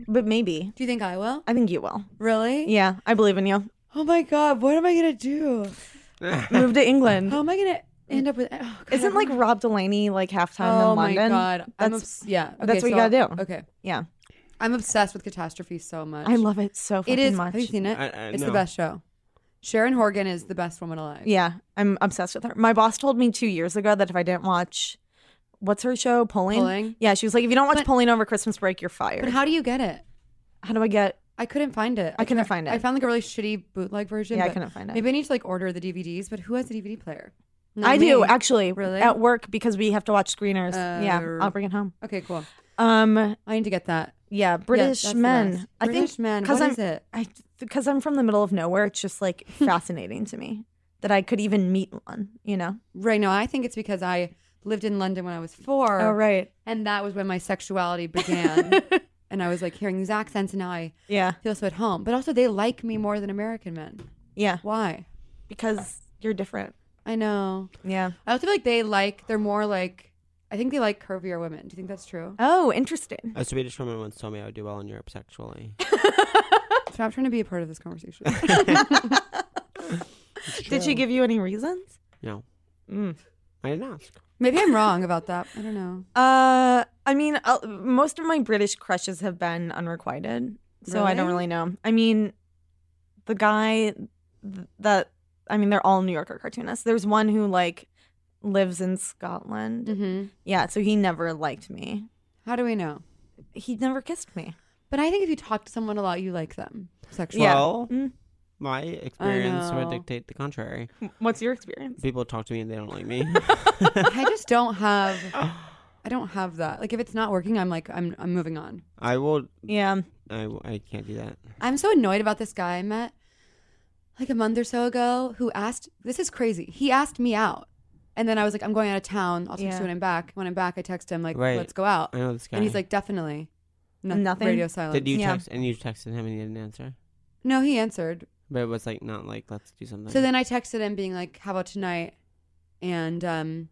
Speaker 6: but maybe.
Speaker 1: Do you think I will?
Speaker 6: I think you will.
Speaker 1: Really?
Speaker 6: Yeah, I believe in you.
Speaker 1: Oh my god, what am I gonna do?
Speaker 6: Move to England.
Speaker 1: How am I gonna end up with. Oh, God,
Speaker 6: Isn't like Rob Delaney like halftime
Speaker 1: oh
Speaker 6: in
Speaker 1: my
Speaker 6: London?
Speaker 1: god! I'm
Speaker 6: That's-
Speaker 1: obs- yeah.
Speaker 6: that's
Speaker 1: okay,
Speaker 6: what you
Speaker 1: so-
Speaker 6: gotta do.
Speaker 1: Okay,
Speaker 6: yeah.
Speaker 1: I'm obsessed with Catastrophe so much.
Speaker 6: I love it so fucking
Speaker 1: it. Is
Speaker 6: much.
Speaker 1: have you seen it?
Speaker 5: I- I-
Speaker 1: it's the
Speaker 5: no.
Speaker 1: best show. Sharon Horgan is the best woman alive.
Speaker 6: Yeah, I'm obsessed with her. My boss told me two years ago that if I didn't watch, what's her show, Pulling?
Speaker 1: Pulling?
Speaker 6: Yeah, she was like, if you don't watch
Speaker 1: But-
Speaker 6: Pulling over Christmas break, you're fired.
Speaker 1: But how do you get it?
Speaker 6: How do I get?
Speaker 1: I couldn't find it.
Speaker 6: I couldn't
Speaker 1: can't-
Speaker 6: find it.
Speaker 1: I found like a really shitty bootleg version.
Speaker 6: Yeah, I
Speaker 1: but
Speaker 6: couldn't find it.
Speaker 1: Maybe I need to like order the DVDs. But who has a DVD player? Not
Speaker 6: I do
Speaker 1: me.
Speaker 6: actually.
Speaker 1: Really?
Speaker 6: At work because we have to watch screeners. yeah,
Speaker 1: Uh,
Speaker 6: I'll bring it home.
Speaker 1: Okay, cool.
Speaker 6: Um,
Speaker 1: I need to get that.
Speaker 6: yeah, British
Speaker 1: that's the
Speaker 6: men.
Speaker 1: best.
Speaker 6: I think
Speaker 1: British men.
Speaker 6: Because
Speaker 1: What
Speaker 6: I'm
Speaker 1: is it?
Speaker 6: I because I'm from the middle of nowhere. It's just like fascinating to me that I could even meet one. You know?
Speaker 1: Right now, I think it's because I lived in London when I was four.
Speaker 6: Oh, right.
Speaker 1: And that was when my sexuality began. and I was like hearing these accents, and now I
Speaker 6: Yeah.
Speaker 1: feel so at home. But also, they like me more than American men.
Speaker 6: Yeah.
Speaker 1: Why?
Speaker 6: Because you're different.
Speaker 1: I know.
Speaker 6: Yeah.
Speaker 1: I also feel like they like, they're more like, I think they like curvier women. Do you think that's true?
Speaker 6: Oh, interesting.
Speaker 5: A Swedish woman once told me I would do well in Europe sexually.
Speaker 1: Stop trying to be a part of this conversation.
Speaker 6: Did she give you any reasons?
Speaker 5: No,
Speaker 6: Mm.
Speaker 5: I didn't ask.
Speaker 1: Maybe I'm wrong about that. I don't know.
Speaker 6: Uh, I mean, uh, most of my British crushes have been unrequited, so I don't
Speaker 1: Really?
Speaker 6: really know. I mean, the guy th- that I mean, they're all New Yorker cartoonists. There's one who like lives in Scotland.
Speaker 1: hmm
Speaker 6: Yeah, so he never liked me.
Speaker 1: How do we know?
Speaker 6: He never kissed me.
Speaker 1: But I think if you talk to someone a lot, you like them sexually.
Speaker 6: Yeah.
Speaker 5: Well,
Speaker 6: Mm.
Speaker 5: my experience
Speaker 1: know.
Speaker 5: would dictate the contrary.
Speaker 6: What's your experience?
Speaker 5: People talk to me and they don't like me.
Speaker 1: I just don't have. I don't have that. Like if it's not working, I'm like I'm I'm moving on.
Speaker 5: I will.
Speaker 6: Yeah,
Speaker 5: I, w- I can't do that.
Speaker 1: I'm so annoyed about this guy I met like a month or so ago who asked this is crazy. He asked me out. And then I was like, I'm going out of town. I'll text
Speaker 6: Yeah.
Speaker 1: you when I'm back. When I'm back, I text him like,
Speaker 5: Right.
Speaker 1: let's go out.
Speaker 5: I know this guy.
Speaker 1: And he's like, definitely. No-
Speaker 6: Nothing?
Speaker 1: Radio silence.
Speaker 5: Did you
Speaker 6: Yeah.
Speaker 5: text? And you texted him and he didn't answer.
Speaker 1: No, he answered.
Speaker 5: But it was like not like let's do something.
Speaker 1: So then I texted him being like, how about tonight? And um,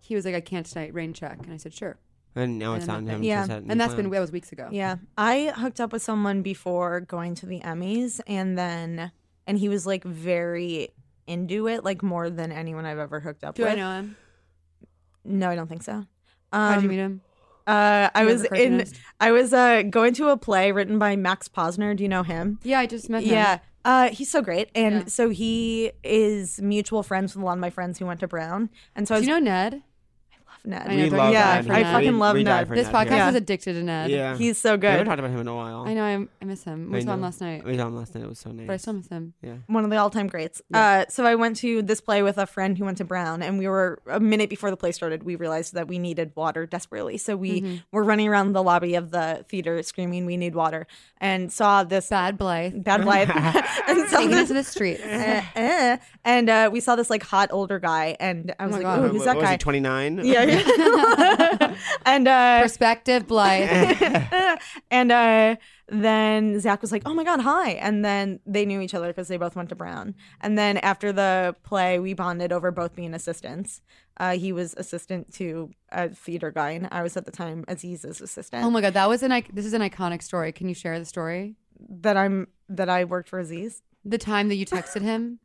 Speaker 1: he was like, I can't tonight. Rain check. And I said, sure.
Speaker 5: and now
Speaker 1: and
Speaker 5: it's
Speaker 1: then
Speaker 5: on
Speaker 1: nothing.
Speaker 5: him.
Speaker 6: Yeah.
Speaker 1: And that's been that was weeks ago.
Speaker 6: yeah. I hooked up with someone before going to the Emmys, and then and he was like very into it, like more than anyone I've ever hooked up
Speaker 1: Do
Speaker 6: with.
Speaker 1: I know him?
Speaker 6: No, I don't think so. Um,
Speaker 1: How would you meet him?
Speaker 6: Uh, I
Speaker 1: Another
Speaker 6: was in.
Speaker 1: cartoonist?
Speaker 6: I was uh, going to a play written by Max Posner. Do you know him?
Speaker 1: Yeah, I just met him.
Speaker 6: Yeah. Uh, he's so great, and
Speaker 1: Yeah.
Speaker 6: so he is mutual friends with a lot of my friends who went to Brown, and so I
Speaker 1: Do
Speaker 6: was
Speaker 1: you know Ned?
Speaker 6: love Ned.
Speaker 1: I
Speaker 5: we
Speaker 1: know,
Speaker 5: love
Speaker 6: yeah,
Speaker 5: Ned.
Speaker 1: I
Speaker 5: We-
Speaker 1: fucking
Speaker 5: we-
Speaker 6: love
Speaker 5: we die
Speaker 6: Ned.
Speaker 5: for
Speaker 1: This podcast
Speaker 6: Yeah.
Speaker 1: is addicted to Ned.
Speaker 5: Yeah.
Speaker 6: He's so
Speaker 5: We haven't
Speaker 6: good.
Speaker 5: talked about him in a while.
Speaker 1: I know. I'm, I miss him. We
Speaker 5: I
Speaker 1: saw him
Speaker 5: know.
Speaker 1: last night,
Speaker 5: We saw him last night. It was so nice.
Speaker 1: but I still miss him.
Speaker 5: Yeah.
Speaker 6: One of the all-time greats. Uh, so I went to this play with a friend who went to Brown, and we were a minute before the play started. We realized that we needed water desperately, so we
Speaker 1: Mm-hmm.
Speaker 6: were running around the lobby of the theater screaming, "We need water!" and saw this
Speaker 1: Bad Blythe.
Speaker 6: bad Blythe, and saw
Speaker 1: Taking
Speaker 6: this
Speaker 1: us to the streets.
Speaker 6: eh, eh. and uh, we saw this like hot older guy, and I was
Speaker 1: Oh my
Speaker 6: like,
Speaker 1: God.
Speaker 6: "Ooh, who's that
Speaker 5: was
Speaker 6: guy?"
Speaker 5: he? Twenty nine.
Speaker 6: yeah, yeah. and uh,
Speaker 1: Perspective Blythe.
Speaker 6: and uh, then Zach was like, "Oh my god, hi!" And then they knew each other because they both went to Brown. And then after the play, we bonded over both being assistants. Uh, he was assistant to a theater guy, and I was at the time Aziz's assistant.
Speaker 1: oh my God, that was an. ic- This is an iconic story. Can you share the story?
Speaker 6: that I'm that I worked for Aziz.
Speaker 1: The time that you texted him.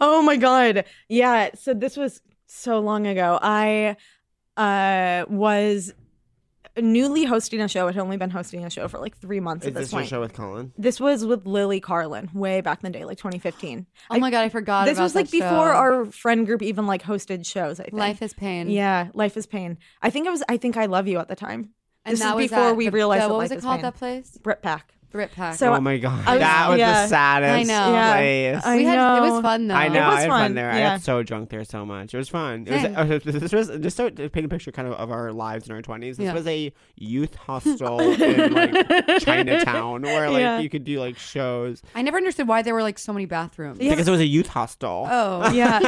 Speaker 6: Oh my god. Yeah, so this was so long ago. I uh was newly hosting a show. I'd only been hosting a show for like 3 months
Speaker 5: Is
Speaker 6: at this,
Speaker 5: this your
Speaker 6: point.
Speaker 5: show with Colin?
Speaker 6: This was with Lily Carlin way back in the day, like 2015.
Speaker 1: Oh my God, I forgot.
Speaker 6: this
Speaker 1: about
Speaker 6: was like
Speaker 1: that
Speaker 6: before
Speaker 1: show.
Speaker 6: our friend group even like hosted shows, I think.
Speaker 1: life is pain.
Speaker 6: Yeah, Life is Pain. I think it was I think I Love You at the time.
Speaker 1: and
Speaker 6: this
Speaker 1: that
Speaker 6: is
Speaker 1: was
Speaker 6: before
Speaker 1: at
Speaker 6: we
Speaker 1: the-
Speaker 6: realized
Speaker 1: the-
Speaker 6: that
Speaker 1: what was
Speaker 6: life
Speaker 1: it
Speaker 6: is
Speaker 1: called?
Speaker 6: pain.
Speaker 1: That place,
Speaker 6: Brit Pack.
Speaker 1: Brit Pack.
Speaker 6: So
Speaker 5: oh my god,
Speaker 6: I was-
Speaker 5: that was
Speaker 6: yeah.
Speaker 5: the saddest
Speaker 1: I know.
Speaker 6: Yeah.
Speaker 5: place.
Speaker 6: I
Speaker 1: we had it
Speaker 6: know.
Speaker 1: was fun though.
Speaker 5: I know.
Speaker 6: was
Speaker 5: I had fun,
Speaker 6: fun,
Speaker 5: there. I
Speaker 6: yeah.
Speaker 5: got so drunk there so much. It was fun. It
Speaker 1: Same.
Speaker 5: was, uh, this was just to, to paint a picture kind of of our lives in our 20s. This
Speaker 1: Yeah.
Speaker 5: was a youth hostel in like Chinatown where like
Speaker 6: Yeah.
Speaker 5: you could do like shows
Speaker 1: I never understood why there were like so many bathrooms.
Speaker 5: because it was a youth hostel.
Speaker 1: Oh
Speaker 6: Yeah.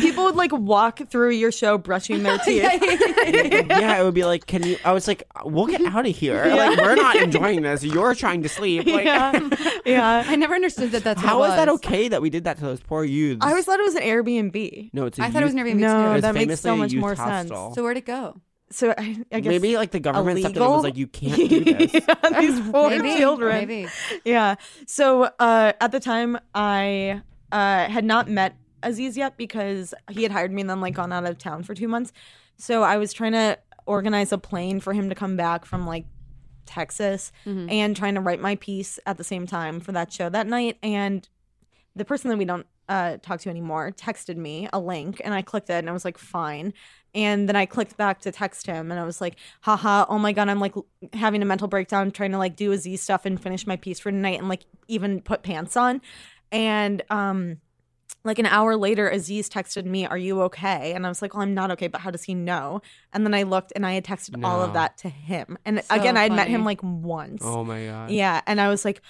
Speaker 6: People would like walk through your show brushing their teeth.
Speaker 5: yeah, it would be like, can you? I was like, "Uh, we'll get out of here. Like, we're not enjoying this. You're trying to sleep. Like, uh,
Speaker 6: yeah. yeah.
Speaker 1: I never understood that. That's what
Speaker 5: how
Speaker 1: it
Speaker 5: is that
Speaker 1: was.
Speaker 5: okay that we did that to those poor youths?
Speaker 6: I always thought it was an Airbnb.
Speaker 5: no, it's. I
Speaker 1: I thought it was never even
Speaker 6: No,
Speaker 5: It's
Speaker 6: "Oh, that makes
Speaker 5: famously
Speaker 6: so
Speaker 5: a
Speaker 6: much
Speaker 5: youth
Speaker 6: more
Speaker 5: hostel.
Speaker 6: sense.
Speaker 1: So where'd it go?
Speaker 6: So I, I guess
Speaker 5: maybe like the government stepped in and
Speaker 6: illegal?
Speaker 5: was like, you can't do this.
Speaker 6: Yeah, these poor
Speaker 1: Maybe.
Speaker 6: Oh, children.
Speaker 1: Maybe.
Speaker 6: Yeah. So uh, at the time, I uh, had not met Aziz yet because he had hired me and then like gone out of town for two months. So I was trying to organize a plane for him to come back from like Texas and trying to write my piece at the same time for that show that night. And the person that we don't uh, talk to anymore texted me a link and I clicked it and I was like, fine. And then I clicked back to text him and I was like, haha, oh my God, I'm like l- having a mental breakdown trying to like do a Z stuff and finish my piece for tonight and like even put pants on. And, um, like an hour later, Aziz texted me, Are you okay? And I was like, Well, I'm not okay, but how does he know? And then I looked and I had texted all of
Speaker 7: No.
Speaker 6: that to him. And
Speaker 1: So
Speaker 6: again, I had met
Speaker 1: funny.
Speaker 6: him like once.
Speaker 7: Oh my god.
Speaker 6: Yeah, and I was like,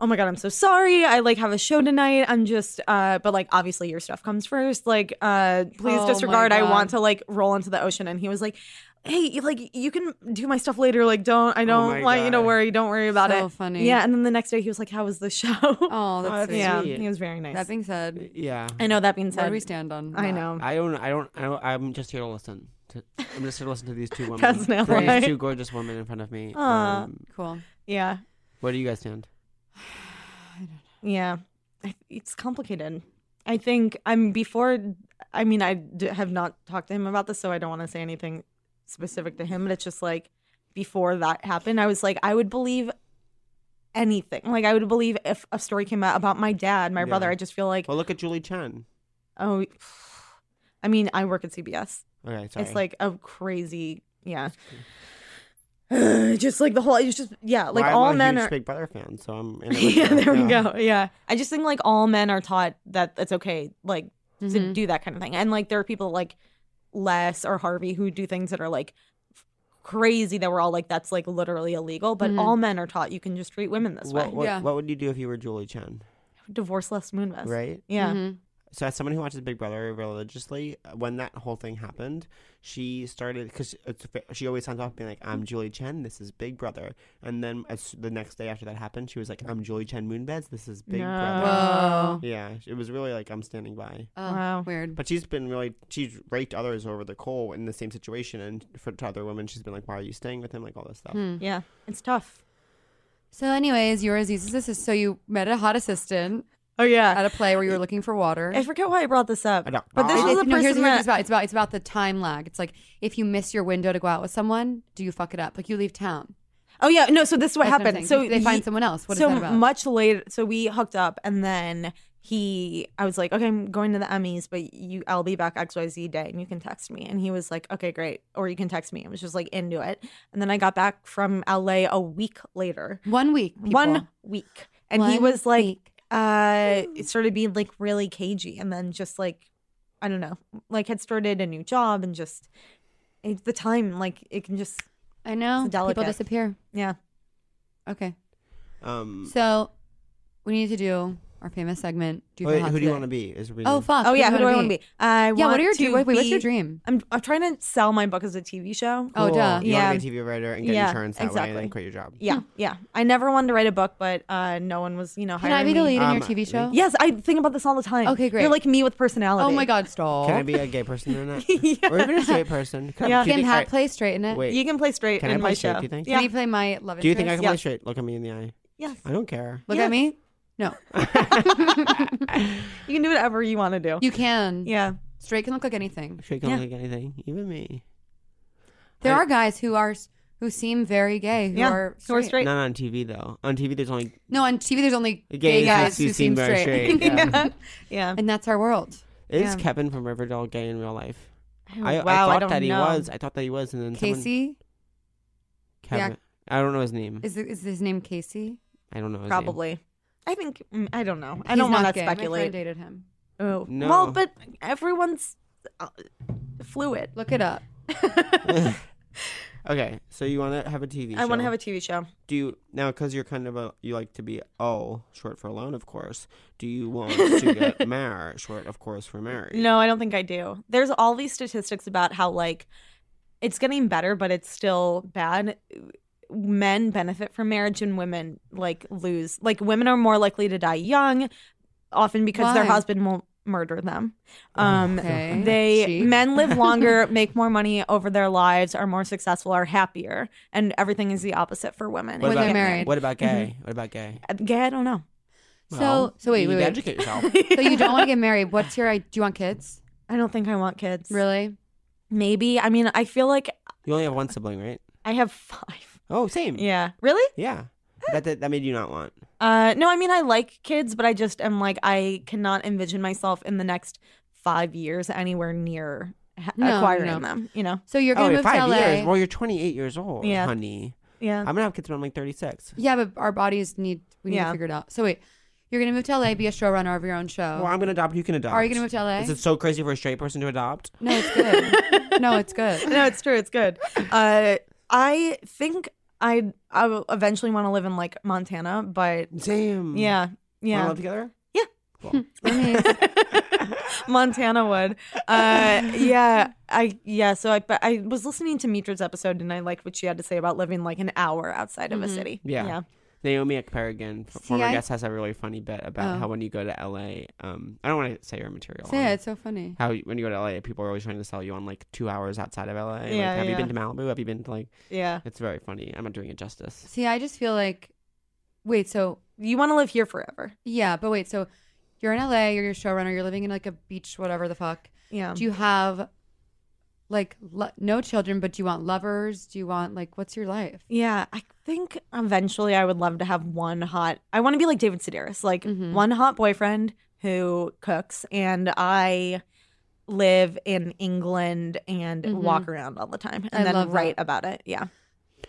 Speaker 6: "Oh my god, I'm so sorry. I like have a show tonight. I'm just uh but like obviously your stuff comes first. Like uh please
Speaker 1: Oh my
Speaker 6: disregard. I
Speaker 1: God.
Speaker 6: want to like roll into the ocean." And he was like, "Hey, you- like you can do my stuff later. Like don't I don't
Speaker 7: Oh my
Speaker 6: want you to
Speaker 7: God.
Speaker 6: worry. Don't worry about
Speaker 1: So
Speaker 6: it."
Speaker 1: funny.
Speaker 6: Yeah, and then the next day he was like, "How was the show?"
Speaker 1: Oh, that's sweet.
Speaker 6: yeah,
Speaker 7: sweet.
Speaker 6: he was very nice.
Speaker 1: That being said,
Speaker 7: Yeah.
Speaker 6: I know that being
Speaker 1: where
Speaker 6: said,
Speaker 1: do we stand on? that?
Speaker 6: I know.
Speaker 7: I don't. I don't. I don't. I'm just here to listen. To, I'm just here to listen to these two women.
Speaker 6: That's not
Speaker 7: these
Speaker 6: right.
Speaker 7: two gorgeous women in front of me.
Speaker 6: Aw.
Speaker 7: Um,
Speaker 1: Cool.
Speaker 6: yeah.
Speaker 7: where do you guys stand?
Speaker 6: Yeah, I- it's complicated. I think I'm before. I mean, I d- have not talked to him about this, so I don't want to say anything specific to him. But it's just like before that happened, I was like, I would believe anything. Like I would believe if a story came out about my dad, my brother.
Speaker 7: Yeah.
Speaker 6: I just feel like,
Speaker 5: Well, look at Julie Chen.
Speaker 6: oh, I mean, I work at CBS.
Speaker 7: Okay, sorry.
Speaker 6: It's like a crazy, yeah. just like the whole, it's just yeah, like
Speaker 5: Well, I'm
Speaker 6: all
Speaker 5: a
Speaker 6: men
Speaker 5: huge
Speaker 6: are.
Speaker 5: Big Brother fan, so I'm. in it with
Speaker 6: yeah,
Speaker 5: her.
Speaker 6: there we go. Yeah. I just think like all men are taught that it's okay, like to
Speaker 1: Mhm.
Speaker 6: do that kind of thing. And like there are people like Les or Harvey who do things that are like f- crazy that we're all like, that's like literally illegal. But
Speaker 1: Mhm.
Speaker 6: all men are taught you can just treat women this
Speaker 5: What,
Speaker 6: way.
Speaker 5: what,
Speaker 1: Yeah.
Speaker 5: what would you do if you were Julie Chen?
Speaker 6: Divorce Les Moonves.
Speaker 5: Right.
Speaker 6: Yeah.
Speaker 1: Mhm.
Speaker 5: so as someone who watches Big Brother religiously, when that whole thing happened, she started because she always signs off being like, "I'm Julie Chen, this is Big Brother," and then as the next day after that happened, she was like, "I'm Julie Chen Moonbeds, this is Big Brother."
Speaker 1: Whoa.
Speaker 5: Yeah, it was really like I'm standing by.
Speaker 1: Oh,
Speaker 6: Wow.
Speaker 1: Weird.
Speaker 5: But she's been really she's raked others over the coal in the same situation, and for to other women, she's been like, "Why are you staying with him?" Like all this stuff.
Speaker 1: Mm-hmm.
Speaker 6: Yeah. It's tough.
Speaker 1: So, anyways, you were Aziz's assistant. So you met a hot assistant
Speaker 6: Oh, yeah.
Speaker 1: at a play where you were looking for water.
Speaker 6: I forget why I brought this up.
Speaker 5: I don't-
Speaker 6: But this
Speaker 5: I-
Speaker 6: was
Speaker 1: It-
Speaker 6: the
Speaker 1: no, here's, here's what
Speaker 6: person that
Speaker 1: it's about. It's about it's about the time lag. It's like if you miss your window to go out with someone, do you fuck it up? Like you leave town.
Speaker 6: Oh yeah, no. So this is what
Speaker 1: That's what I'm
Speaker 6: happened.
Speaker 1: saying.
Speaker 6: So
Speaker 1: They find
Speaker 6: he-
Speaker 1: someone else. What is
Speaker 6: so
Speaker 1: that about?
Speaker 6: much later. So we hooked up, and then he, I was like, okay, I'm going to the Emmys, but you, I'll be back X Y Z day, and you can text me. And he was like, okay, great, or you can text me. I was just like into it, and then I got back from LA a week later,
Speaker 1: One week.
Speaker 6: one
Speaker 1: people.
Speaker 6: week, and he
Speaker 1: One
Speaker 6: was like,
Speaker 1: week.
Speaker 6: uh, it started being like really cagey, and then just like, I don't know, like had started a new job, and just it, the time, like it can just,
Speaker 1: I know.
Speaker 6: It's delicate.
Speaker 1: People disappear.
Speaker 6: yeah.
Speaker 1: Okay.
Speaker 5: Um,
Speaker 1: So we need to do our famous segment. Do you
Speaker 5: wait,
Speaker 1: feel hot
Speaker 5: who do you
Speaker 1: today?
Speaker 5: want to be? Is really
Speaker 1: Oh fuck.
Speaker 6: Oh yeah, who
Speaker 1: you
Speaker 6: do I
Speaker 1: wanna
Speaker 6: want to be? I
Speaker 1: Yeah. What
Speaker 6: want
Speaker 1: are your
Speaker 6: to
Speaker 1: dream? Wait, wait, what's your
Speaker 6: be-
Speaker 1: dream?
Speaker 6: I'm I'm trying to sell my book as a TV show.
Speaker 1: Oh duh.
Speaker 5: You
Speaker 6: Yeah.
Speaker 5: want to be a TV writer and get
Speaker 6: Yeah,
Speaker 5: insurance that way, and
Speaker 6: exactly.
Speaker 5: then quit your job.
Speaker 6: Yeah,
Speaker 1: Hmm.
Speaker 6: yeah. I never wanted to write a book, but uh, no one was, you know,
Speaker 1: Can
Speaker 6: hiring
Speaker 1: I be the
Speaker 6: me.
Speaker 1: lead in
Speaker 5: Um,
Speaker 1: your TV show?
Speaker 6: Yes, I think about this all the time.
Speaker 1: Okay, great.
Speaker 6: You're like me with personality.
Speaker 1: Oh my god, stall.
Speaker 5: Can I be a gay person or not?
Speaker 6: Yeah.
Speaker 5: Or even a straight person? Can,
Speaker 6: Yeah.
Speaker 5: do you
Speaker 1: Can
Speaker 5: think
Speaker 1: Hat
Speaker 5: I-
Speaker 1: play straighten it?
Speaker 5: Wait,
Speaker 6: You can play straight
Speaker 5: Can I
Speaker 6: in
Speaker 5: play
Speaker 6: my
Speaker 5: straight,
Speaker 6: show.
Speaker 5: do you think?
Speaker 1: Can
Speaker 6: Yeah.
Speaker 1: you play my love?
Speaker 5: Do you think I
Speaker 1: interest?
Speaker 5: can
Speaker 6: Yeah.
Speaker 5: play straight? Look at me in the eye.
Speaker 6: yes.
Speaker 5: I don't care.
Speaker 1: Look
Speaker 6: Yes.
Speaker 1: at me. No,
Speaker 6: You can do whatever you want to do.
Speaker 1: you can.
Speaker 6: yeah.
Speaker 1: Straight can look like anything.
Speaker 5: Straight can
Speaker 6: Yeah.
Speaker 5: look like anything, even me.
Speaker 1: There
Speaker 5: I-
Speaker 1: are guys who are who seem very gay who
Speaker 6: Yeah,
Speaker 1: are
Speaker 6: who are
Speaker 1: straight.
Speaker 6: straight.
Speaker 5: Not on TV though. On TV, there's only
Speaker 1: No, on TV there's only
Speaker 5: The
Speaker 1: gay
Speaker 5: gays
Speaker 1: guys
Speaker 5: who
Speaker 1: who seem
Speaker 5: seem very
Speaker 1: straight,
Speaker 5: straight, yeah.
Speaker 6: yeah. Yeah.
Speaker 1: and that's our world.
Speaker 5: is
Speaker 6: Yeah.
Speaker 5: Kevin from Riverdale gay in real life. I, I
Speaker 6: wow,
Speaker 5: thought
Speaker 6: don't
Speaker 5: that he
Speaker 6: know.
Speaker 5: was. I thought that he was, and then someone-
Speaker 1: Casey
Speaker 5: Kevin. I don't know his name.
Speaker 1: is is his name Casey?
Speaker 5: I don't know. His
Speaker 6: Probably. I think mm, I don't know. I
Speaker 1: He's
Speaker 6: don't want
Speaker 1: not
Speaker 6: to
Speaker 1: gay. My friend
Speaker 6: speculate.
Speaker 1: dated him.
Speaker 6: Oh.
Speaker 5: No.
Speaker 6: Well, but everyone's uh, fluid.
Speaker 1: Look it up.
Speaker 5: Name. okay, so you want to have a TV?
Speaker 6: I want to
Speaker 5: show.
Speaker 6: have a TV show.
Speaker 5: Do you now because you're kind of a you like to be O short for alone, of course. Do you want to get Mar short, of course, for married?
Speaker 6: No, I don't think I do. There's all these statistics about how like it's getting better, but it's still bad. Men benefit from marriage and women like lose. Like women are more likely to die young, often because their
Speaker 1: Why? Oh
Speaker 6: husband will murder them. Um
Speaker 1: Okay.
Speaker 6: they
Speaker 1: Cheap.
Speaker 6: men live longer, make more money over their lives, are more successful, are happier, and everything is the opposite for women.
Speaker 5: What
Speaker 1: When
Speaker 5: about
Speaker 1: they're married.
Speaker 5: What about gay? What about gay?
Speaker 6: Uh, Gay, I don't know.
Speaker 1: so so wait
Speaker 5: you need
Speaker 1: wait
Speaker 5: to
Speaker 1: wait.
Speaker 5: educate yourself.
Speaker 1: So you don't want to get married. What's your? I- Do you want kids?
Speaker 6: I don't think I want kids.
Speaker 1: Really?
Speaker 6: Maybe. I mean, I feel like
Speaker 5: you only have one sibling, right?
Speaker 6: I have five.
Speaker 5: Oh, same. Yeah.
Speaker 6: Yeah. Really?
Speaker 8: That, that that made you not want.
Speaker 6: Uh, no, I mean, I like kids, but I just am like, I cannot envision myself in the next five years anywhere near ha-
Speaker 1: No,
Speaker 6: acquiring
Speaker 1: no.
Speaker 6: them, you know?
Speaker 1: So you're
Speaker 5: oh,
Speaker 1: gonna
Speaker 5: in
Speaker 1: move
Speaker 5: five
Speaker 1: to LA?
Speaker 5: years. Well, you're 28 years old,
Speaker 6: Yeah. Uh.
Speaker 5: honey.
Speaker 6: Yeah.
Speaker 5: I'm gonna have kids when I'm like 36.
Speaker 1: yeah, but our bodies need we need to
Speaker 6: Yeah.
Speaker 1: figure it out. So wait, you're gonna move to LA, be a showrunner of your own show.
Speaker 5: Well, I'm gonna adopt. You can adopt.
Speaker 1: Are you gonna move to LA?
Speaker 5: Is it so crazy for a straight person to adopt?
Speaker 1: no, it's good. no, it's good.
Speaker 6: no, it's true. It's good. Uh, I think I I will eventually want to live in like Montana, but
Speaker 5: Damn.
Speaker 6: yeah,
Speaker 5: Wanna
Speaker 6: yeah,
Speaker 5: live together?
Speaker 6: Montana would. Uh, yeah, I yeah. So I but I was listening to Mitra's episode and I liked what she had to say about living like an hour outside of a city.
Speaker 5: Yeah.
Speaker 6: yeah.
Speaker 5: Naomi Ekperigin, f-
Speaker 1: See,
Speaker 5: former
Speaker 1: I-
Speaker 5: guest, has a really funny bit about
Speaker 1: Oh.
Speaker 5: how when you go to LA, um, I don't want to say your material.
Speaker 1: So yeah,
Speaker 5: on
Speaker 1: it's so funny.
Speaker 5: How you- when you go to LA, people are always trying to sell you on like two hours outside of LA. like,
Speaker 6: Yeah,
Speaker 5: have you
Speaker 6: yeah.
Speaker 5: been to Malibu? Have you been to like?
Speaker 6: yeah.
Speaker 5: It's very funny. I'm not doing it justice.
Speaker 1: See, I just feel like wait, so
Speaker 6: You want to live here forever.
Speaker 1: yeah, but wait, so you're in LA, you're your showrunner, you're living in like a beach, whatever the fuck.
Speaker 6: Yeah.
Speaker 1: Do you have like lo- no children, but do you want lovers? Do you want like what's your life?
Speaker 6: Yeah, I think eventually I would love to have one hot. I want to be like David Sedaris, like
Speaker 1: Mhm.
Speaker 6: one hot boyfriend who cooks, and I live in England and
Speaker 1: Mhm.
Speaker 6: walk around all the time, and
Speaker 1: I
Speaker 6: then
Speaker 1: love that.
Speaker 6: write about it. Yeah,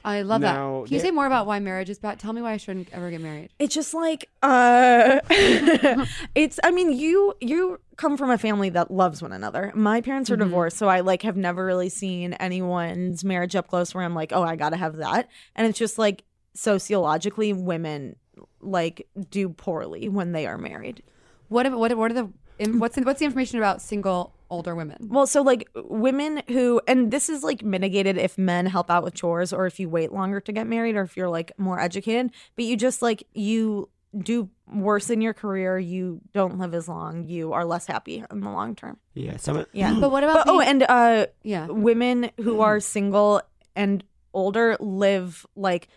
Speaker 1: I love
Speaker 5: No,
Speaker 1: that. Can you
Speaker 5: there-
Speaker 1: say more about why marriage is bad? Tell me why I shouldn't ever get married.
Speaker 6: it's just like uh, it's. I mean, you you come from a family that loves one another. My parents are
Speaker 1: Mhm.
Speaker 6: divorced, so I like have never really seen anyone's marriage up close where I'm like, oh, I gotta have that, and it's just like sociologically, women like do poorly when they are married.
Speaker 1: What if, what what are the in- what's in, what's the information about single older women?
Speaker 6: Well, so like women who, and this is like mitigated if men help out with chores or if you wait longer to get married or if you're like more educated, but you just like, you do worse in your career. You don't live as long. You are less happy in the long term.
Speaker 5: Yeah. Some.
Speaker 6: Yeah.
Speaker 1: But what about
Speaker 6: But, oh,
Speaker 1: being-
Speaker 6: and uh,
Speaker 1: yeah,
Speaker 6: women who are single and older live like,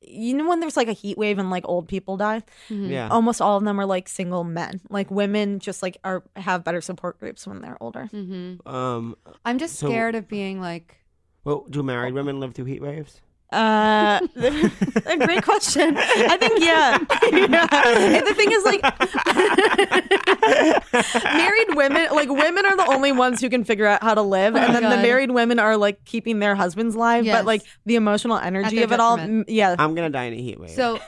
Speaker 6: you know, when there's like a heat wave and like old people die,
Speaker 1: Mhm.
Speaker 5: Yeah.
Speaker 6: almost all of them are like single men. Like women just like are have better support groups when they're older.
Speaker 1: Mhm.
Speaker 5: Um.
Speaker 1: I'm just
Speaker 5: So-
Speaker 1: scared of being like
Speaker 5: Well, do married women live through heat waves?
Speaker 6: Uh, a great question. I think yeah. yeah. And the thing is, like, married women, like women are the only ones who can figure out how to live,
Speaker 1: Oh my
Speaker 6: and then the
Speaker 1: God.
Speaker 6: married women are like keeping their husbands live,
Speaker 1: Yes.
Speaker 6: but like the emotional energy
Speaker 1: their
Speaker 6: of it all,
Speaker 1: detriment.
Speaker 6: mm, yeah.
Speaker 5: I'm gonna die in a heat wave.
Speaker 1: so.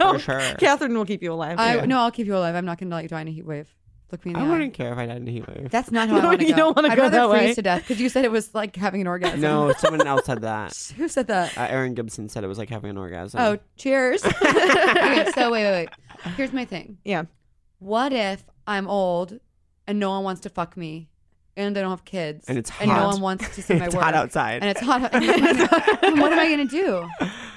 Speaker 6: no,
Speaker 5: for sure.
Speaker 6: Catherine will keep you alive.
Speaker 1: I no, I'll keep you alive. I'm not gonna let you die in a heat wave. Look me in the
Speaker 5: I
Speaker 1: eye.
Speaker 5: wouldn't care if I died in a heat wave.
Speaker 1: That's not how I
Speaker 6: No,
Speaker 1: want to
Speaker 6: you
Speaker 1: go.
Speaker 6: don't wanna
Speaker 1: I'd
Speaker 6: go
Speaker 1: rather
Speaker 6: that
Speaker 1: freeze
Speaker 6: way.
Speaker 1: to death because you said it was like having an orgasm.
Speaker 5: no, someone else said that.
Speaker 1: who said that?
Speaker 5: Uh, Aaron Gibson said it was like having an orgasm.
Speaker 1: Oh, cheers. okay, so wait, wait, wait. Here's my thing.
Speaker 6: Yeah.
Speaker 1: What if I'm old and no one wants to fuck me, and I don't have kids,
Speaker 5: And it's
Speaker 1: and no
Speaker 5: hot.
Speaker 1: one wants to see my
Speaker 5: It's
Speaker 1: work,
Speaker 5: hot outside.
Speaker 1: and it's hot. out- and what am I gonna do?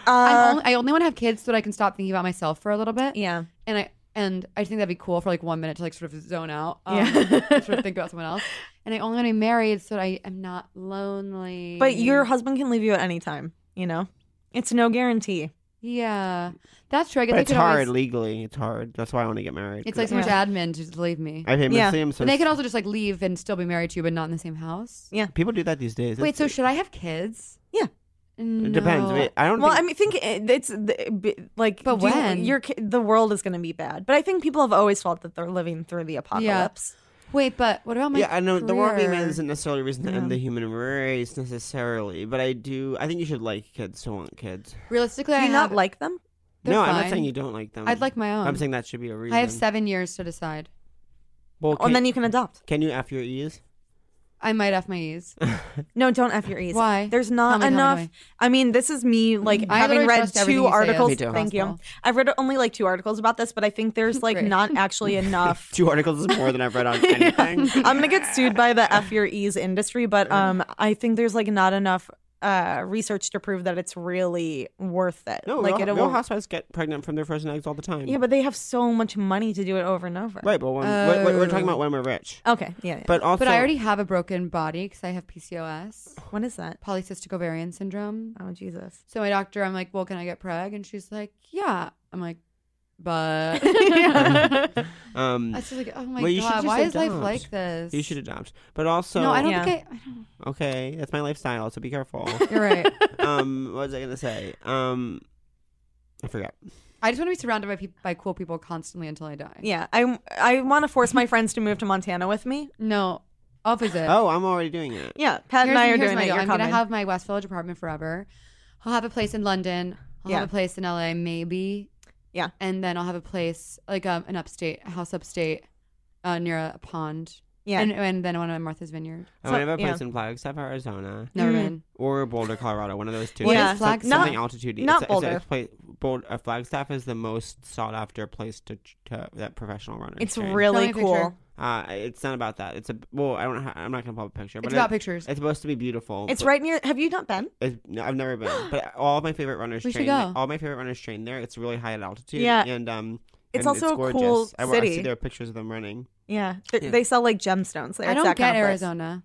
Speaker 1: I'm
Speaker 6: Uh,
Speaker 1: only, I only want to have kids so that I can stop thinking about myself for a little bit.
Speaker 6: yeah.
Speaker 1: and I and I think that'd be cool for like one minute to like sort of zone out, um,
Speaker 6: Yeah.
Speaker 1: and sort of think about someone else. And I only want to be married so that I am not lonely.
Speaker 6: But your husband can leave you at any time. You know, it's no guarantee.
Speaker 1: yeah, that's true. I guess
Speaker 5: But
Speaker 1: they
Speaker 5: it's
Speaker 1: could
Speaker 5: hard
Speaker 1: always-
Speaker 5: legally. It's hard. That's why I want to get married.
Speaker 1: It's like so much admin to just leave me.
Speaker 5: I pay
Speaker 6: Yeah.
Speaker 5: yeah. so
Speaker 1: and they could also just like leave and still be married to you, but not in the same house.
Speaker 6: Yeah.
Speaker 5: people do that these days.
Speaker 1: Wait,
Speaker 5: It's-
Speaker 1: so should I have kids?
Speaker 6: Yeah.
Speaker 1: No.
Speaker 5: it depends. Wait, I don't.
Speaker 6: Well, I
Speaker 5: think,
Speaker 6: mean, think it- it's the- b- like,
Speaker 1: But
Speaker 6: do you-
Speaker 1: when?
Speaker 6: your ki- the world is going to be bad. But I think people have always felt that they're living through the apocalypse.
Speaker 1: Wait, but what about my?
Speaker 5: yeah, I know the world being
Speaker 1: career?
Speaker 5: mad isn't necessarily a reason to end the human race necessarily, but I do. I think you should like kids who want kids.
Speaker 1: Realistically,
Speaker 6: Do
Speaker 1: I
Speaker 6: you
Speaker 1: have.
Speaker 6: not like them?
Speaker 1: they're
Speaker 5: no, I'm not
Speaker 1: fine.
Speaker 5: saying you don't like them.
Speaker 1: I'd like my own.
Speaker 5: I'm saying that should be a reason.
Speaker 1: I have seven years to decide.
Speaker 5: Well,
Speaker 6: and
Speaker 5: can-
Speaker 6: then you can adopt.
Speaker 5: can you after your ease?
Speaker 1: I might f my e's.
Speaker 6: No, don't f your ease.
Speaker 1: Why?
Speaker 6: There's
Speaker 1: Tell
Speaker 6: not
Speaker 1: me, tell me,
Speaker 6: enough.
Speaker 1: tell me.
Speaker 6: I mean, this is me like
Speaker 1: I
Speaker 6: having
Speaker 1: literally
Speaker 6: read
Speaker 1: trust everything
Speaker 6: two
Speaker 1: you say is
Speaker 6: articles.
Speaker 5: Me too.
Speaker 6: Thank you.
Speaker 1: possible.
Speaker 6: I've read only like two articles about this, but I think there's like
Speaker 1: Great.
Speaker 6: not actually enough.
Speaker 5: Two articles is more than I've read on anything.
Speaker 6: I'm gonna get sued by the f your ease industry, but um, I think there's like not enough uh research to prove that it's really worth it.
Speaker 5: No,
Speaker 6: like
Speaker 5: real,
Speaker 6: it
Speaker 5: real
Speaker 6: will.
Speaker 5: housewives get pregnant from their frozen eggs all the time.
Speaker 6: Yeah, but they have so much money to do it over and over.
Speaker 5: right. But when, we're- we're, we're talking about when we're rich.
Speaker 6: Okay. Yeah. yeah.
Speaker 5: But also,
Speaker 1: oh. But I already have a broken body because I have PCOS,
Speaker 6: what is that?
Speaker 1: polycystic ovarian syndrome.
Speaker 6: Oh Jesus.
Speaker 1: So my doctor, I'm like, well, can I get preg? And she's like, yeah. I'm like, but
Speaker 5: Um,
Speaker 1: I was like, oh my
Speaker 5: Well, you should
Speaker 1: god,
Speaker 5: just
Speaker 1: why is life
Speaker 5: adopt.
Speaker 1: like this?
Speaker 5: you should adopt, but also
Speaker 1: no, I don't
Speaker 6: Yeah.
Speaker 1: think I. I don't,
Speaker 5: okay. That's my lifestyle, so be careful.
Speaker 1: you're right.
Speaker 5: um, what was I gonna say? Um, I forgot.
Speaker 1: I just want to be surrounded by peop by cool people constantly until I die.
Speaker 6: Yeah, I I want to force my friends to move to Montana with me.
Speaker 1: No, opposite.
Speaker 5: Oh, I'm already doing it.
Speaker 6: Yeah, Pat and I are
Speaker 1: here's
Speaker 6: doing
Speaker 1: my
Speaker 6: it.
Speaker 1: deal.
Speaker 6: You're
Speaker 1: I'm
Speaker 6: coming.
Speaker 1: gonna have my West Village apartment forever. I'll have a place in London. I'll
Speaker 6: Yeah.
Speaker 1: have a place in LA, maybe.
Speaker 6: Yeah.
Speaker 1: And then I'll have a place like um, an upstate a house upstate uh, near a pond.
Speaker 6: yeah,
Speaker 1: And, and then one of Martha's Vineyard.
Speaker 5: I want to
Speaker 6: So-
Speaker 5: have a place
Speaker 6: yeah.
Speaker 5: in Flagstaff, Arizona,
Speaker 1: Never
Speaker 6: Mhm.
Speaker 1: been.
Speaker 5: or Boulder, Colorado. One of those two.
Speaker 6: What
Speaker 5: It's
Speaker 6: is
Speaker 5: like
Speaker 1: Flagstaff?
Speaker 5: Something
Speaker 6: Not-
Speaker 5: altitude.
Speaker 6: not
Speaker 5: it's, a-
Speaker 6: Boulder.
Speaker 5: It's a place, Boulder. Uh, Flagstaff is the most sought after place to, to that professional runners.
Speaker 6: it's
Speaker 5: train.
Speaker 1: Show me
Speaker 6: really
Speaker 1: a picture.
Speaker 6: cool.
Speaker 5: Uh, it's not about that. It's a well. I don't. Ha- I'm not gonna pop a picture. But
Speaker 1: It's about
Speaker 5: it-
Speaker 1: pictures.
Speaker 5: It's supposed to be beautiful.
Speaker 6: It's
Speaker 5: but
Speaker 6: right near. Have you not been?
Speaker 5: It's, no, I've never been. But all my favorite runners
Speaker 1: We should
Speaker 5: train.
Speaker 1: go.
Speaker 5: All my favorite runners train there. It's really high at altitude.
Speaker 6: Yeah.
Speaker 5: And um. and
Speaker 6: It's also a
Speaker 5: gorgeous.
Speaker 6: cool
Speaker 5: I, wa- I see
Speaker 6: city.
Speaker 5: there are pictures of them running.
Speaker 6: Yeah. Th-
Speaker 5: Yeah.
Speaker 6: they sell like gemstones there.
Speaker 1: I
Speaker 6: It's
Speaker 1: don't
Speaker 6: that
Speaker 1: get
Speaker 6: kind of place.
Speaker 1: Arizona.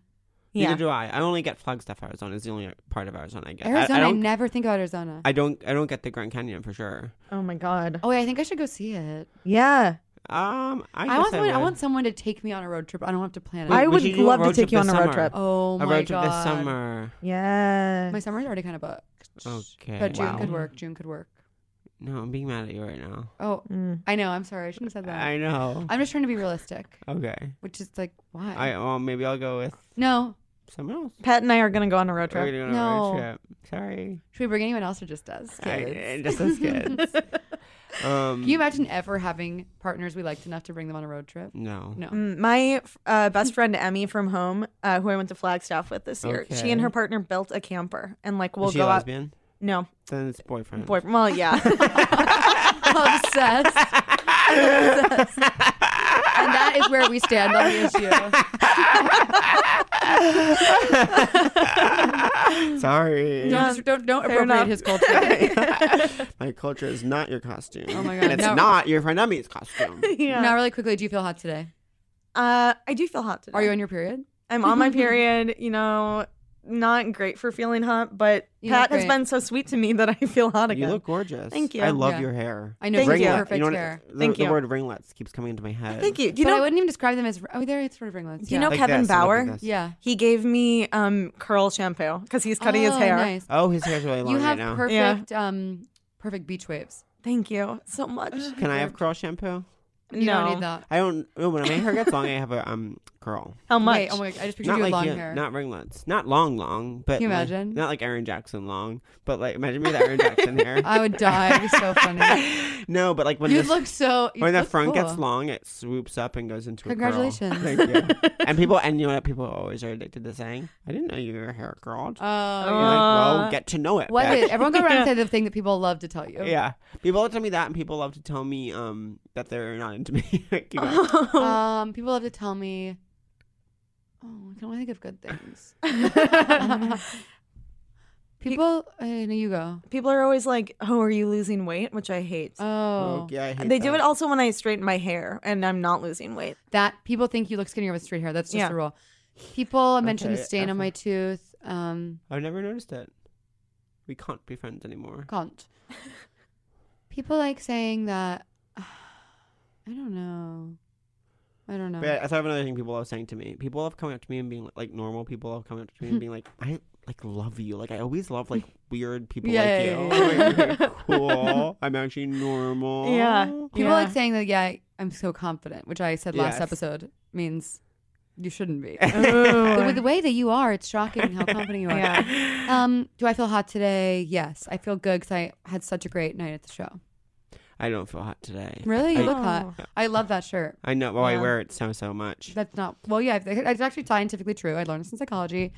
Speaker 6: Yeah,
Speaker 5: Neither do I. I only get Flagstaff, Arizona. Is the only part of Arizona I get. I-
Speaker 1: Arizona, I,
Speaker 5: I don't
Speaker 1: never think about Arizona.
Speaker 5: I don't I don't get the Grand Canyon for sure.
Speaker 6: Oh my god.
Speaker 1: oh, wait, I think I should go see it.
Speaker 6: Yeah.
Speaker 5: Um, I,
Speaker 1: I,
Speaker 5: guess
Speaker 1: want someone, I,
Speaker 5: would.
Speaker 1: want someone to take me on a road trip. I don't have to plan it.
Speaker 5: We-
Speaker 6: I
Speaker 5: we
Speaker 6: would
Speaker 5: should do a
Speaker 6: love to
Speaker 5: road
Speaker 6: take you
Speaker 5: this
Speaker 6: on a road
Speaker 5: summer.
Speaker 6: trip.
Speaker 1: oh my
Speaker 5: a road trip
Speaker 1: god.
Speaker 5: this summer.
Speaker 6: Yeah.
Speaker 1: My summer's already kind of booked.
Speaker 5: Okay.
Speaker 1: But June
Speaker 5: wow.
Speaker 1: could work. June could work.
Speaker 5: No, I'm being mad at you right now.
Speaker 1: Oh,
Speaker 6: Mm.
Speaker 1: I know. I'm sorry. I shouldn't have said that.
Speaker 5: I know.
Speaker 1: I'm just trying to be realistic,
Speaker 5: okay.
Speaker 1: which is like, why?
Speaker 5: I well maybe I'll go with
Speaker 1: no.
Speaker 5: someone else.
Speaker 6: Pat and I are gonna go on a road
Speaker 5: We're
Speaker 6: trip.
Speaker 5: gonna go on a road
Speaker 1: No.
Speaker 5: trip. Sorry.
Speaker 1: Should we bring anyone else or just us?
Speaker 5: I- I- just as kids. um.
Speaker 1: Can you imagine ever having partners we liked enough to bring them on a road trip?
Speaker 5: no.
Speaker 1: No.
Speaker 6: Mm, My uh, best friend Emmy from home, uh, who I went to Flagstaff with this year, she and
Speaker 5: Okay.
Speaker 6: her partner built a camper and like we'll
Speaker 5: Is she
Speaker 6: go
Speaker 5: a
Speaker 6: out.
Speaker 5: lesbian?
Speaker 6: No,
Speaker 5: Then it's boyfriend.
Speaker 6: boy. Well, yeah.
Speaker 1: Obsessed. Obsessed. And that is where we stand on the issue.
Speaker 5: Sorry.
Speaker 1: Don't, just- don't, don't
Speaker 6: Fair
Speaker 1: appropriate
Speaker 6: enough.
Speaker 1: his culture.
Speaker 5: My culture is not your costume. Oh
Speaker 1: my God,
Speaker 5: And it's
Speaker 1: no.
Speaker 5: not your friend Emmy's costume.
Speaker 6: yeah.
Speaker 1: Now, really quickly, do you feel hot today?
Speaker 6: Uh, I do feel hot today.
Speaker 1: Are you on your period?
Speaker 6: I'm on my period. You know, not great for feeling hot, but
Speaker 1: You look
Speaker 6: Pat has
Speaker 1: great.
Speaker 6: been so sweet to me that I feel hot again.
Speaker 5: You look gorgeous.
Speaker 6: Thank you.
Speaker 5: I love
Speaker 1: Yeah.
Speaker 5: your hair.
Speaker 1: I know
Speaker 6: Thank
Speaker 1: she's
Speaker 6: you.
Speaker 1: got
Speaker 5: Ringlet.
Speaker 1: perfect
Speaker 5: you know what-
Speaker 1: hair.
Speaker 5: The,
Speaker 6: Thank
Speaker 5: the
Speaker 6: you.
Speaker 5: word ringlets keeps coming into my head.
Speaker 6: Thank you. Do
Speaker 1: You
Speaker 6: you
Speaker 1: but I
Speaker 6: know?
Speaker 1: wouldn't even describe them as. Oh, they're sort of ringlets.
Speaker 6: do
Speaker 1: yeah.
Speaker 6: you know
Speaker 5: Like
Speaker 6: Kevin
Speaker 5: this, like
Speaker 6: Bauer?
Speaker 5: this.
Speaker 1: Yeah.
Speaker 6: He gave me um curl shampoo because he's cutting his
Speaker 1: Oh,
Speaker 6: hair.
Speaker 1: Nice.
Speaker 5: Oh, his hair's really long
Speaker 1: You have
Speaker 5: right now.
Speaker 1: perfect, um, perfect beach waves.
Speaker 6: Thank you so much.
Speaker 5: Can I have curl shampoo?
Speaker 1: You
Speaker 6: no.
Speaker 1: don't need that.
Speaker 5: I don't. Oh, when my hair gets long, I have a um curl.
Speaker 6: How much?
Speaker 1: Wait, oh my! I just pictured
Speaker 5: Not
Speaker 1: you with
Speaker 5: like
Speaker 1: long
Speaker 5: you-
Speaker 1: hair.
Speaker 5: not ringlets, not long, long, but
Speaker 1: Can you
Speaker 5: like-
Speaker 1: imagine?
Speaker 5: not like Aaron Jackson long, but like imagine me with Aaron Jackson hair.
Speaker 1: I would die. It'd be so funny.
Speaker 5: no, but like when
Speaker 1: you
Speaker 5: this-
Speaker 1: look so. You
Speaker 5: when the
Speaker 1: look
Speaker 5: front
Speaker 1: cool.
Speaker 5: gets long, it swoops up and goes into
Speaker 1: Congratulations.
Speaker 5: a curl. Thank you. and people, and you know what people always are addicted to saying? I didn't know you were hair curled.
Speaker 1: Oh,
Speaker 5: You're
Speaker 1: yeah.
Speaker 5: like, well,
Speaker 6: Uh,
Speaker 5: get to know it.
Speaker 1: what
Speaker 5: bitch.
Speaker 1: is? Everyone go around and say the thing that people love to tell you.
Speaker 5: Yeah, people love to tell me that, and people love to tell me um that they're not into me. Keep going.
Speaker 1: Um, people love to tell me. Oh, I can only think of good things. people, uh, no, you go.
Speaker 6: People are always like, "Oh, are you losing weight?" Which I hate.
Speaker 1: Oh,
Speaker 5: Okay, I hate
Speaker 6: they do
Speaker 5: that.
Speaker 6: it also when I straighten my hair and I'm not losing weight.
Speaker 1: that people think you look skinnier with straight hair. That's just
Speaker 6: Yeah.
Speaker 1: the rule. People mentioned
Speaker 5: Okay,
Speaker 1: a stain on
Speaker 5: okay.
Speaker 1: my tooth. Um,
Speaker 5: I've never noticed it. We can't be friends anymore.
Speaker 1: can't. People like saying that. I don't know. I don't know.
Speaker 5: But I thought of another thing people love saying to me. People love coming up to me and being like, like normal people love coming up to me and being like, I like love you. Like I always love like weird people
Speaker 1: Yeah,
Speaker 5: like
Speaker 1: yeah,
Speaker 5: you.
Speaker 1: yeah,
Speaker 5: I'm like, "Okay, cool. I'm actually normal.
Speaker 1: People like saying that, yeah, I'm so confident, which I said last
Speaker 5: Yes.
Speaker 1: episode means you shouldn't be.
Speaker 6: Ooh.
Speaker 1: With the way that you are, it's shocking how confident you are.
Speaker 6: yeah.
Speaker 1: Um, do I feel hot today? Yes, I feel good because I had such a great night at the show.
Speaker 5: I don't feel hot today.
Speaker 1: Really, you
Speaker 5: I-
Speaker 1: look
Speaker 6: Oh.
Speaker 1: hot. I love that shirt.
Speaker 5: I know. Well, I
Speaker 6: Yeah.
Speaker 5: wear it so so much.
Speaker 1: That's not well. Yeah, it's actually scientifically true. I learned this in psychology.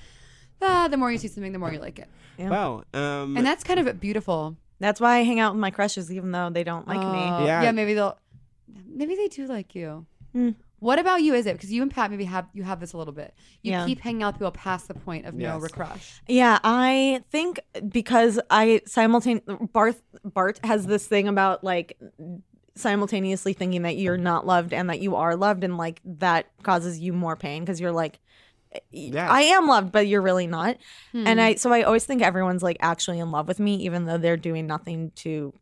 Speaker 1: Ah, the more you see something, the more you like it,
Speaker 6: Yeah.
Speaker 5: Wow. Um.
Speaker 1: and that's kind of beautiful.
Speaker 6: That's why I hang out with my crushes, even though they don't like me.
Speaker 1: Oh,
Speaker 5: Yeah.
Speaker 1: yeah. Maybe they'll, maybe they do like you.
Speaker 6: Mm.
Speaker 1: What about you? Is it because you and Pat maybe have you have this a little bit? You
Speaker 6: Yeah.
Speaker 1: keep hanging out with people past the point of no
Speaker 5: Yes.
Speaker 1: recrush.
Speaker 6: Yeah, I think because I simultaneously Bart Bart has this thing about like simultaneously thinking that you're not loved and that you are loved, and like that causes you more pain because you're like. I am loved, but you're really not. And I so I always think everyone's like actually in love with me, even though they're doing nothing to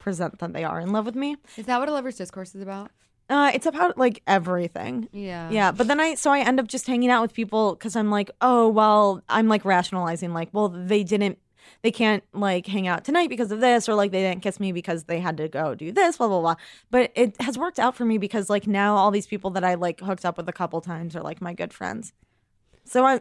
Speaker 6: present that they are in love with me.
Speaker 1: Is that what a lover's discourse is about?
Speaker 6: Uh, it's about like everything.
Speaker 1: Yeah.
Speaker 6: Yeah, but then I so I end up just hanging out with people because I'm like, oh well, I'm like rationalizing like, well, they didn't, they can't like hang out tonight because of this, or like they didn't kiss me because they had to go do this, blah blah blah. But it has worked out for me because like now all these people that I like hooked up with a couple times are like my good friends. So I.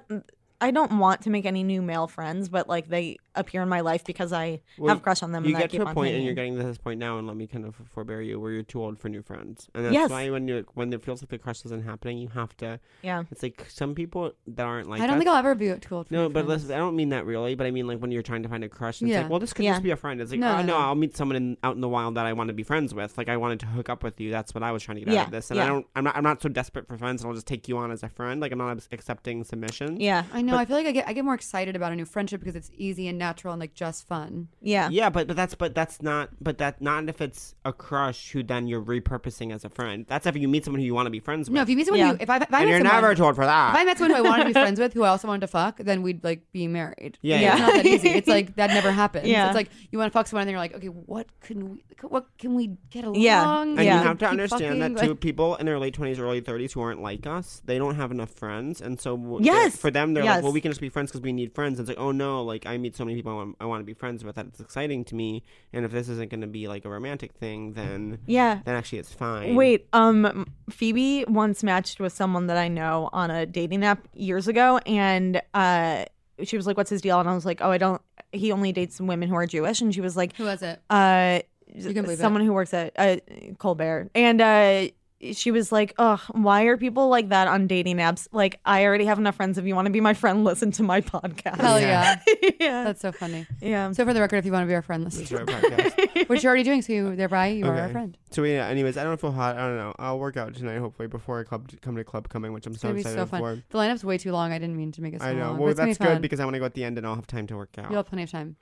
Speaker 6: I don't want to make any new male friends, but like they appear in my life because I
Speaker 5: Well,
Speaker 6: have a crush on them.
Speaker 5: you
Speaker 6: and I
Speaker 5: get
Speaker 6: keep
Speaker 5: to a
Speaker 6: on
Speaker 5: point and
Speaker 6: hanging.
Speaker 5: you're getting to this point now and let me kind of forbear you where you're too old for new friends and that's
Speaker 6: Yes.
Speaker 5: why when you when it feels like the crush isn't happening you have to
Speaker 6: yeah.
Speaker 5: it's like some people that aren't like
Speaker 1: I don't
Speaker 5: that-
Speaker 1: think I'll ever be too old. For
Speaker 5: no,
Speaker 1: new
Speaker 5: but
Speaker 1: friends.
Speaker 5: listen, I don't mean that really, but I mean like when you're trying to find a crush, and it's
Speaker 1: Yeah.
Speaker 5: like, well, this could
Speaker 6: Yeah.
Speaker 5: just be a friend. It's like,
Speaker 1: No,
Speaker 5: oh
Speaker 1: no,
Speaker 5: no,
Speaker 1: no.
Speaker 5: I'll meet someone in, out in the wild that I want to be friends with. Like I wanted to hook up with you. That's what I was trying to get
Speaker 6: Yeah,
Speaker 5: out of this. And
Speaker 6: yeah.
Speaker 5: I don't, I'm not, I'm not so desperate for friends. And I'll just take you on as a friend. Like I'm not abs- accepting submissions.
Speaker 6: Yeah.
Speaker 1: I know. I feel like I get I get more excited about a new friendship because it's easy and natural and like just fun.
Speaker 6: Yeah.
Speaker 5: Yeah, but, but that's but that's not but that not if it's a crush who then you're repurposing as a friend. That's if you meet someone who you want to be friends with.
Speaker 1: No, if you meet someone,
Speaker 6: Yeah.
Speaker 1: who, if I if I
Speaker 5: and
Speaker 1: met
Speaker 5: you're
Speaker 1: someone,
Speaker 5: never told for that.
Speaker 1: if I met someone who I wanted to be friends with, who I also wanted to fuck, then we'd like be married.
Speaker 5: Yeah,
Speaker 1: It's
Speaker 6: yeah.
Speaker 1: not that easy. It's like that never happens.
Speaker 6: Yeah.
Speaker 1: It's like you want to fuck someone, and then you're like, okay, what can we, what can we get along?
Speaker 6: Yeah.
Speaker 5: And
Speaker 6: Yeah.
Speaker 5: you have to
Speaker 1: keep
Speaker 5: understand
Speaker 1: fucking,
Speaker 5: that too.
Speaker 1: like-
Speaker 5: People in their late twenties, early thirties, who aren't like us, they don't have enough friends, and so w-
Speaker 6: Yes.
Speaker 5: for them, they're
Speaker 6: Yes.
Speaker 5: like, well, we can just be friends because we need friends. And it's like, oh no, like I meet so many people I want, I want to be friends with that it's exciting to me, and if this isn't going to be like a romantic thing, then
Speaker 6: Yeah.
Speaker 5: then actually it's fine.
Speaker 6: Wait, um, Phoebe once matched with someone that I know on a dating app years ago, and uh, she was like, "What's his deal?" And I was like, "Oh, I don't. He only dates women who are Jewish." And she was like,
Speaker 1: Who was it?
Speaker 6: "Uh,
Speaker 1: can believe it.
Speaker 6: someone who works at uh, Colbert," and uh. She was like, "Ugh, why are people like that on dating apps? Like, I already have enough friends. If you want to be my friend, listen to my podcast."
Speaker 1: Hell yeah.
Speaker 6: yeah,
Speaker 1: That's so funny.
Speaker 6: yeah.
Speaker 1: So for the record, if you want to be our friend, listen.
Speaker 5: This is our podcast.
Speaker 1: Which you're already doing, so you, thereby you are our
Speaker 5: Okay.
Speaker 1: friend.
Speaker 5: so yeah, anyways, I don't feel hot. I don't know. I'll work out tonight, hopefully, before I club come to club coming, which I'm
Speaker 1: It's
Speaker 5: so
Speaker 1: gonna be
Speaker 5: excited
Speaker 1: so fun.
Speaker 5: for.
Speaker 1: The lineup's way too long. I didn't mean to make it so
Speaker 5: I know.
Speaker 1: long. but
Speaker 5: Well,
Speaker 1: it's gonna be
Speaker 5: that's good
Speaker 1: fun.
Speaker 5: because I want to go at the end and I'll have time to work out.
Speaker 1: you'll have plenty of time.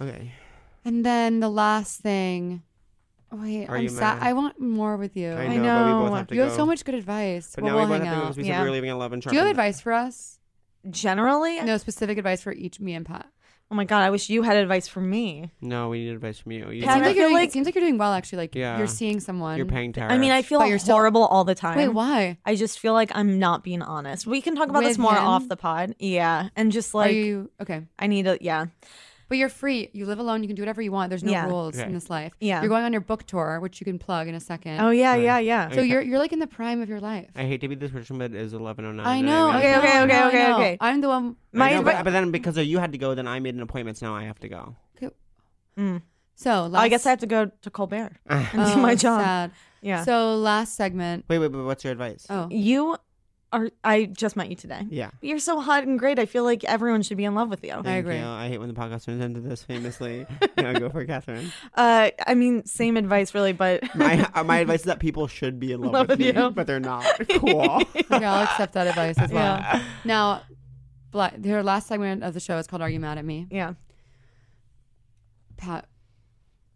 Speaker 5: Okay.
Speaker 1: And then the last thing. Wait,
Speaker 5: Are
Speaker 1: I'm
Speaker 5: you
Speaker 1: sad.
Speaker 5: mad?
Speaker 1: I want more with you.
Speaker 5: I know, but we
Speaker 6: I know.
Speaker 5: both have to
Speaker 1: You
Speaker 5: go.
Speaker 1: have so much good advice.
Speaker 5: But
Speaker 1: Well,
Speaker 5: now we
Speaker 1: we'll
Speaker 5: both
Speaker 1: hang
Speaker 5: have to go
Speaker 1: out.
Speaker 5: because we
Speaker 6: Yeah.
Speaker 5: said we were leaving at eleven.
Speaker 1: Do you have
Speaker 5: sharp and-
Speaker 1: advice for us?
Speaker 6: Generally,
Speaker 1: No specific advice for each me and Pat.
Speaker 6: oh my god, I wish you had advice for me.
Speaker 5: No, we need advice from
Speaker 1: It
Speaker 5: you. You-
Speaker 1: seems
Speaker 6: Yeah, and I
Speaker 1: like, you're
Speaker 6: feel
Speaker 1: doing,
Speaker 6: like-
Speaker 1: it seems like you're doing well, actually. Like
Speaker 5: Yeah.
Speaker 1: you're seeing someone.
Speaker 5: You're paying tariffs.
Speaker 6: I mean, I feel
Speaker 1: But you're still-
Speaker 6: horrible all the time.
Speaker 1: Wait, why?
Speaker 6: I just feel like I'm not being honest. We can talk about this
Speaker 1: With
Speaker 6: more
Speaker 1: him?
Speaker 6: off the pod. Yeah. And just like,
Speaker 1: Are you okay?
Speaker 6: I need to, yeah.
Speaker 1: But you're free. You live alone. You can do whatever you want. There's no
Speaker 6: Yeah.
Speaker 1: rules in
Speaker 5: Okay.
Speaker 1: this life.
Speaker 6: Yeah.
Speaker 1: You're going on your book tour, which you can plug in a second.
Speaker 6: Oh, yeah, yeah, yeah.
Speaker 1: so you're you're like in the prime of your life.
Speaker 5: I hate to be this person, but it's eleven oh nine.
Speaker 1: I know. I
Speaker 6: Okay,
Speaker 1: know,
Speaker 6: okay,
Speaker 1: I
Speaker 6: okay,
Speaker 1: know, I
Speaker 6: okay,
Speaker 1: know.
Speaker 6: okay.
Speaker 1: I'm the one.
Speaker 6: My
Speaker 5: I know,
Speaker 6: advi-
Speaker 5: but, but then because you had to go, then I made an appointment, so now I have to go.
Speaker 1: So last,
Speaker 6: Oh, I guess I have to go to Colbert and do
Speaker 1: Oh,
Speaker 6: my job.
Speaker 1: sad.
Speaker 6: Yeah. So
Speaker 1: So last segment.
Speaker 5: Wait, wait, but what's your advice?
Speaker 1: Oh,
Speaker 6: you are, I just met you today.
Speaker 5: Yeah.
Speaker 6: You're so hot and great. I feel like everyone should be in love with you.
Speaker 1: I agree.
Speaker 5: You know, I hate when the podcast turns into this famously. now go for Catherine.
Speaker 6: Uh, I mean, same advice, really, but
Speaker 5: My uh, my advice is that people should be in love,
Speaker 6: Love
Speaker 5: with
Speaker 6: with
Speaker 5: me,
Speaker 6: you.
Speaker 5: but they're not. Cool.
Speaker 1: okay, I'll accept that advice as well.
Speaker 6: Yeah.
Speaker 1: Now, bla- their last segment of the show is called "Are You Mad at Me?"
Speaker 6: yeah.
Speaker 1: Pat,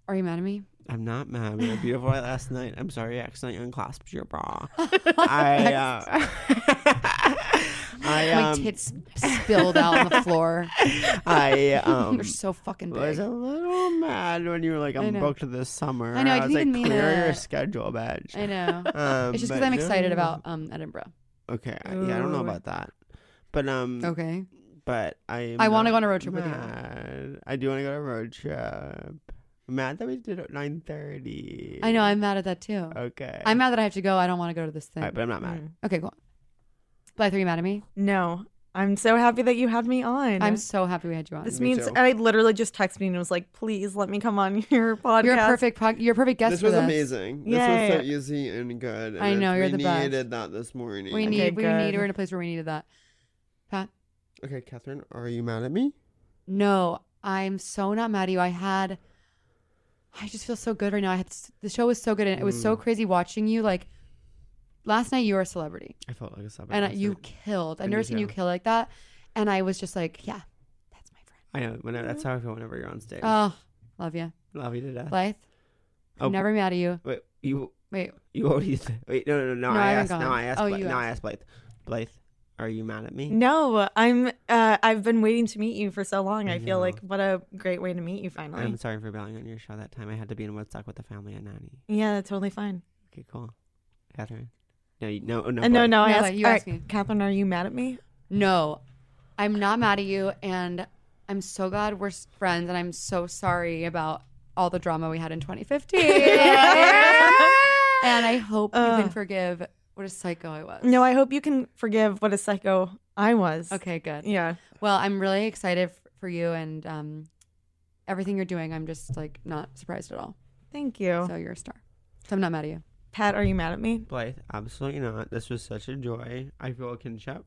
Speaker 1: are you mad at me?
Speaker 5: I'm not mad. We were beautiful right last night. I'm sorry I accidentally unclasped your bra. I uh, I
Speaker 1: My
Speaker 5: um,
Speaker 1: tits spilled out on the floor.
Speaker 5: I um
Speaker 1: They're so fucking
Speaker 5: was
Speaker 1: big.
Speaker 5: a little mad when you were like, I'm
Speaker 1: know.
Speaker 5: booked this summer.
Speaker 1: I know, I
Speaker 5: was
Speaker 1: didn't
Speaker 5: like,
Speaker 1: even mean
Speaker 5: clear your
Speaker 1: it.
Speaker 5: schedule, badge.
Speaker 1: I know.
Speaker 5: Um,
Speaker 1: It's just because
Speaker 5: but
Speaker 1: I'm excited
Speaker 5: no.
Speaker 1: about um, Edinburgh.
Speaker 5: Okay, I, yeah, I don't know
Speaker 6: Ooh.
Speaker 5: about that, but um,
Speaker 1: Okay.
Speaker 5: but I.
Speaker 1: Oh. I wanna go on a road trip with you.
Speaker 5: you. I do want to go on a road trip. I'm mad that we did it at nine thirty.
Speaker 1: I know. I'm mad at that too.
Speaker 5: Okay.
Speaker 1: I'm mad Mm. that I have to go. I don't want to go to this
Speaker 5: All
Speaker 1: thing.
Speaker 5: right, but I'm not mad.
Speaker 1: Okay, cool. Blythe, are you mad at me?
Speaker 6: No. I'm so happy that you had me on.
Speaker 1: I'm so happy we had you on.
Speaker 6: This
Speaker 5: Me
Speaker 6: means
Speaker 5: too.
Speaker 6: I literally just texted me and was like, "Please let me come on your podcast."
Speaker 1: You're a perfect. Pod- you're a perfect guest
Speaker 5: this
Speaker 1: for
Speaker 5: was
Speaker 1: this.
Speaker 5: amazing. This
Speaker 6: Yay.
Speaker 5: was so easy and good. and
Speaker 1: I know, you're
Speaker 5: we
Speaker 1: the best.
Speaker 5: needed that this morning.
Speaker 1: We
Speaker 6: Okay,
Speaker 1: need. we
Speaker 6: good.
Speaker 1: need. We're in a place where we needed that. Pat,
Speaker 5: Okay, Catherine, are you mad at me?
Speaker 1: no, I'm so not mad at you. I had. I just feel so good right now. I had s- the show was so good and it was so
Speaker 5: Mm.
Speaker 1: crazy watching you. Like last night, you were a celebrity
Speaker 5: I felt like a sub.
Speaker 1: and I, you killed. I've
Speaker 5: And
Speaker 1: never
Speaker 5: you
Speaker 1: seen you
Speaker 5: too.
Speaker 1: kill like that. And I was just like, yeah, that's my friend.
Speaker 5: I know. Whenever, that's how I feel whenever you're on stage.
Speaker 1: Mm-hmm. Oh, love you,
Speaker 5: Love you to death.
Speaker 1: Blythe.
Speaker 5: Oh,
Speaker 1: I'm never mad at you.
Speaker 5: Wait, you
Speaker 1: Wait,
Speaker 5: You already said. Wait, no, no, no. no
Speaker 1: No, I
Speaker 5: I
Speaker 1: haven't
Speaker 5: asked.
Speaker 1: gone.
Speaker 5: Now I asked.
Speaker 1: Oh,
Speaker 5: Blythe,
Speaker 1: you
Speaker 5: now I
Speaker 1: asked. Mm-hmm.
Speaker 5: asked Blythe. Blythe,
Speaker 7: Are you mad at me?
Speaker 6: No, I'm. Uh, I've been waiting to meet you for so long. I, feel like what a great way to meet you finally.
Speaker 7: I'm sorry for bailing on your show that time. I had to be in Woodstock with the family and nanny.
Speaker 6: yeah, that's totally fine.
Speaker 7: Okay, cool. Catherine. No, you, no, no,
Speaker 6: Uh, no,
Speaker 7: but-
Speaker 6: no, I
Speaker 1: No,
Speaker 6: asked.
Speaker 1: you
Speaker 6: all
Speaker 1: asked
Speaker 6: right,
Speaker 1: me.
Speaker 6: Catherine, are you mad at me?
Speaker 1: No, I'm not mad at you. And I'm so glad we're s- friends. And I'm so sorry about all the drama we had in 2015. and I hope you can forgive what a psycho I was.
Speaker 6: No, I hope you can forgive what a psycho I was.
Speaker 1: Okay, good.
Speaker 6: Yeah.
Speaker 1: Well, I'm really excited f- for you and um, everything you're doing. I'm just like not surprised at all.
Speaker 6: Thank you.
Speaker 1: So you're a star. So I'm not mad at you.
Speaker 6: Pat, are you mad at me?
Speaker 7: Blythe, absolutely not. This was such a joy. I feel a kinship.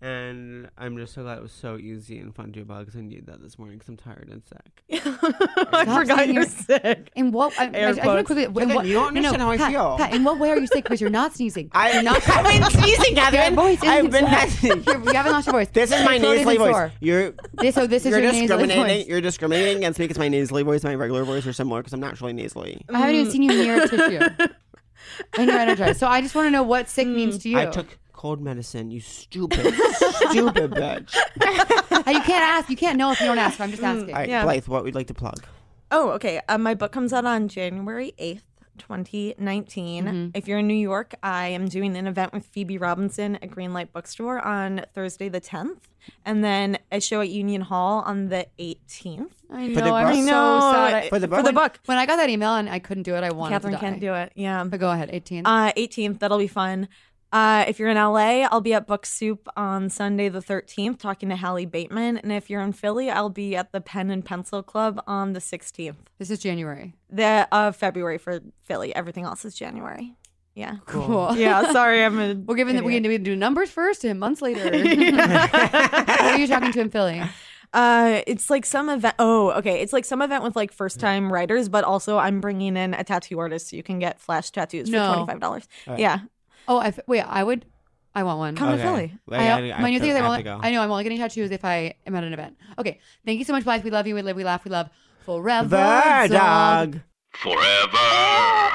Speaker 7: And I'm just so glad it was so easy and fun to do because I need that this morning because I'm tired and sick.
Speaker 6: I forgot
Speaker 1: saying
Speaker 6: you're
Speaker 1: you're-
Speaker 6: sick.
Speaker 1: In what? I, I, I
Speaker 6: Air
Speaker 1: think
Speaker 6: quotes.
Speaker 1: quickly. in
Speaker 7: Kevin,
Speaker 1: what-
Speaker 7: you don't
Speaker 1: no, no,
Speaker 7: understand how I
Speaker 1: Pat,
Speaker 7: feel.
Speaker 1: Pat, in what way are you sick? Because you're not sneezing.
Speaker 7: I am not.
Speaker 5: I've been sneezing, Catherine.
Speaker 1: voice is
Speaker 5: I've been sneezing.
Speaker 1: You're- you haven't lost your voice.
Speaker 5: This is my
Speaker 1: Your throat
Speaker 5: nasally
Speaker 1: isn't
Speaker 5: voice.
Speaker 1: sore.
Speaker 5: You're
Speaker 1: This, so this is
Speaker 5: you're
Speaker 1: your nasally voice.
Speaker 5: discriminating. You're discriminating against me because my nasally voice, and my regular voice are similar because I'm naturally nasally.
Speaker 1: I haven't even seen you near tissue. And you're energized. So I just want to know what sick means to you.
Speaker 7: I took cold medicine, you stupid, stupid bitch.
Speaker 1: Uh, you can't ask. You can't know if you don't ask. So I'm just asking.
Speaker 5: All right,
Speaker 6: Yeah.
Speaker 5: Blythe, what would you like to plug?
Speaker 6: Oh, okay. Uh, my book comes out on January 8th, 2019.
Speaker 1: Mm-hmm.
Speaker 6: If you're in New York, I am doing an event with Phoebe Robinson at Greenlight Bookstore on Thursday the 10th, and then a show at Union Hall on the 18th.
Speaker 1: I
Speaker 5: For
Speaker 1: know.
Speaker 5: the
Speaker 1: I'm
Speaker 5: book?
Speaker 1: so
Speaker 6: No,
Speaker 1: sad. I-
Speaker 5: For the
Speaker 6: For the
Speaker 5: book?
Speaker 6: book.
Speaker 1: When I got that email and I couldn't do it, I wanted
Speaker 6: Catherine
Speaker 1: to die.
Speaker 6: can't do it. Yeah.
Speaker 1: But go ahead. 18.
Speaker 6: Uh, 18th. That'll be fun. Uh, if you're in LA, I'll be at Book Soup on Sunday the 13th talking to Hallie Bateman. And if you're in Philly, I'll be at the Pen and Pencil Club on the 16th.
Speaker 1: this is January.
Speaker 6: The uh, February for Philly. Everything else is January. Yeah.
Speaker 1: Cool.
Speaker 6: Yeah. Sorry, I'm a.
Speaker 1: We're giving. The, we
Speaker 6: idiot.
Speaker 1: can do numbers first and months later. what are you talking to in Philly?
Speaker 6: Uh, it's like some event. Oh, okay. It's like some event with like first time writers, but also I'm bringing in a tattoo artist so you can get flash tattoos
Speaker 1: No.
Speaker 6: for twenty five dollars. Yeah,
Speaker 1: Oh, I f- wait. I would. I want one.
Speaker 6: come to Philly.
Speaker 1: I, my new thing is I, won't, I know I'm only getting tattoos if I am at an event. Okay. Thank you so much, Blythe. We love you. We live. We laugh. We love forever.
Speaker 5: The
Speaker 1: dog.
Speaker 5: dog.
Speaker 3: Forever.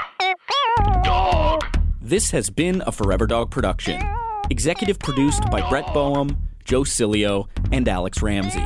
Speaker 3: Dog.
Speaker 9: This has been a Forever Dog production. Executive produced by Brett Boehm, Joe Cilio, and Alex Ramsey.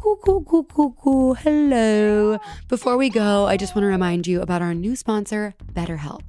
Speaker 1: Cool, cool, cool, cool, cool. Hello. Before we go, I just want to remind you about our new sponsor, BetterHelp.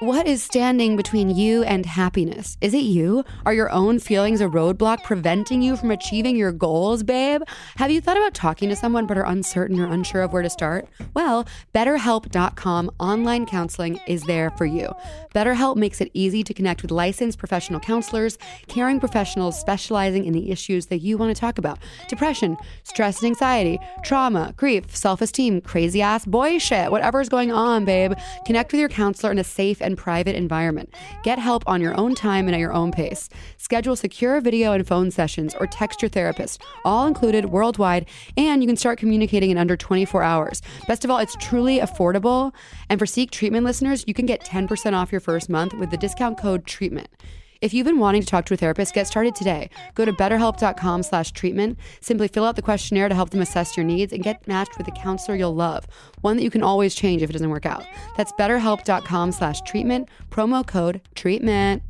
Speaker 1: What is standing between you and happiness? Is it you? Are your own feelings a roadblock preventing you from achieving your goals, babe? Have you thought about talking to someone but are uncertain or unsure of where to start? Well, BetterHelp.com online counseling is there for you. BetterHelp makes it easy to connect with licensed professional counselors, caring professionals specializing in the issues that you want to talk about depression, stress and anxiety, trauma, grief, self esteem, crazy ass boy shit, whatever's going on, babe. Connect with your counselor in a safe and private environment. Get help on your own time and at your own pace. Schedule secure video and phone sessions or text your therapist, all included worldwide, and you can start communicating in under 24 hours. Best of all, it's truly affordable. And for Seek Treatment listeners, you can get 10% off your first month with the discount code TREATMENT. If you've been wanting to talk to a therapist, get started today. Go to betterhelp.com slash treatment. Simply fill out the questionnaire to help them assess your needs and get matched with a counselor you'll love, one that you can always change if it doesn't work out. That's betterhelp.com slash treatment, promo code treatment.